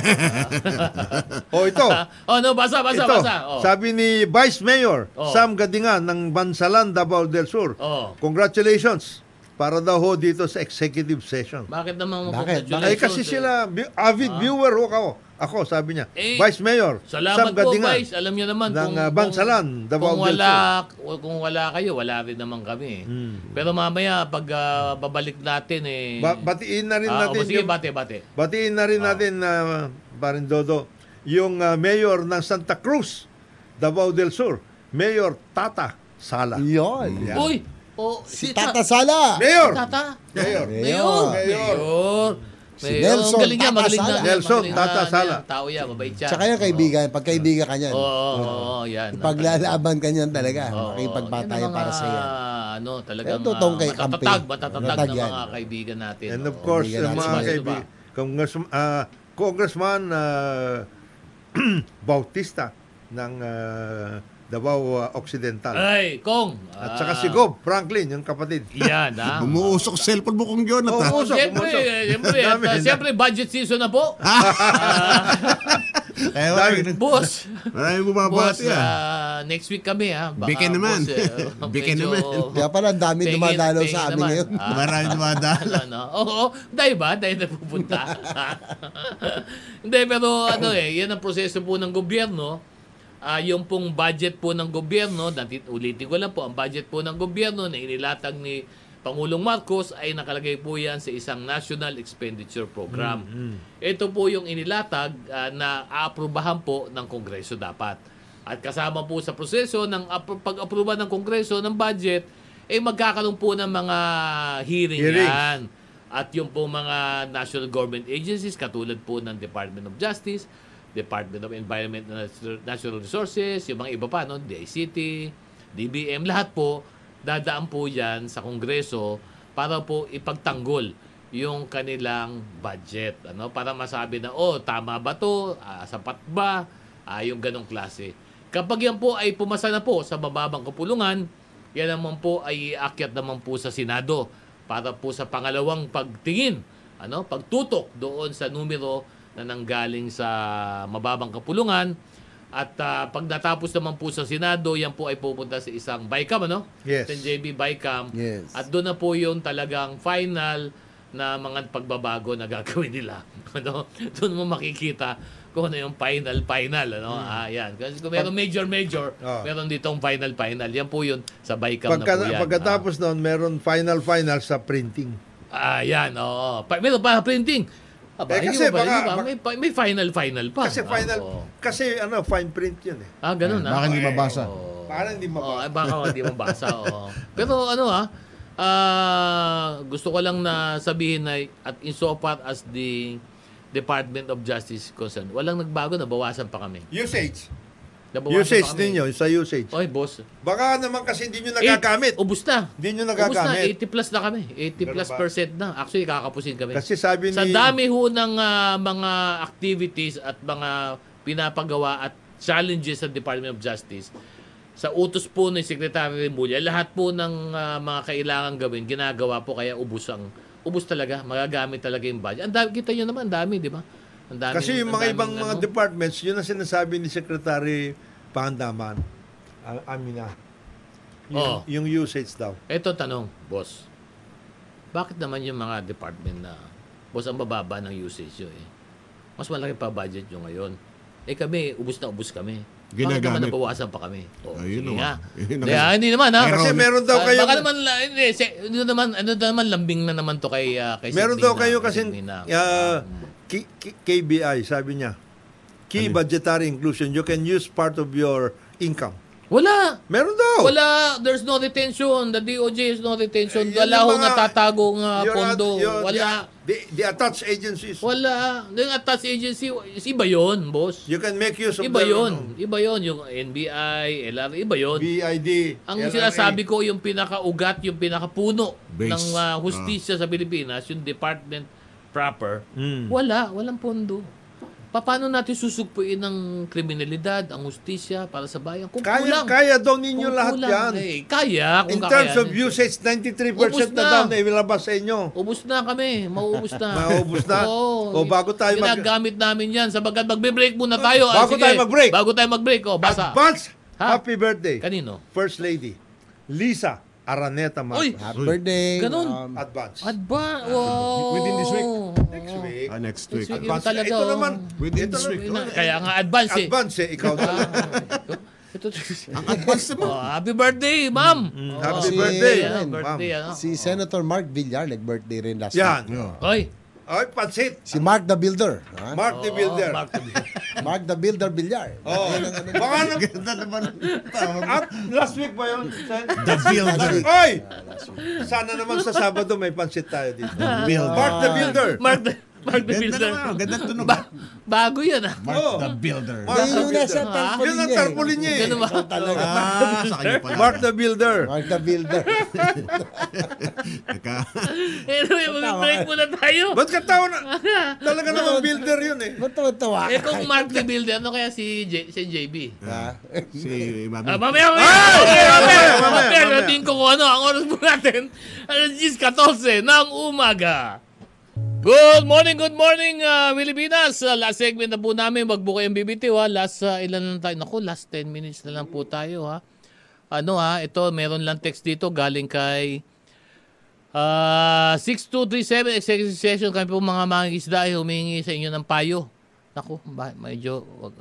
[SPEAKER 4] eh. Oh, ito.
[SPEAKER 2] oh, no, basa, basa,
[SPEAKER 4] ito.
[SPEAKER 2] basa. Oh.
[SPEAKER 4] Sabi ni Vice Mayor
[SPEAKER 2] Oh.
[SPEAKER 4] Sam Gadingan ng Bansalan, Davao del Sur.
[SPEAKER 2] Oh.
[SPEAKER 4] Congratulations para daw ho dito sa executive session.
[SPEAKER 2] Bakit naman eh?
[SPEAKER 5] Bakit?
[SPEAKER 2] mga
[SPEAKER 4] Ay kasi sila bi- avid viewer ho ako. Ako sabi niya.
[SPEAKER 2] Ah. Eh,
[SPEAKER 4] Vice Mayor
[SPEAKER 2] Salamat
[SPEAKER 4] Sam
[SPEAKER 2] po,
[SPEAKER 4] Gadingan.
[SPEAKER 2] guys. Alam niyo naman
[SPEAKER 4] ng, uh, Bansalan, Davao
[SPEAKER 2] kung
[SPEAKER 4] del
[SPEAKER 2] wala kung wala kayo, wala rin naman kami. eh.
[SPEAKER 4] Hmm.
[SPEAKER 2] Pero mamaya pag ah, babalik natin eh
[SPEAKER 4] Ba- batiin na rin
[SPEAKER 2] Ah,
[SPEAKER 4] natin
[SPEAKER 2] o, sige,
[SPEAKER 4] yung-
[SPEAKER 2] bate, bate.
[SPEAKER 4] Batiin na
[SPEAKER 2] Ah.
[SPEAKER 4] rin natin na Barin Dodo, yung ah, mayor ng Santa Cruz, Davao del Sur, Mayor Tata Sala.
[SPEAKER 5] Yun.
[SPEAKER 2] Uy, oh,
[SPEAKER 5] Si Tata Sala.
[SPEAKER 4] Mayor!
[SPEAKER 2] Tata.
[SPEAKER 4] Mayor.
[SPEAKER 2] Mayor.
[SPEAKER 4] Mayor.
[SPEAKER 2] Mayor.
[SPEAKER 5] Si
[SPEAKER 2] Mayor.
[SPEAKER 5] Nelson
[SPEAKER 2] Galing niya,
[SPEAKER 5] Tata
[SPEAKER 2] magaling
[SPEAKER 5] Sala.
[SPEAKER 2] na.
[SPEAKER 4] Nelson
[SPEAKER 2] magaling
[SPEAKER 4] Tata
[SPEAKER 2] na, yan.
[SPEAKER 4] Sala.
[SPEAKER 2] Tao yan, mabait siya.
[SPEAKER 5] Tsaka yung kaibigan, pagkaibigan ka niyan.
[SPEAKER 2] Oo, oo, oo, yan.
[SPEAKER 5] Paglalaban ka niyan talaga.
[SPEAKER 2] Oo,
[SPEAKER 5] Makipagpatayo
[SPEAKER 2] yan ang
[SPEAKER 5] para
[SPEAKER 2] mga,
[SPEAKER 5] sa iyo.
[SPEAKER 2] Ano, talagang
[SPEAKER 5] Pero totoong
[SPEAKER 2] ah,
[SPEAKER 5] kay
[SPEAKER 2] matatatag,
[SPEAKER 5] Kampi.
[SPEAKER 2] matatatag
[SPEAKER 5] Matatag
[SPEAKER 2] ng
[SPEAKER 5] yan.
[SPEAKER 2] mga kaibigan natin.
[SPEAKER 4] And of
[SPEAKER 2] Oo.
[SPEAKER 4] course,
[SPEAKER 5] Hindi ka
[SPEAKER 4] yung mga
[SPEAKER 2] natin
[SPEAKER 4] kaibigan, Congressman, ah, Congressman ah, Bautista ng ah, Davao ah, Occidental.
[SPEAKER 2] Ay, Kong. Ah,
[SPEAKER 4] At saka si Gob Franklin, yung kapatid.
[SPEAKER 2] Yan, ha?
[SPEAKER 3] Umuusok cellphone mo kung yun.
[SPEAKER 4] Oo,
[SPEAKER 3] At,
[SPEAKER 4] umuusok,
[SPEAKER 2] Siyempre,
[SPEAKER 4] umuusok.
[SPEAKER 2] eh, siyempre, at,
[SPEAKER 4] Dami Ah.
[SPEAKER 2] ah,
[SPEAKER 4] na.
[SPEAKER 2] siyempre, budget season na po. Ah,
[SPEAKER 3] kaya
[SPEAKER 4] Dahil-
[SPEAKER 3] maraming-
[SPEAKER 2] Boss,
[SPEAKER 3] maraming
[SPEAKER 2] boss,
[SPEAKER 3] bumabati ah.
[SPEAKER 2] ah, next week kami, ha? Baka,
[SPEAKER 3] Bigyan naman.
[SPEAKER 2] boss, eh,
[SPEAKER 3] Bigyan
[SPEAKER 2] medyo-
[SPEAKER 3] naman.
[SPEAKER 5] Kaya pala, ang dami
[SPEAKER 2] Tingin-
[SPEAKER 5] dumadalaw
[SPEAKER 2] tingin
[SPEAKER 5] sa amin
[SPEAKER 2] naman.
[SPEAKER 5] ngayon.
[SPEAKER 2] Ah.
[SPEAKER 3] Maraming dumadala.
[SPEAKER 2] ano, oo, dahil ba? Dahil napupunta. Hindi, pero ano eh, yan ang proseso po ng gobyerno. Ah, yung pong budget po ng gobyerno, dati, ulitin ko lang po, ang budget po ng gobyerno na inilatag ni Pangulong Marcos ay nakalagay po yan sa isang National Expenditure Program. Ito po yung inilatag ah, na aaprubahan po ng Kongreso dapat. At kasama po sa proseso ng apro- pag-aproba ng Kongreso ng budget, eh magkakaroon po ng mga hearing,
[SPEAKER 4] Hearings.
[SPEAKER 2] yan. At yung po mga national government agencies katulad po ng Department of Justice, Department of Environment and Nat- Natural Resources, yung mga iba pa, no? DICT, DBM, lahat po, dadaan po yan sa Kongreso para po ipagtanggol yung kanilang budget. Ano? Para masabi na, oh, tama ba to? Ah, sapat ba? Ah, yung ganong klase. Kapag yan po ay pumasa na po sa mababang kapulungan, yan naman po ay iakyat naman po sa Senado para po sa pangalawang pagtingin, ano, pagtutok doon sa numero na nanggaling sa mababang kapulungan. At ah, pag natapos naman po sa Senado, yan po ay pupunta sa isang BICAM, ano?
[SPEAKER 4] Yes.
[SPEAKER 2] Sa JB BICAM.
[SPEAKER 5] Yes.
[SPEAKER 2] At doon na po yung talagang final na mga pagbabago na gagawin nila. Ano? Doon mo makikita kung ano yung final final ano ah yan kasi kung meron major major
[SPEAKER 4] Hmm. Ah.
[SPEAKER 2] meron ditong final final yan po yun sa Bicam na
[SPEAKER 4] Pagka,
[SPEAKER 2] po yan
[SPEAKER 4] pagkatapos noon, meron final-final sa printing.
[SPEAKER 2] ah, ah yan oo pa, meron pa printing Aba,
[SPEAKER 4] Eh,
[SPEAKER 2] hindi
[SPEAKER 4] kasi
[SPEAKER 2] mo pala,
[SPEAKER 4] baka-
[SPEAKER 2] hindi ba? may, pa- may final final pa
[SPEAKER 4] Kasi final,
[SPEAKER 2] ah, oo.
[SPEAKER 4] kasi ano, fine print yun eh.
[SPEAKER 2] ah ganun ah
[SPEAKER 3] Baka hindi mabasa.
[SPEAKER 2] Oo.
[SPEAKER 4] Parang hindi mabasa.
[SPEAKER 2] Oo, ay, baka hindi mabasa. oo. Pero ano ah, ah, gusto ko lang na sabihin na at insofar as the Department of Justice is concerned, walang nagbago, nabawasan pa kami.
[SPEAKER 4] Usage.
[SPEAKER 2] Nabawasan
[SPEAKER 4] Usage
[SPEAKER 2] pa kami.
[SPEAKER 4] ninyo, sa usage.
[SPEAKER 2] Oy, boss.
[SPEAKER 4] Baka naman kasi hindi nyo
[SPEAKER 2] Eight,
[SPEAKER 4] nagagamit.
[SPEAKER 2] Oh. ubus na.
[SPEAKER 4] Hindi nyo
[SPEAKER 2] Ubus na,
[SPEAKER 4] nagagamit.
[SPEAKER 2] 80 plus na kami. 80
[SPEAKER 4] Ganun
[SPEAKER 2] plus
[SPEAKER 4] ba?
[SPEAKER 2] percent na. Actually, kakapusin kami.
[SPEAKER 4] Kasi sabi ni...
[SPEAKER 2] Sa dami ho ng ah, mga activities at mga pinapagawa at challenges sa Department of Justice, sa utos po ni Secretary Rimulya, lahat po ng ah, mga kailangan gawin, ginagawa po kaya ubus ang ubus talaga, magagamit talaga yung budget. Ang dami, kita nyo naman, ang dami, di ba? Ang dami,
[SPEAKER 4] Kasi yung
[SPEAKER 2] ang
[SPEAKER 4] mga
[SPEAKER 2] daming,
[SPEAKER 4] ibang mga
[SPEAKER 2] ano,
[SPEAKER 4] departments, yun ang sinasabi ni Secretary Pandaman, ah, Amina. Yung,
[SPEAKER 2] Oo.
[SPEAKER 4] yung usage daw.
[SPEAKER 2] Eto tanong, boss. Bakit naman yung mga department na boss ang bababa ng usage yun eh? mas malaki pa budget nyo ngayon. Eh kami, ubus na ubus kami. Bakit naman
[SPEAKER 3] Ginagamit.
[SPEAKER 2] nabawasan pa kami? O, sige
[SPEAKER 3] Ayun naman.
[SPEAKER 2] nga.
[SPEAKER 3] Ayun naman.
[SPEAKER 2] Hindi, ah, hindi naman ha.
[SPEAKER 4] Kasi meron daw
[SPEAKER 2] Ah,
[SPEAKER 4] kayo
[SPEAKER 2] Baka naman, la- hindi, se- ano naman, ano naman, lambing na naman to kay, ah, kay
[SPEAKER 4] Meron
[SPEAKER 2] Sidney
[SPEAKER 4] daw
[SPEAKER 2] na-
[SPEAKER 4] kayo
[SPEAKER 2] kay
[SPEAKER 4] kasi ah,
[SPEAKER 2] Sidney na. Mm.
[SPEAKER 4] KBI, sabi niya. Key budgetary inclusion. You can use part of your income.
[SPEAKER 2] Wala!
[SPEAKER 4] Meron daw.
[SPEAKER 2] Wala, there's no retention. The DOJ has no retention.
[SPEAKER 4] Yun
[SPEAKER 2] Wala
[SPEAKER 4] Eh, yung
[SPEAKER 2] hong
[SPEAKER 4] mga-
[SPEAKER 2] natatagong ah,
[SPEAKER 4] Your ad-
[SPEAKER 2] pondo.
[SPEAKER 4] your-
[SPEAKER 2] Wala.
[SPEAKER 4] The, the attached agencies.
[SPEAKER 2] Wala. Yung attached agency, is iba yun, boss.
[SPEAKER 4] You can make use of
[SPEAKER 2] Iba
[SPEAKER 4] their,
[SPEAKER 2] yun. Iba yun. Yung NBI, LR, iba
[SPEAKER 4] ano,
[SPEAKER 2] yun.
[SPEAKER 4] BID.
[SPEAKER 2] Ang
[SPEAKER 4] LRA.
[SPEAKER 2] sinasabi ko, yung pinakaugat, yung pinakapuno
[SPEAKER 3] Base.
[SPEAKER 2] ng ah, hustisya sa Pilipinas, yung department proper,
[SPEAKER 4] Mm.
[SPEAKER 2] wala. Walang pondo. Pa- Paano natin susugpuin ang kriminalidad, ang hustisya para sa bayan? Kung
[SPEAKER 4] Kaya,
[SPEAKER 2] kulang.
[SPEAKER 4] kaya daw ninyo
[SPEAKER 2] Kung
[SPEAKER 4] lahat
[SPEAKER 2] kulang,
[SPEAKER 4] yan.
[SPEAKER 2] eh, kaya. Kung
[SPEAKER 4] In terms
[SPEAKER 2] kakayanin.
[SPEAKER 4] of usage, 93%
[SPEAKER 2] Ubus
[SPEAKER 4] na
[SPEAKER 2] na.
[SPEAKER 4] daw na ilalabas sa inyo.
[SPEAKER 2] Ubus na kami. Mauubos na.
[SPEAKER 4] Mauubos na? O, bago tayo
[SPEAKER 2] mag...
[SPEAKER 4] mag-
[SPEAKER 2] Ginagamit namin yan sabagkat magbe-break muna tayo. Ah,
[SPEAKER 4] Bago
[SPEAKER 2] sige.
[SPEAKER 4] tayo mag-break.
[SPEAKER 2] Bago tayo mag-break. O, basa.
[SPEAKER 4] Advance,
[SPEAKER 2] Ha?
[SPEAKER 4] happy birthday.
[SPEAKER 2] Kanino?
[SPEAKER 4] First Lady, Lisa Araneta
[SPEAKER 2] Uy!
[SPEAKER 4] Marcos.
[SPEAKER 5] Happy birthday.
[SPEAKER 2] Ganun.
[SPEAKER 5] Um,
[SPEAKER 4] Advance.
[SPEAKER 2] Advance. Wow.
[SPEAKER 1] Within this week.
[SPEAKER 4] Next week.
[SPEAKER 3] Ah, next
[SPEAKER 2] Next
[SPEAKER 3] week.
[SPEAKER 2] week.
[SPEAKER 4] Advance.
[SPEAKER 2] Yun Oh. talaga,
[SPEAKER 4] Ito
[SPEAKER 2] oh.
[SPEAKER 4] naman.
[SPEAKER 3] Within
[SPEAKER 4] ito
[SPEAKER 3] this
[SPEAKER 4] naman-
[SPEAKER 3] week.
[SPEAKER 2] Yun na. Kaya nga, advance eh.
[SPEAKER 4] Advance eh, ikaw na.
[SPEAKER 2] Ah, ito. Ang advance naman. happy birthday, ma'am. Oh,
[SPEAKER 4] Mm, Happy
[SPEAKER 5] si-
[SPEAKER 4] birthday,
[SPEAKER 2] ayan,
[SPEAKER 4] ma'am.
[SPEAKER 2] birthday, ano.
[SPEAKER 5] Si Senator Mark Villar, nag-birthday rin last
[SPEAKER 4] Yan.
[SPEAKER 5] week.
[SPEAKER 2] Oy.
[SPEAKER 4] Ay, pansit.
[SPEAKER 5] Si Mark the Builder. ha?
[SPEAKER 4] Mark the Builder.
[SPEAKER 2] Oh, Mark the Builder.
[SPEAKER 5] Mark the Builder Villar.
[SPEAKER 4] Oh. Baka na, At last week ba yun? Sen?
[SPEAKER 3] The builder.
[SPEAKER 4] Ay! Sana naman sa Sabado may pansit tayo dito.
[SPEAKER 3] builder.
[SPEAKER 4] Mark the Builder.
[SPEAKER 2] Mark the, Mark the
[SPEAKER 3] Ganda
[SPEAKER 2] Builder.
[SPEAKER 3] naman. oh. Ganda tunog.
[SPEAKER 2] Ba- bago yan ah.
[SPEAKER 3] Mark
[SPEAKER 4] Oh.
[SPEAKER 3] the builder.
[SPEAKER 4] Mark the
[SPEAKER 5] Yun yung nasa
[SPEAKER 4] Builder. Yun
[SPEAKER 5] tarpaulin
[SPEAKER 4] ang
[SPEAKER 5] niya eh.
[SPEAKER 4] tarpaulin niya eh.
[SPEAKER 2] Ganun Ano ba?
[SPEAKER 3] Ah, sa kanya pala.
[SPEAKER 4] Mark the Builder.
[SPEAKER 5] Mark the Builder.
[SPEAKER 3] Teka.
[SPEAKER 2] Anyway, mag-break muna tayo.
[SPEAKER 4] Ba't katawa na? Talaga naman builder yun eh.
[SPEAKER 5] Matawa-tawa.
[SPEAKER 2] Eh kung Mark the Builder, ano kaya si, J- si JB?
[SPEAKER 3] Si
[SPEAKER 2] Ah,
[SPEAKER 3] Mami.
[SPEAKER 2] mamaya, mamaya! Mamaya, mamaya!
[SPEAKER 4] Mamaya, mamaya,
[SPEAKER 2] Mamaya,
[SPEAKER 4] mamaya.
[SPEAKER 2] natin ko kung ano ang oras po natin. Alas 10.14 ng umaga. Good morning, good morning, uh, Pilipinas. Uh, last segment na po namin. Wag po kayong bibitiw, ha. Last, uh, ilan lang tayo? Naku, last 10 minutes na lang po tayo, ha. Ano, ha? Ito, meron lang text dito galing kay... Ah, 6237 executive session kami po mga mangingisda ay humingi sa inyo ng payo. Naku, ba, medyo wag,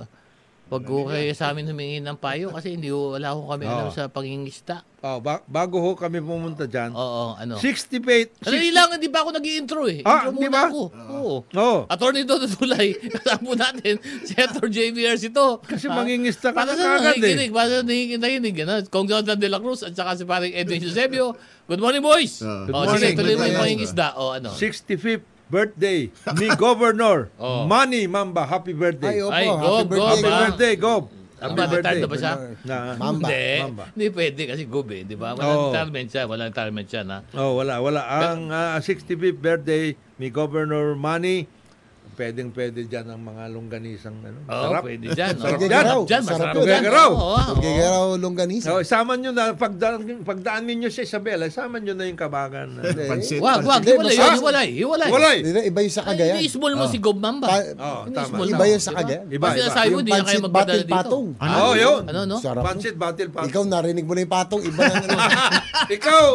[SPEAKER 2] wag ko kayo sa amin humingi ng payo kasi hindi ho- wala ko kami alam
[SPEAKER 4] Oo.
[SPEAKER 2] sa pangingisda.
[SPEAKER 4] Oh, ba- bago ho kami pumunta dyan,
[SPEAKER 2] Oo, ano.
[SPEAKER 4] 60
[SPEAKER 2] Ano lang, hindi pa ako nag intro eh.
[SPEAKER 4] Ah,
[SPEAKER 2] intro muna
[SPEAKER 4] di ba?
[SPEAKER 2] ako. Oo.
[SPEAKER 4] Oh,
[SPEAKER 2] Attorney Dodo Tulay, kasama po natin, Senator JVRs ito.
[SPEAKER 4] kasi mangingista ka
[SPEAKER 2] Para
[SPEAKER 4] na
[SPEAKER 2] Ah, sa mga
[SPEAKER 4] kagad eh.
[SPEAKER 2] nakikinig, para sa nakikinig, nakikinig, ano, Congressman De La Cruz at saka si paring Edwin Eusebio. Good morning, boys!
[SPEAKER 3] Ah.
[SPEAKER 2] oh,
[SPEAKER 4] Good morning.
[SPEAKER 2] Sige, tuloy mo yung
[SPEAKER 4] Good
[SPEAKER 3] morning.
[SPEAKER 2] pangingisda. Oh, ano?
[SPEAKER 4] 65th birthday ni Governor
[SPEAKER 2] Oh.
[SPEAKER 4] Manny Mamba. Happy
[SPEAKER 5] Ay,
[SPEAKER 4] birthday.
[SPEAKER 5] opo.
[SPEAKER 2] Ay, oh. go, go,
[SPEAKER 5] happy birthday.
[SPEAKER 4] Happy
[SPEAKER 2] ba?
[SPEAKER 4] birthday, Gov.
[SPEAKER 2] Ang
[SPEAKER 4] Happy birthday.
[SPEAKER 2] ba ba siya?
[SPEAKER 4] Na,
[SPEAKER 5] Mamba.
[SPEAKER 2] Hindi.
[SPEAKER 4] Mamba.
[SPEAKER 2] Hindi pwede kasi gobe, di ba? Walang
[SPEAKER 4] Oo.
[SPEAKER 2] retirement siya, walang retirement siya na.
[SPEAKER 4] Oh, wala, wala. Ang ah, 65th birthday ni Governor Manny, pwedeng-pwede dyan ang mga longganisang ano,
[SPEAKER 2] Oo, Oh,
[SPEAKER 4] sarap.
[SPEAKER 2] pwede dyan. Oo.
[SPEAKER 4] Sarap dyan.
[SPEAKER 2] Sarap dyan,
[SPEAKER 5] Sarap
[SPEAKER 2] masarap
[SPEAKER 5] yun.
[SPEAKER 2] dyan.
[SPEAKER 4] Gagaraw.
[SPEAKER 2] Oo, oo.
[SPEAKER 5] Okay, Geraw Longganisa.
[SPEAKER 4] Oh, isama nyo na, pagdaan, pagdaan ninyo si Isabel, isama nyo na yung kabagan.
[SPEAKER 3] Pansit.
[SPEAKER 2] Wag, wag,
[SPEAKER 5] Hindi,
[SPEAKER 2] hiwalay yun,
[SPEAKER 5] masarap.
[SPEAKER 2] hiwalay, hiwalay.
[SPEAKER 4] Walay!
[SPEAKER 5] Hindi, Iba yung sa
[SPEAKER 2] Ay,
[SPEAKER 5] Cagayan.
[SPEAKER 2] i-small mo si Gob Mamba.
[SPEAKER 5] Pa-
[SPEAKER 4] Oh, tama.
[SPEAKER 2] Ini-small
[SPEAKER 5] Iba
[SPEAKER 2] mo,
[SPEAKER 5] yun sa
[SPEAKER 2] di ba?
[SPEAKER 5] Cagayan.
[SPEAKER 4] Iba,
[SPEAKER 2] Kasi
[SPEAKER 4] iba.
[SPEAKER 2] sinasabi mo,
[SPEAKER 5] Yung
[SPEAKER 2] di na kayo
[SPEAKER 5] pancit
[SPEAKER 2] magpadala
[SPEAKER 5] battle
[SPEAKER 2] dito.
[SPEAKER 5] patong.
[SPEAKER 3] Ano?
[SPEAKER 4] Oh, yun.
[SPEAKER 2] Ano, no?
[SPEAKER 5] Sarap.
[SPEAKER 4] Pansit battle pa.
[SPEAKER 5] Ikaw, narinig mo na yung patong. Iba na ano.
[SPEAKER 4] Ikaw!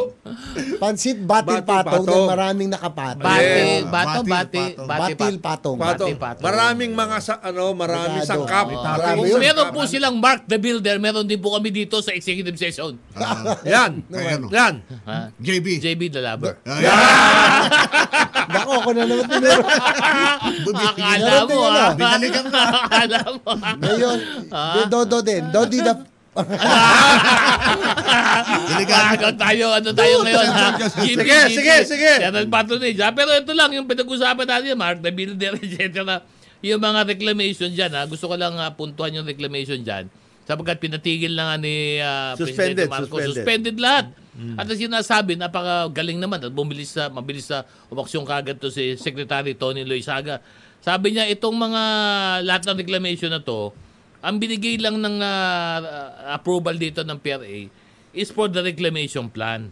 [SPEAKER 5] Pansit batil
[SPEAKER 4] Batil
[SPEAKER 5] patong,
[SPEAKER 4] patong.
[SPEAKER 5] na maraming nakapatong.
[SPEAKER 2] Bate,
[SPEAKER 4] Yeah.
[SPEAKER 2] bato,
[SPEAKER 3] Batil,
[SPEAKER 2] bate,
[SPEAKER 3] patong.
[SPEAKER 2] bate,
[SPEAKER 5] Batil patong.
[SPEAKER 4] Pato.
[SPEAKER 2] Pati pato.
[SPEAKER 4] Maraming mga sa, ano, maraming
[SPEAKER 5] Barado.
[SPEAKER 4] sangkap.
[SPEAKER 5] Oo.
[SPEAKER 4] Maraming
[SPEAKER 5] Marami yun.
[SPEAKER 2] Meron
[SPEAKER 4] sangkap.
[SPEAKER 2] po silang Mark the Builder, meron din po kami dito sa executive session.
[SPEAKER 3] Ah,
[SPEAKER 4] Yan.
[SPEAKER 3] Kaya ano?
[SPEAKER 4] Yan.
[SPEAKER 2] Ha?
[SPEAKER 3] JB.
[SPEAKER 2] JB the Lover.
[SPEAKER 3] Ah,
[SPEAKER 5] Dako ako na naman tinuro.
[SPEAKER 2] Akala mo, ha?
[SPEAKER 4] ah.
[SPEAKER 5] Meron din
[SPEAKER 2] Akala mo.
[SPEAKER 5] Ngayon,
[SPEAKER 2] Ah.
[SPEAKER 5] may Dodo din. Dodi na...
[SPEAKER 2] Bago tayo, ano tayo ngayon, ha? Give
[SPEAKER 4] Sige,
[SPEAKER 2] me, give
[SPEAKER 4] sige,
[SPEAKER 2] me.
[SPEAKER 4] sige.
[SPEAKER 2] Yan ang patronage, ha? eh. Pero ito lang, yung pinag-usapan natin, Mark the Builder, etc. Yung mga reclamation dyan, ha? Gusto ko lang ha, puntuhan yung reclamation dyan. Sapagkat pinatigil na nga ni ah, Presidente
[SPEAKER 4] Suspended,
[SPEAKER 2] Marcos.
[SPEAKER 4] suspended. Mm.
[SPEAKER 2] Suspended lahat. At ang sinasabi, napakagaling naman at bumilis sa, mabilis sa umaksyon kagad to si Secretary Tony Loizaga. Sabi niya, itong mga lahat ng reclamation na to, ang binigay lang ng ah, ah, approval dito ng PRA is for the reclamation plan.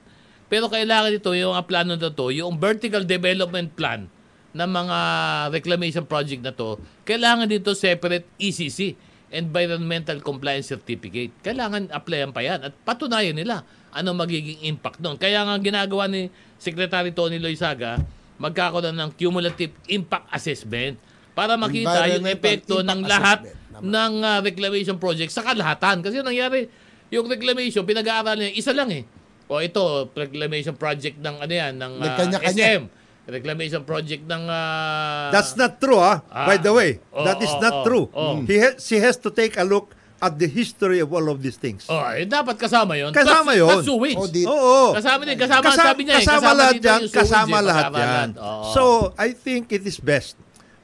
[SPEAKER 2] Pero kailangan ito, yung mga plano na to, yung vertical development plan ng mga reclamation project na to, kailangan dito separate ECC. Environmental Compliance Certificate. Kailangan applyan pa yan at patunayan nila ano magiging impact noon. Kaya nga ginagawa ni Secretary Tony Loizaga, magkakaroon ng cumulative impact assessment para makita yung
[SPEAKER 5] Environmental
[SPEAKER 2] epekto ng
[SPEAKER 5] impact
[SPEAKER 2] lahat
[SPEAKER 5] assessment. Tama.
[SPEAKER 2] ng ah, reclamation project sa kalahatan. Kasi nangyari, yung reclamation, pinag-aaralan niya, isa lang eh. O ito, reclamation project ng ano yan, ng ah,
[SPEAKER 5] Nagkanya-kanya.
[SPEAKER 2] SM. Reclamation project ng... ah,
[SPEAKER 4] That's not true, ah.
[SPEAKER 2] Ah.
[SPEAKER 4] By the way,
[SPEAKER 2] Oh,
[SPEAKER 4] that is
[SPEAKER 2] oh,
[SPEAKER 4] not
[SPEAKER 2] oh,
[SPEAKER 4] true.
[SPEAKER 2] oh.
[SPEAKER 4] He ha- she has to take a look at the history of all of these things.
[SPEAKER 2] Oh, eh, dapat kasama yon.
[SPEAKER 4] Kasama
[SPEAKER 2] That's-
[SPEAKER 4] yun.
[SPEAKER 2] That's two weeks.
[SPEAKER 5] Oh, di-
[SPEAKER 4] Oo.
[SPEAKER 2] Kasama din, kasama,
[SPEAKER 4] Kasa-
[SPEAKER 2] sabi niya eh.
[SPEAKER 4] kasama lahat
[SPEAKER 2] dito
[SPEAKER 4] yan,
[SPEAKER 2] yung sewage
[SPEAKER 4] kasama
[SPEAKER 2] eh,
[SPEAKER 4] lahat yan.
[SPEAKER 2] kasama Oo.
[SPEAKER 4] So, I think it is best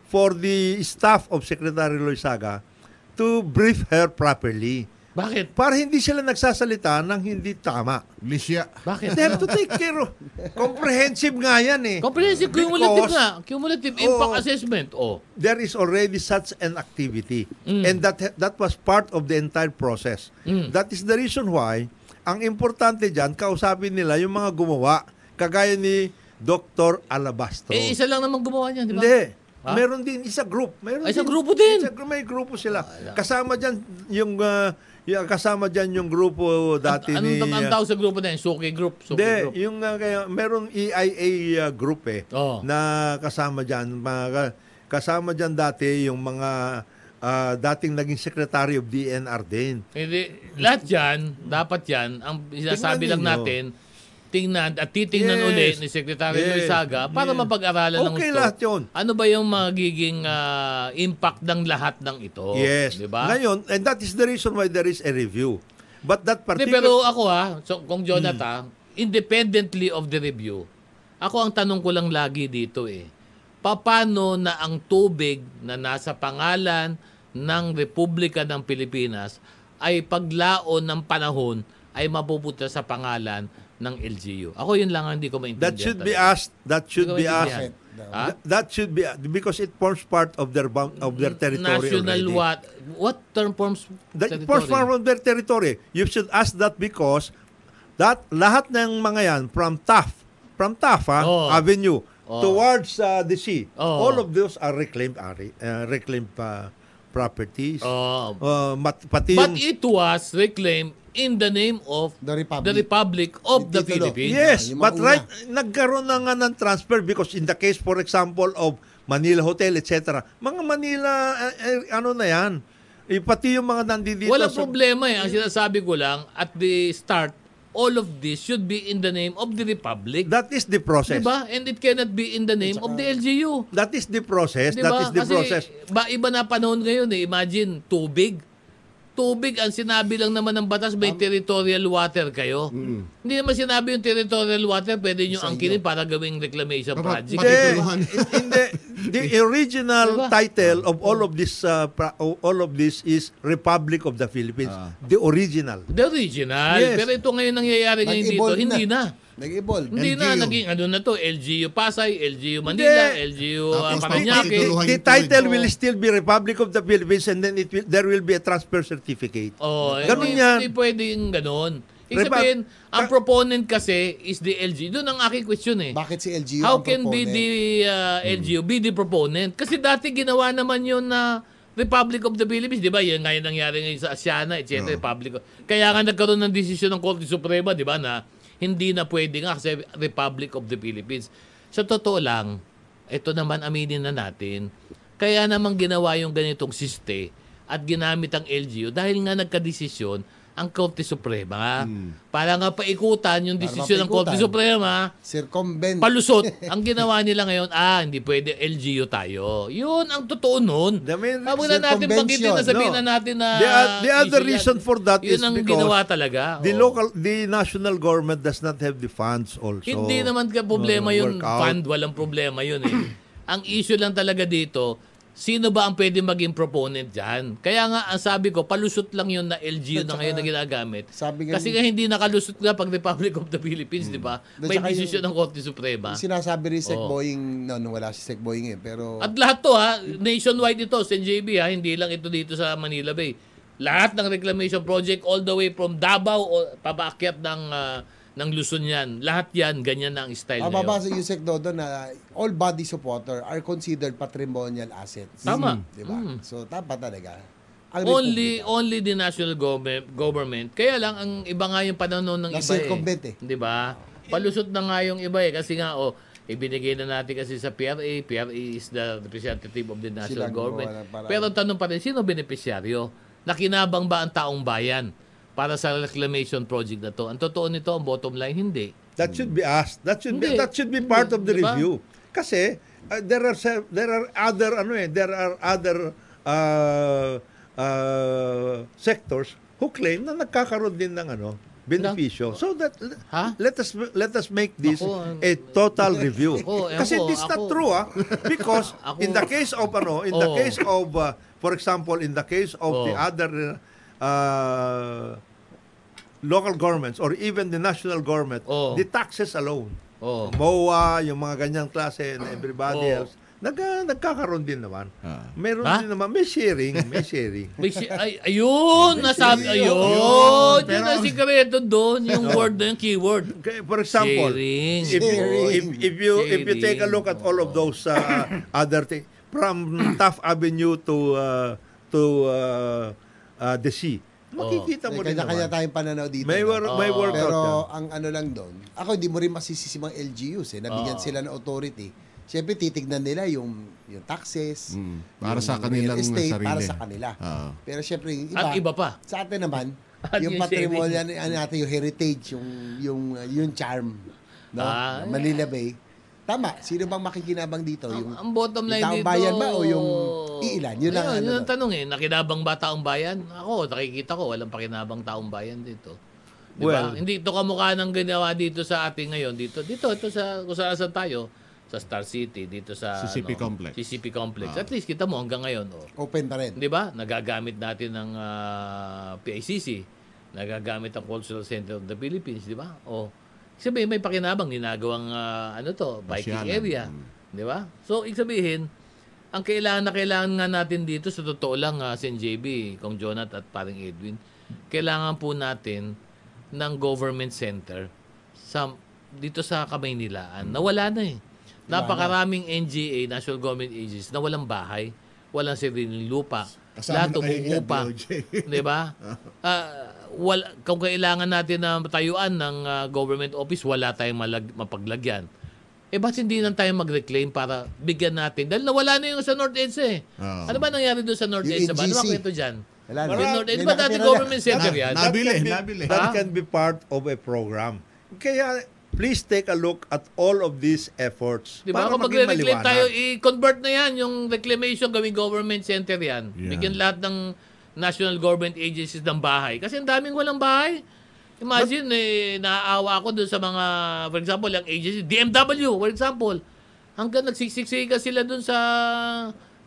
[SPEAKER 4] for the staff of Secretary Loisaga to brief her properly
[SPEAKER 2] Bakit?
[SPEAKER 4] para hindi sila nagsasalita ng hindi tama.
[SPEAKER 3] Lisya.
[SPEAKER 2] Bakit?
[SPEAKER 4] They have to take care of. Comprehensive nga yan eh.
[SPEAKER 2] Comprehensive cumulative
[SPEAKER 4] Because-
[SPEAKER 2] nga. Cumulative impact
[SPEAKER 4] Oo.
[SPEAKER 2] assessment. Oh.
[SPEAKER 4] there is already such an activity
[SPEAKER 2] Mm.
[SPEAKER 4] and that that was part of the entire process. That is the reason why ang importante diyan kausapin nila yung mga gumawa kagaya ni Dr. Alabastro.
[SPEAKER 2] Eh, isa lang naman gumawa niyan, di ba?
[SPEAKER 4] Hindi.
[SPEAKER 2] Ha?
[SPEAKER 4] Meron din isa group. Meron
[SPEAKER 2] Ay, sa grupo din. Ah,
[SPEAKER 4] Isa, gru- may grupo sila. Kasama diyan yung ah, yung kasama diyan yung grupo dati
[SPEAKER 2] Anong,
[SPEAKER 4] ni
[SPEAKER 2] anong,
[SPEAKER 4] ah,
[SPEAKER 2] tawag sa grupo na yun? Suki Group. Suki
[SPEAKER 4] hindi,
[SPEAKER 2] Group.
[SPEAKER 4] yung uh, kaya, meron EIA uh, group eh
[SPEAKER 2] Oo.
[SPEAKER 4] na kasama diyan mga ka- kasama diyan dati yung mga ah, dating naging secretary of DNR din.
[SPEAKER 2] Hindi, lahat yan, dapat yan, ang sinasabi
[SPEAKER 4] Tingnan
[SPEAKER 2] lang
[SPEAKER 4] ninyo.
[SPEAKER 2] natin, tingnan at titingnan
[SPEAKER 4] Yes.
[SPEAKER 2] ulit ni Secretary
[SPEAKER 4] Yes.
[SPEAKER 2] Loizaga para
[SPEAKER 4] Yes.
[SPEAKER 2] mapag-aralan ng
[SPEAKER 4] Okay
[SPEAKER 2] gusto.
[SPEAKER 4] lahat yun.
[SPEAKER 2] Ano ba yung magiging ah, impact ng lahat ng ito?
[SPEAKER 4] yes.
[SPEAKER 2] Oh, Di ba?
[SPEAKER 4] Ngayon, and that is the reason why there is a review. But that
[SPEAKER 2] Hindi,
[SPEAKER 4] particular
[SPEAKER 2] pero ako ha, so, kung Jonathan, independently of the review, ako ang tanong ko lang lagi dito eh, paano na ang tubig na nasa pangalan ng Republika ng Pilipinas ay paglaon ng panahon ay mapupunta sa pangalan ng LGU. Ako yun lang ang hindi ko maintindihan.
[SPEAKER 4] that should be
[SPEAKER 2] talaga.
[SPEAKER 4] asked, that should
[SPEAKER 2] Hindi ko
[SPEAKER 4] be asked.
[SPEAKER 2] maintindihan. Ha?
[SPEAKER 4] Th- That should be because it forms part of their bound, of their territory
[SPEAKER 2] National
[SPEAKER 4] already.
[SPEAKER 2] what? What term forms
[SPEAKER 4] That
[SPEAKER 2] territory?
[SPEAKER 4] forms part of their territory. You should ask that because that lahat ng mga yan from TAF, from TAF ah,
[SPEAKER 2] Oo.
[SPEAKER 4] Avenue
[SPEAKER 2] Oo.
[SPEAKER 4] towards uh, the sea.
[SPEAKER 2] Oo.
[SPEAKER 4] All of those are reclaimed are uh, reclaimed uh, properties.
[SPEAKER 2] Oh,
[SPEAKER 4] Uh, mat- pati
[SPEAKER 2] But
[SPEAKER 4] yung
[SPEAKER 2] it was reclaimed in the name of
[SPEAKER 5] The Republic.
[SPEAKER 2] Republic of the
[SPEAKER 5] Yung titulo.
[SPEAKER 2] Philippines.
[SPEAKER 4] ano? Yes,
[SPEAKER 5] Yung mga
[SPEAKER 4] but
[SPEAKER 5] una.
[SPEAKER 4] right nagkaroon na nga ng transfer because in the case for example of Manila Hotel etc. Mga Manila eh, eh, ano na yan. Eh, pati yung mga nandito
[SPEAKER 2] Walang
[SPEAKER 4] sa-
[SPEAKER 2] problema eh. Ang sinasabi ko lang, at the start, all of this should be in the name of the Republic.
[SPEAKER 4] That is the process.
[SPEAKER 2] Diba? And it cannot be in the name of the LGU.
[SPEAKER 4] That is the process.
[SPEAKER 2] Diba?
[SPEAKER 4] That is the
[SPEAKER 2] Kasi
[SPEAKER 4] process.
[SPEAKER 2] ba iba na panahon ngayon eh. Imagine, tubig. Tubig, ang sinabi lang naman ng batas, may territorial water kayo. Hindi naman sinabi yung territorial water, pwede nyo angkinin para gawing reclamation
[SPEAKER 3] Dapat
[SPEAKER 2] project.
[SPEAKER 3] pati-
[SPEAKER 4] Hindi.
[SPEAKER 3] Tituluhan.
[SPEAKER 4] in the, the original
[SPEAKER 2] Diba?
[SPEAKER 4] title of all of this uh, pra- all of this is Republic of the Philippines.
[SPEAKER 2] Ah.
[SPEAKER 4] The original.
[SPEAKER 2] The original.
[SPEAKER 4] Yes.
[SPEAKER 2] Pero ito ngayon nangyayari ngayon dito,
[SPEAKER 5] Nag-evolve
[SPEAKER 2] hindi na.
[SPEAKER 5] Nag-evolve.
[SPEAKER 2] Hindi na,
[SPEAKER 3] LGU.
[SPEAKER 2] naging ano na to, LGU Pasay, LGU Manila,
[SPEAKER 4] Hindi.
[SPEAKER 2] LGU
[SPEAKER 3] Tapos
[SPEAKER 2] uh,
[SPEAKER 3] pag-
[SPEAKER 2] Parañaque.
[SPEAKER 3] tituluhan-
[SPEAKER 4] The, the
[SPEAKER 3] yung
[SPEAKER 4] title
[SPEAKER 3] tuwid.
[SPEAKER 4] will still be Republic of the Philippines and then it will, there will be a transfer certificate.
[SPEAKER 2] Oh,
[SPEAKER 4] Ganun
[SPEAKER 2] hindi,
[SPEAKER 4] yan.
[SPEAKER 2] Hindi pwedeng ganun. Ibig
[SPEAKER 4] Repa-
[SPEAKER 2] sabihin, ang
[SPEAKER 4] Ka-
[SPEAKER 2] proponent kasi is the LGU. Doon ang aking question eh.
[SPEAKER 5] Bakit si LGU
[SPEAKER 2] How
[SPEAKER 5] ang
[SPEAKER 2] can be
[SPEAKER 5] proponent? Hmm.
[SPEAKER 2] the uh, LGU be the proponent? Kasi dati ginawa naman yun na Republic of the Philippines, di ba? Yan ngayon nangyari ngayon sa Asiana, etc.
[SPEAKER 5] Hmm.
[SPEAKER 2] Republic of- Kaya nga nagkaroon ng desisyon ng Korte Suprema, di ba, na hindi na pwede nga kasi Republic of the Philippines. Sa totoo lang, ito naman aminin na natin, kaya naman ginawa yung ganitong siste at ginamit ang LGU dahil nga nagkadesisyon ang Korte Suprema. Para nga paikutan yung
[SPEAKER 5] Hmm. Para
[SPEAKER 2] desisyon ng Korte
[SPEAKER 5] mapaikutan.
[SPEAKER 2] Suprema
[SPEAKER 5] Circumvent.
[SPEAKER 2] palusot. ang ginawa nila ngayon, ah, hindi pwede LGU tayo. Yun ang totoo nun.
[SPEAKER 4] The main
[SPEAKER 2] Huwag na natin
[SPEAKER 5] convention,
[SPEAKER 2] banggitin na sabihin
[SPEAKER 4] no.
[SPEAKER 2] na natin na...
[SPEAKER 4] The o- the other
[SPEAKER 2] easy
[SPEAKER 4] reason
[SPEAKER 2] yan.
[SPEAKER 4] for that
[SPEAKER 2] Yun
[SPEAKER 4] is
[SPEAKER 2] ang
[SPEAKER 4] because
[SPEAKER 2] ginawa talaga.
[SPEAKER 4] The
[SPEAKER 2] Ah, Oo.
[SPEAKER 4] local the national government does not have the funds also.
[SPEAKER 2] Hindi naman ka problema
[SPEAKER 4] Oh,
[SPEAKER 2] yun.
[SPEAKER 4] work out.
[SPEAKER 2] Fund, walang problema yun eh. ang issue lang talaga dito, sino ba ang pwede maging proponent dyan? Kaya nga, ang sabi ko, palusot lang yun na LGU na ngayon na ginagamit.
[SPEAKER 5] sabi nga
[SPEAKER 2] Kasi
[SPEAKER 5] ni-
[SPEAKER 2] nga hindi nakalusot nga pag Republic of the Philippines, di ba?
[SPEAKER 4] Mm.
[SPEAKER 5] At
[SPEAKER 2] May
[SPEAKER 5] saka yung-
[SPEAKER 2] desisyon ng Korte Suprema.
[SPEAKER 5] Sinasabi rin Sec
[SPEAKER 2] Oo.
[SPEAKER 5] Boying, no, no, wala si Sec Boying eh, pero
[SPEAKER 2] At lahat to ha, nationwide ito, St. JB ha, hindi lang ito dito sa Manila Bay. Lahat ng reclamation project all the way from Davao o papaakyat ng ah, ng Luzon yan. Lahat yan, ganyan na ang style
[SPEAKER 5] Ah,
[SPEAKER 2] ngayon.
[SPEAKER 5] mababasa yung Sec Dodo na all body supporter are considered patrimonial assets.
[SPEAKER 2] Tama. Mm.
[SPEAKER 5] Di ba? So, tama talaga. Ang
[SPEAKER 2] Only
[SPEAKER 5] Republika.
[SPEAKER 2] only the national government, government. Kaya lang ang iba nga yung pananaw ng iba eh.
[SPEAKER 5] Na-circumvent eh.
[SPEAKER 2] Di ba? Palusot na nga yung iba eh kasi nga oh, Ibinigay na natin kasi sa PRA. PRA is the representative of the national
[SPEAKER 5] Sila gumawa
[SPEAKER 2] government.
[SPEAKER 5] ng paraan.
[SPEAKER 2] Pero ang tanong pa rin, sino beneficiaryo? Nakinabang ba ang taong bayan para sa reclamation project na to? Ang totoo nito, ang bottom line, hindi.
[SPEAKER 4] That should be asked. That should
[SPEAKER 2] Hindi.
[SPEAKER 4] be that should be part of the
[SPEAKER 2] Diba?
[SPEAKER 4] review. Kasi uh, there are se- there are other ano eh, there are other uh, uh, sectors who claim na nagkakaroon din ng ano beneficio. So that
[SPEAKER 2] Ha?
[SPEAKER 4] let us let us make this
[SPEAKER 2] Ako, ano?
[SPEAKER 4] a total review.
[SPEAKER 2] Ako, ewan
[SPEAKER 4] Kasi
[SPEAKER 2] ko,
[SPEAKER 4] this not
[SPEAKER 2] ako.
[SPEAKER 4] true ah because
[SPEAKER 2] Ako. Oh.
[SPEAKER 4] in the case of ano in the
[SPEAKER 2] Oo.
[SPEAKER 4] case of uh, for example in the case of the
[SPEAKER 2] Oo.
[SPEAKER 4] other uh, local governments or even the national government,
[SPEAKER 2] Oo.
[SPEAKER 4] the taxes alone.
[SPEAKER 2] Oo.
[SPEAKER 4] MOA, yung mga ganyang klase and everybody
[SPEAKER 2] Oo.
[SPEAKER 4] else, nag, nagkakaroon din naman.
[SPEAKER 3] Ah.
[SPEAKER 4] Meron
[SPEAKER 2] Oh. Ha?
[SPEAKER 4] din naman, may sharing, may sharing.
[SPEAKER 2] May si- ay, ayun, nasabi, ayun. Yun ang sikreto doon, yung word na yung keyword.
[SPEAKER 4] Okay, for example,
[SPEAKER 2] Sharing.
[SPEAKER 4] If, if, if you if you
[SPEAKER 2] Sharing. Oh.
[SPEAKER 4] take a look at all of those uh, other things from Taft Avenue to uh, to uh, uh, the sea,
[SPEAKER 2] Oh.
[SPEAKER 4] makikita mo
[SPEAKER 5] May
[SPEAKER 4] din
[SPEAKER 5] kanya-kanya
[SPEAKER 4] naman.
[SPEAKER 5] tayong pananaw dito.
[SPEAKER 4] May, wor- may
[SPEAKER 2] Oo.
[SPEAKER 4] workout yan.
[SPEAKER 5] Pero ang ano lang doon, ako hindi mo rin masisisi mga LGUs eh,
[SPEAKER 3] Ah.
[SPEAKER 5] nabigyan
[SPEAKER 2] Oo.
[SPEAKER 5] sila ng authority. Siyempre titignan nila yung yung taxes,
[SPEAKER 3] Mm, para
[SPEAKER 5] yung
[SPEAKER 3] sa kanilang
[SPEAKER 5] real estate,
[SPEAKER 3] sarili. Ah.
[SPEAKER 5] para sa kanila.
[SPEAKER 3] Oo.
[SPEAKER 5] Pero siyempre yung iba,
[SPEAKER 2] At iba pa.
[SPEAKER 5] sa atin naman,
[SPEAKER 2] At
[SPEAKER 5] yung
[SPEAKER 2] yung
[SPEAKER 5] patrimonyo ano, ano natin, yung heritage, yung yung uh, yung charm, no?
[SPEAKER 2] Ah.
[SPEAKER 5] Ng Manila Bay. Tama, sino bang makikinabang dito?
[SPEAKER 2] Ang,
[SPEAKER 5] Yung
[SPEAKER 2] ang bottom line
[SPEAKER 5] yung taong
[SPEAKER 2] dito.
[SPEAKER 5] bayan ba o yung iilan? Yun lang
[SPEAKER 2] Ayun,
[SPEAKER 5] ano
[SPEAKER 2] yun ang
[SPEAKER 5] doon.
[SPEAKER 2] tanong eh. Nakinabang ba taong bayan? Ako, nakikita ko, walang pakinabang taong bayan dito. Di
[SPEAKER 4] Well-
[SPEAKER 2] ba? Hindi ito kamukha ng ginawa dito sa atin ngayon. Dito, dito, ito sa, kung saan saan tayo, sa Star City, dito sa...
[SPEAKER 3] CCP
[SPEAKER 2] ano,
[SPEAKER 3] Complex.
[SPEAKER 2] CCP Complex. At least kita mo hanggang ngayon. Oh.
[SPEAKER 5] Open pa rin.
[SPEAKER 2] Di ba? Nagagamit natin ng ah, PICC. Nagagamit ang Cultural Center of the Philippines, di ba? O ibig sabihin may pakinabang ginagawang ah, ano to, biking
[SPEAKER 3] Pasyalan.
[SPEAKER 2] area,
[SPEAKER 3] Mm.
[SPEAKER 2] di ba? So ibig sabihin ang kailangan na kailangan nga natin dito sa totoo lang ah, Sen JB, Kong Jonat at paring Edwin, kailangan po natin ng government center sa dito sa
[SPEAKER 3] Hmm.
[SPEAKER 2] Kamaynilaan. Nawala na eh. Napakaraming NGA, National Government Agencies, na walang bahay, walang sariling lupa,
[SPEAKER 3] Kasama
[SPEAKER 2] lahat
[SPEAKER 3] na kayo yan,
[SPEAKER 2] umuupa.
[SPEAKER 3] DOJ.
[SPEAKER 2] 'Di ba? Ah, wala kung kailangan natin na tayuan ng ah, government office, wala tayong malag, mapaglagyan. Eh ba't hindi lang tayo mag-reclaim para bigyan natin? Dahil nawala na yung sa North Edsa eh.
[SPEAKER 3] Oo.
[SPEAKER 2] Ano ba nangyari doon sa North
[SPEAKER 5] Yung
[SPEAKER 2] Edsa? Ba? Ano ba
[SPEAKER 5] NGC?
[SPEAKER 2] kwento dyan?
[SPEAKER 5] Wala na.
[SPEAKER 2] Yung North
[SPEAKER 5] May
[SPEAKER 2] Edsa, ba dati
[SPEAKER 5] nakatira na.
[SPEAKER 2] government center
[SPEAKER 3] Na-
[SPEAKER 2] yan?
[SPEAKER 3] na- Nabili,
[SPEAKER 4] can be,
[SPEAKER 3] nabili.
[SPEAKER 4] That
[SPEAKER 2] Ha?
[SPEAKER 4] can be part of a program. Kaya, please take a look at all of these efforts.
[SPEAKER 2] Di ba? Kung
[SPEAKER 4] maging
[SPEAKER 2] magre-reclaim
[SPEAKER 4] maliwanag.
[SPEAKER 2] tayo, i-convert na yan. Yung reclamation gawing government center yan.
[SPEAKER 3] Yeah.
[SPEAKER 2] Bigyan lahat ng national government agencies ng bahay. Kasi ang daming walang bahay. Imagine, eh, naaawa ako doon sa mga, for example, ang agency, DMW, for example. Hanggang nagsiksiksika sila doon sa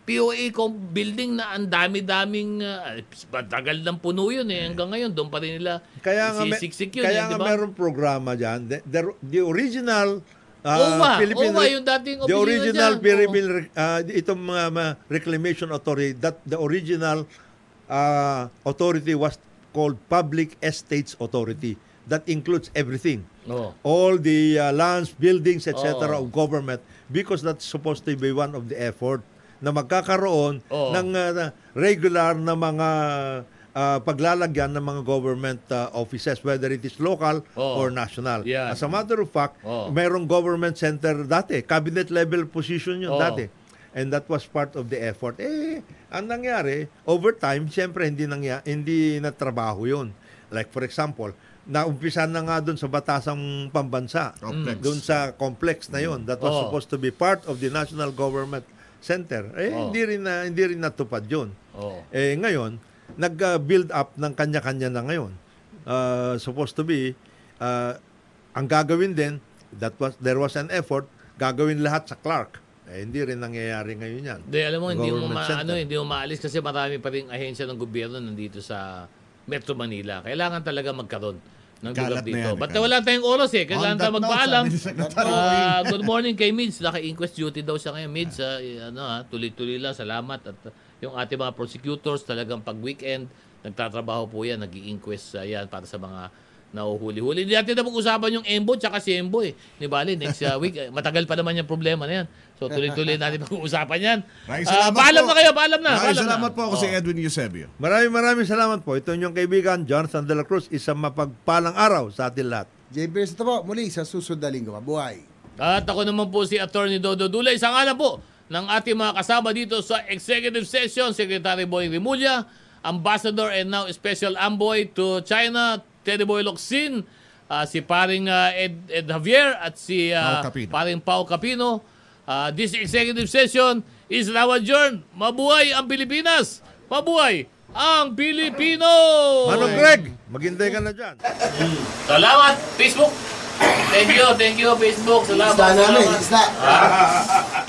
[SPEAKER 2] POA com- building na ang dami-daming, uh, matagal ng puno yun eh. Hanggang ngayon, doon pa rin nila
[SPEAKER 4] Kaya nga, me-
[SPEAKER 2] isisiksik yun. eh,
[SPEAKER 4] kaya nga
[SPEAKER 2] di ba?
[SPEAKER 4] merong programa dyan. The, the- the original uh,
[SPEAKER 2] OWA,
[SPEAKER 4] Philippine,
[SPEAKER 2] OWA
[SPEAKER 4] Re-
[SPEAKER 2] yung dating
[SPEAKER 4] the
[SPEAKER 2] opisina
[SPEAKER 4] original
[SPEAKER 2] dyan.
[SPEAKER 4] Philippine, Re- uh, itong mga mga reclamation authority, that the original uh, authority was called Public Estates Authority. That includes everything.
[SPEAKER 2] Oo.
[SPEAKER 4] all the uh, lands, buildings, etc.
[SPEAKER 2] Oo.
[SPEAKER 4] of government because that's supposed to be one of the effort na magkakaroon
[SPEAKER 2] Oo.
[SPEAKER 4] ng uh, na- regular na mga uh, paglalagyan ng mga government uh, offices whether it is local
[SPEAKER 2] Oo.
[SPEAKER 4] or national.
[SPEAKER 2] Yan.
[SPEAKER 4] As a matter of fact,
[SPEAKER 2] Oo.
[SPEAKER 4] mayroong government center dati, cabinet level position
[SPEAKER 2] Oo.
[SPEAKER 4] yun dati. And that was part of the effort. Eh, ang nangyari, over time, siyempre hindi, nangya, hindi natrabaho yun. Like for example, naumpisa na nga doon sa batasang pambansa.
[SPEAKER 2] Mm.
[SPEAKER 3] Complex.
[SPEAKER 4] Doon sa complex na yun. That was
[SPEAKER 2] Oo.
[SPEAKER 4] supposed to be part of the National Government Center. Eh,
[SPEAKER 2] Oo.
[SPEAKER 4] hindi, rin na, hindi rin natupad yun.
[SPEAKER 2] Oo.
[SPEAKER 4] Eh, ngayon, nag-build up ng kanya-kanya na ngayon. Uh, supposed to be, uh, ang gagawin din, that was, there was an effort, gagawin lahat sa Clark. Eh, hindi rin nangyayari ngayon yan.
[SPEAKER 2] Hindi, alam mo, hindi mo, ma-
[SPEAKER 4] Government center.
[SPEAKER 2] ano, hindi mo maalis kasi marami pa rin ahensya ng gobyerno nandito sa Metro Manila. Kailangan talaga magkaroon ng lugar
[SPEAKER 3] Kalat na
[SPEAKER 2] dito.
[SPEAKER 3] yan,
[SPEAKER 2] But
[SPEAKER 3] kalat.
[SPEAKER 2] wala tayong oras eh. Kailangan
[SPEAKER 3] On that
[SPEAKER 2] tayo magpaalam.
[SPEAKER 3] note, sabi ni Secretary
[SPEAKER 2] Ah, good morning kay Mids. Naka-inquest duty daw siya ngayon. Mids, ah, eh, ano, ah, tuloy-tuloy lang. Salamat. At ah, yung ating mga prosecutors, talagang pag-weekend, nagtatrabaho po yan. nag inquest ah, yan para sa mga nauhuli-huli. Hindi natin na pag-usapan yung Embo tsaka si Embo eh. Ni Bali, next ah, week, eh, matagal pa naman yung problema na yan. So tuloy-tuloy natin pag-uusapan yan.
[SPEAKER 3] Maraming
[SPEAKER 2] Ah,
[SPEAKER 3] salamat
[SPEAKER 2] paalam
[SPEAKER 3] po.
[SPEAKER 2] na kayo, paalam na. Oh.
[SPEAKER 3] Maraming
[SPEAKER 2] paalam
[SPEAKER 3] salamat
[SPEAKER 2] na.
[SPEAKER 3] po ako si
[SPEAKER 2] Oo.
[SPEAKER 3] Edwin Eusebio.
[SPEAKER 4] Maraming maraming salamat po. Ito inyong kaibigan, Jonathan De La Cruz. Isang mapagpalang araw sa atin lahat.
[SPEAKER 5] Jay Bears, ito po, muli sa susunod na linggo. Mabuhay!
[SPEAKER 2] At ako naman po si Attorney Dodo Dulay. Sa ngalan po ng ating mga kasama dito sa Executive Session, Secretary Boy Rimulya, Ambassador and now Special Envoy to China, Teddy Boy Locsin, ah, si paring ah, Ed, Ed Javier at si ah,
[SPEAKER 3] Pao Capino.
[SPEAKER 2] paring Pao Capino. Ah, this executive session is now adjourned. Mabuhay ang Pilipinas! Mabuhay ang Pilipino!
[SPEAKER 4] Manong Greg, maghintay ka na dyan.
[SPEAKER 2] Salamat, Facebook! Thank you, thank you, Facebook. Salamat,
[SPEAKER 5] Isda namin,
[SPEAKER 2] salamat.
[SPEAKER 5] isda.